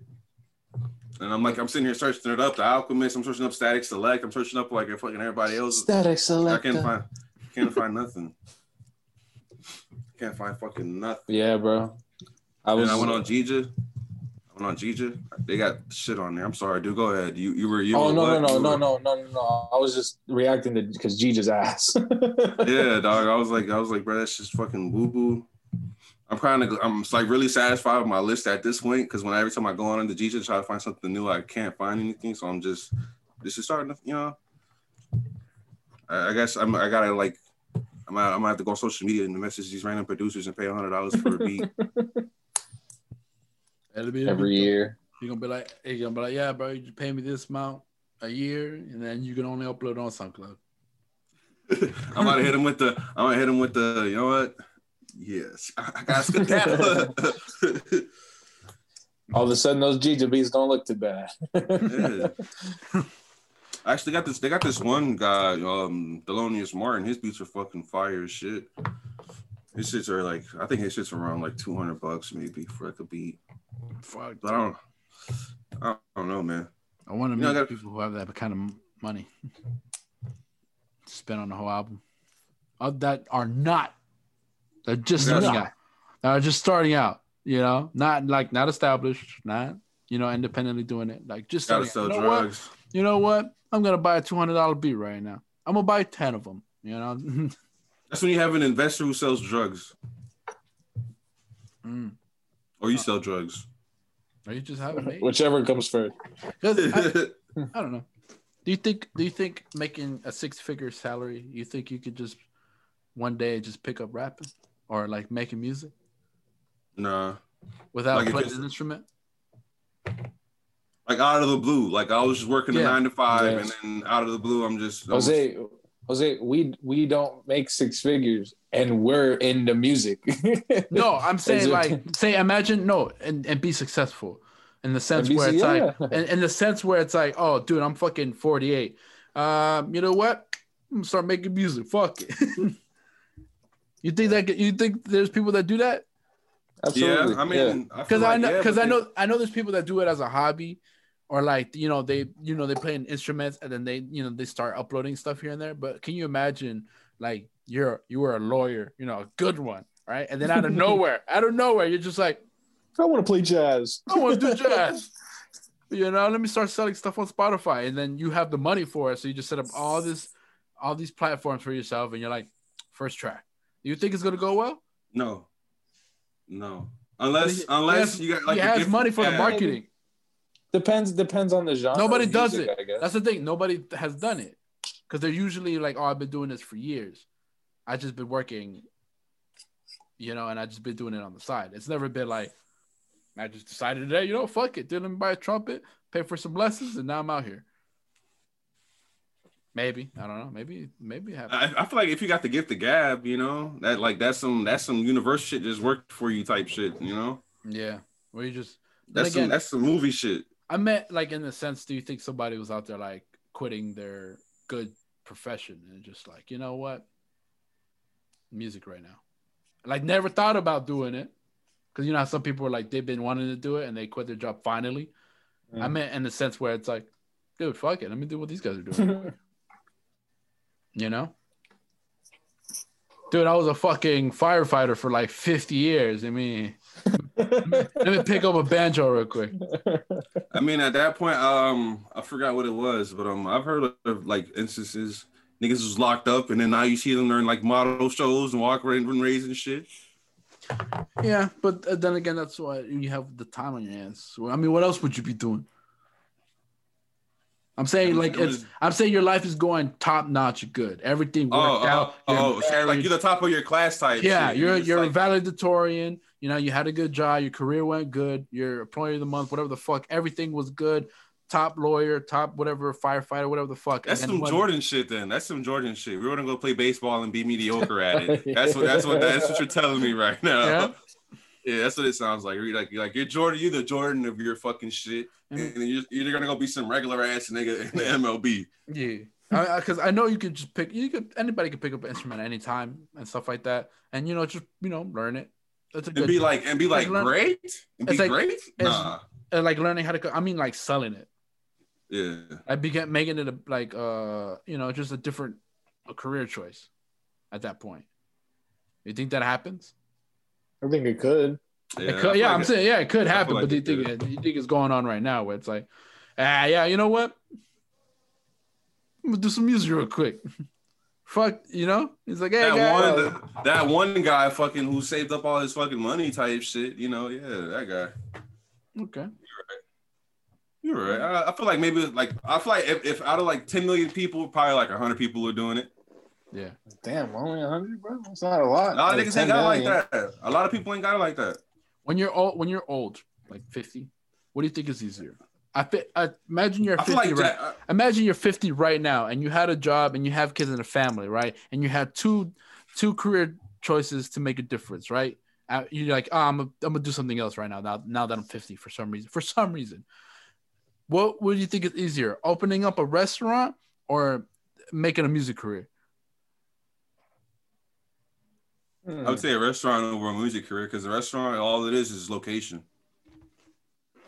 And I'm like I'm sitting here searching it up, the Alchemist. I'm searching up Static Select. I'm searching up like fucking everybody else.
Static
I
selector.
can't find can't find nothing. Can't find fucking nothing.
yeah, bro. I
I,
was.
I went on Gija. I went on Gija. They got shit on there. I'm sorry, dude. Go ahead. You you were you.
oh
were
no
what?
no no
You
no
were-
no no no no! I was just reacting to because Gigi's ass.
Yeah, dog. I was like I was like, bro, that's just fucking boo boo. I'm kind of I'm just, like really satisfied with my list at this point because when every time I go on into Gija to try to find something new, I can't find anything. So I'm just this is starting to you know. I, I guess I'm I gotta like. I'm gonna, I'm gonna have to go on social media and message these random producers and pay hundred dollars for a beat.
That'll be
(laughs) Every year.
You're gonna be like, hey, you're gonna be like, yeah, bro, you pay me this amount a year, and then you can only upload on SoundCloud.
I'm gonna hit him with the. I'm gonna hit him with the. You know what? Yes, (laughs) I, I got skedaddle. (laughs)
All of a sudden, those Gigi beats don't look too bad.
yeah. (laughs) I actually got this. They got this one guy, um, Delonious Martin. His beats are fucking fire as shit. His shits are like, I think his shits are around like 200 bucks maybe for like a beat.
Fuck,
But I don't, I don't know, man.
I want to
You
meet
know, I got-
people who have that kind of money (laughs) to spend on the whole album. Uh, that are not, they're just
Yeah.
starting out. That are just starting out. You know, not like not established, not you know independently doing it. Like just
Gotta
starting out. You
sell
know what?
drugs.
You know what? I'm gonna buy a two hundred dollar beat right now. I'm gonna buy ten of them. You
Mm.
know, (laughs)
That's when you have an investor who sells drugs,
Mm.
or you sell drugs. (laughs)
or you just have it
(laughs)
made.
(laughs) Whichever comes first.
'Cause I-
yeah,
I don't know. Do you think do you think making a six figure salary, you think you could just one day just pick up rapping or like making music
nah.
without
Like, if
playing
it's-
an instrument?
like out of the blue. Like I was just working a
Yeah.
nine to five,
Yes.
and then out of the blue, I'm just
Jose, Jose, we we don't make six figures, and we're in the
(laughs)
music.
No, I'm saying
it-
like say imagine no and, and be successful in the sense
And be-
where it's
yeah.
like in, in the sense where it's like, oh dude, I'm fucking forty eight. Um, you know what? I'm gonna start making music. Fuck it. (laughs) you think that you think there's people that do that?
(laughs) Absolutely.
Yeah, I mean,
Because I know, because
because
I know, I know there's people that do it as a hobby, or like you know they you know they play an instruments and then they you know they start uploading stuff here and there. But can you imagine like you're you were a lawyer, you know, a good one, right? And then out
(laughs)
of nowhere, out of nowhere, you're just like,
I want to play jazz.
I want to do jazz. You know, let me start selling stuff on Spotify, and then you have the money for it. So you just set up all this, all these platforms for yourself, and you're like, first track. Do you think it's gonna go well?
No, no. Unless, unless
Yes,
you got like
he
a
has
different-
money for the
yeah.
marketing.
Depends depends on the genre.
Nobody
of
does
music, I guess.
That's the thing. Nobody has done it because they're usually like, "Oh, I've been doing this for years. I just been working, you know, and I just been doing it on the side. It's never been like I just decided today, you know, fuck it, didn't buy a trumpet, pay for some lessons, and now I'm out here. Maybe I don't know. Maybe maybe it happens.
I, I feel like if you got the gift of gab, you know that like that's some that's some universe shit just worked for you type shit. You know
yeah. Where you just Then
that's
again-
some that's some movie shit.
I meant like in the sense, do you think somebody was out there like quitting their good profession and just like, you know what? Music right now. Like never thought about doing it. Cause you know how some people are like they've been wanting to do it and they quit their job finally. I
Mm.
meant in the sense where it's like, dude, fuck it. Let me do what these guys are doing. (laughs) you know? Dude, I was a fucking firefighter for like 50 years. I mean, let me pick up a banjo real quick.
I mean, at that point, um, I forgot what it was, but um, I've heard of like instances niggas was locked up, and then now you see them during like model shows and walk around and raising shit.
Yeah, but uh, then again, that's why you have the time on your hands. So, I mean, what else would you be doing? I'm saying
I'm-
like
I'm
it's.
just-
I'm saying your life is going top notch, good. Everything worked
Oh,
out.
oh, oh,
You're
so, like
married.
you're the top of your class type.
yeah,
shit.
you're
just,
you're
like,
a valedictorian. You know, you had a good job. Your career went good. Your employee of the month, whatever the fuck, everything was good. Top lawyer, top whatever firefighter, whatever the fuck.
That's
And
some
when-
Jordan shit. Then that's some Jordan shit. We're gonna go play baseball and be mediocre
(laughs)
at it. That's what that's what that's what you're telling me right now.
Yeah.
Yeah, that's what it sounds like. You're like you're like you're Jordan. You're the Jordan of your fucking shit, and
Mhm.
then you're, you're gonna go be some regular ass nigga in the
(laughs)
MLB.
Yeah, because I, know you could just pick. You could anybody could pick up an instrument at any time and stuff like that, and you know just you know learn it. That's a
and
good.
be like and be like
learn-
great and be
it's like-
great nah
uh, like learning how to. co- I mean, like selling it.
yeah
I began making it a, like uh you know just a different a career choice at that point. You think that happens?
(laughs) I think it could.
Yeah,
I
it
feel
could, yeah
like
I'm
it-
saying yeah, it could
I feel
happen,
like
but do you
it
think it, do you think it's going on right now where it's like, ah yeah, you know what? I'm gonna do some music real quick. (laughs) Fuck, you know? He's like, hey,
that
guys.
one that one guy fucking who saved up all his fucking money type shit you know yeah that guy
okay.
you're right I, I feel like maybe like I feel like if, if out of like 10 million people probably like 100 people are doing it
Yeah.
Damn, only 100, bro. That's not a lot.
a lot of
Like
niggas
10
ain't got it like
million.
that a lot of people ain't got it like that
When you're old, when you're old, like 50, what do you think is easier? I, fi- I imagine you're
I
50
feel like
right
Jack, I-
imagine you're 50 right now and you had a job and you have kids and a family right and you had two two career choices to make a difference right Uh, you're like oh, i'm gonna I'm gonna do something else right now, now now that i'm 50 for some reason for some reason what would you think is easier opening up a restaurant or making a music career
Hmm.
I would say a restaurant over a music career because the restaurant all it is is location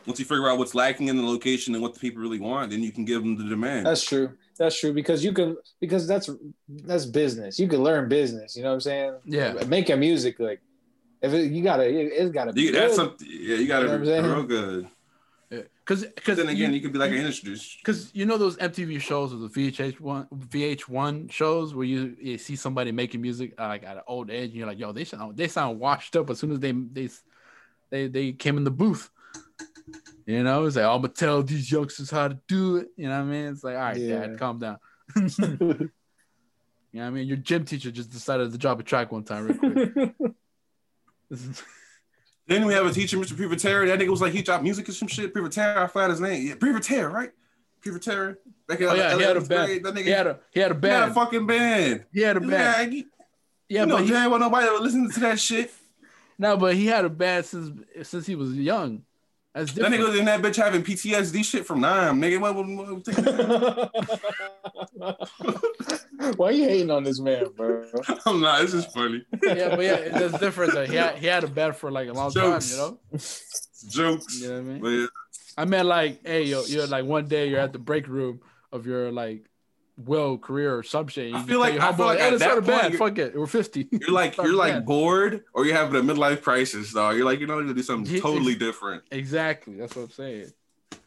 once you figure out what's lacking in the location and what the people really want then you can give them the demand
That's true. That's true because you can because that's that's business. You can learn business. You know what I'm saying?
yeah
Making music like if it, you gotta, it, has gotta be.
You,
good.
that's something. Yeah, you
You
gotta
know
be
what I'm saying?
real good.
Uh, because because
Because then again, you, could be like an industry.
because you know those MTV shows or the VH1 VH1 shows where you, you see somebody making music uh, like at an old age, and you're like, "Yo, they sound they sound washed up." As soon as they they they, they came in the booth, you know, it's like I'm gonna tell these youngsters how to do it. You know what I mean? It's like, all right,
Yeah.
dad, calm down. (laughs)
(laughs)
you know what I mean? Your gym teacher just decided to drop a track one time, real quick.
(laughs)
(laughs)
Then we have a teacher, Mr. Privatera. That nigga was like he dropped music and some shit. Privatera, I forgot his name. Yeah, Privatera, right? Privatera. Back in
Oh, yeah, he had a
eleventh
band.
grade, That nigga
he had a he had a
he had
band.
a fucking band.
He had a band.
Yeah, you
Yeah,
know,
but he,
there ain't want nobody that would listen to that shit.
no, but he had a band since since he was young. That's
That
different.
nigga was in that bitch having
(laughs)
PTSD shit from Nine. Nigga, what? what, what, what-
(laughs) Why you hating on this man, bro?
I'm not. This is funny.
yeah, but yeah, it- that's different. Though. He had he had a bed for like a long
Jokes.
time, you know.
It's jokes.
You know what I mean?
But yeah,
I meant like, hey, yo, you're like one day you're at the break room of your like will career or some shit. You
I
just
feel
tell
like-
your
I feel
homeboy,
like
hey,
at
it's
that
not a
point,
bad.
you're-
Fuck it, we're fifty. (laughs)
you're like
Fuck
you're
yeah.
like bored, or you're having a midlife crisis, dog. You're like you're not going to do something
Jesus.
totally different.
exactly. That's what I'm saying. But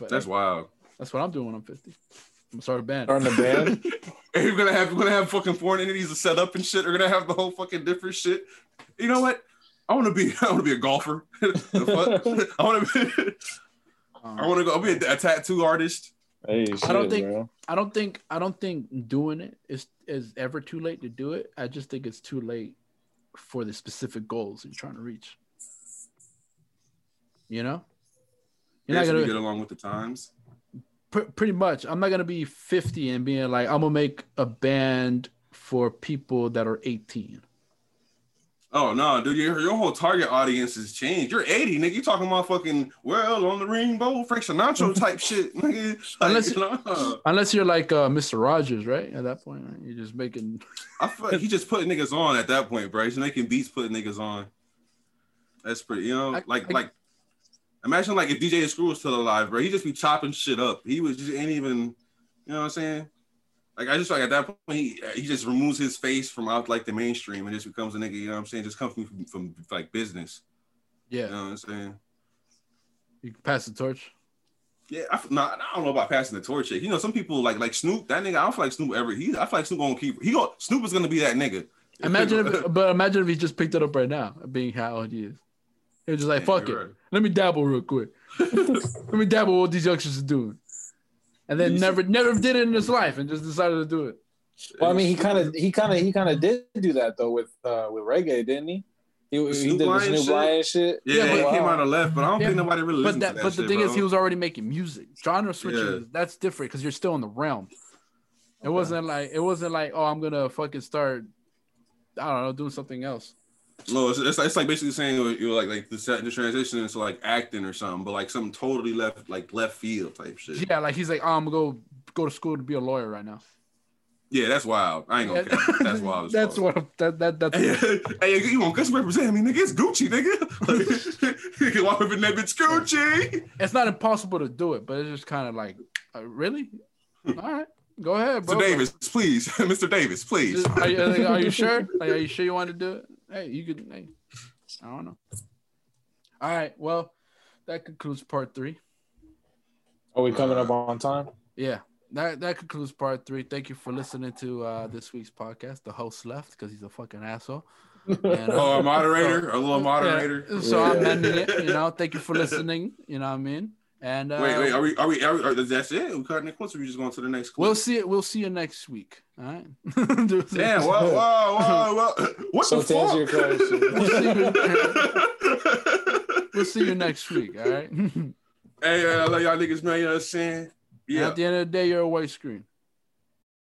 That's
that's,
wild.
that's what I'm doing when I'm fifty. I'm sorry, band.
Starting a band?
(laughs) And you're gonna have you're gonna have fucking foreign entities to set up and shit. You're gonna have the whole fucking different shit. You know what? I want to be (laughs) I want to be a golfer.
(laughs)
The fuck? I want to be (laughs)
Um,
I want to go I'll be a, a tattoo artist.
Hey,
I don't
shit,
think-
bro.
I don't think I don't think doing it is is ever too late to do it. I just think it's too late for the specific goals you're trying to reach. You know, you're not
Yes, we
gonna
get along with the times.
pr- pretty much. I'm not gonna be 50 and being like I'm gonna make a band for people that are 18.
Oh no, dude, your, your whole target audience has changed. You're 80, nigga. You talking about fucking well on the rainbow, Frank Sinatra type shit, (laughs) nigga. Like,
Unless
(laughs)
you-
nah.
Unless you're like uh, Mr. Rogers, right? At that point, right? you're just making.
I feel like he just putting niggas on at that point, bro. He's making beats, putting niggas on. That's pretty, you know,
I-
like
I-
like. Imagine like if DJ Screw was still alive, bro. He just be chopping shit up. He was just ain't even, you know what I'm saying? Like I just feel like at that point he he just removes his face from out like the mainstream and just becomes a nigga. You know what I'm saying? Just comes from, from, like business. You
Yeah,
know what I'm saying?
you can pass the torch.
Yeah, I, f- nah, I don't know about passing the torch. Yet. You know, some people like like Snoop. That nigga, I don't feel like Snoop ever. He, I feel like Snoop gonna keep. He go, Snoop is gonna be that nigga. (laughs)
Imagine, if, but imagine if he just picked it up right now, being how old he is. He was just like, "Fuck it,
You're right.
let me dabble real quick. let me dabble what these youngsters are doing. And then
You
never never did it in his life and just decided to do it.
Well, I mean, he kind of, he kind of, he kind of did do that though with uh with reggae, didn't he? He, he
Snoop
did the
Lion
Snoop
shit?
Lion shit.
Yeah,
Yeah,
he
but-
came out of left, but I don't
Yeah.
think nobody really
But
listened
that,
to that.
but the
shit,
thing
bro.
is he was already making music. Genre switches,
Yeah.
that's different because you're still in the realm. It wasn't like it wasn't like, oh, I'm gonna fucking start I don't know, doing something else.
no, it's, it's, it's like basically saying you know, like like the, set- the transition into like acting or something, but like something totally left like left field type shit. Yeah,
Yeah, like he's like, oh, I'm gonna go go to school to be a lawyer right now.
that's wild. I ain't gonna.
Yeah.
care.
(laughs)
That's wild. as
that's
fuck.
what I'm, that, that that's
Hey, (laughs) hey, you want Gucci represent me, nigga? It's Gucci, nigga. (laughs) you can walk up in that
(laughs)
bitch, Gucci.
it's not impossible to do it, but it's just kind of like, uh,
(laughs)
really? All right, go ahead, bro.
Mr. Davis, please, (laughs) Mr. Davis, please.
Just- Are you, like, are you sure? Like, are you sure you want to do it? Hey, you could. Hey, I don't know. All right. Well, that concludes part three.
Are we coming up on time?
Yeah, that that concludes part three. Thank you for listening to uh, this week's podcast. The host left because he's a fucking asshole. And, uh,
(laughs) Oh, (laughs) our moderator, our little moderator.
yeah, so I'm
Yeah.
ending it. You know, thank you for listening. You know what I mean? And uh,
Wait, wait, are we, are we, are we, are, that's it? We cutting the clips or we just going to the next clip?
we'll see it. We'll see you next week. All right. (laughs)
Damn, whoa, whoa, whoa,
(laughs)
whoa. What
So
the
to answer
fuck?
your
(laughs)
(laughs) We'll see you next week. All right. (laughs)
hey, I love uh, y'all niggas, man. You know what I'm saying?
And
Yeah.
At the end of the day, you're a white screen.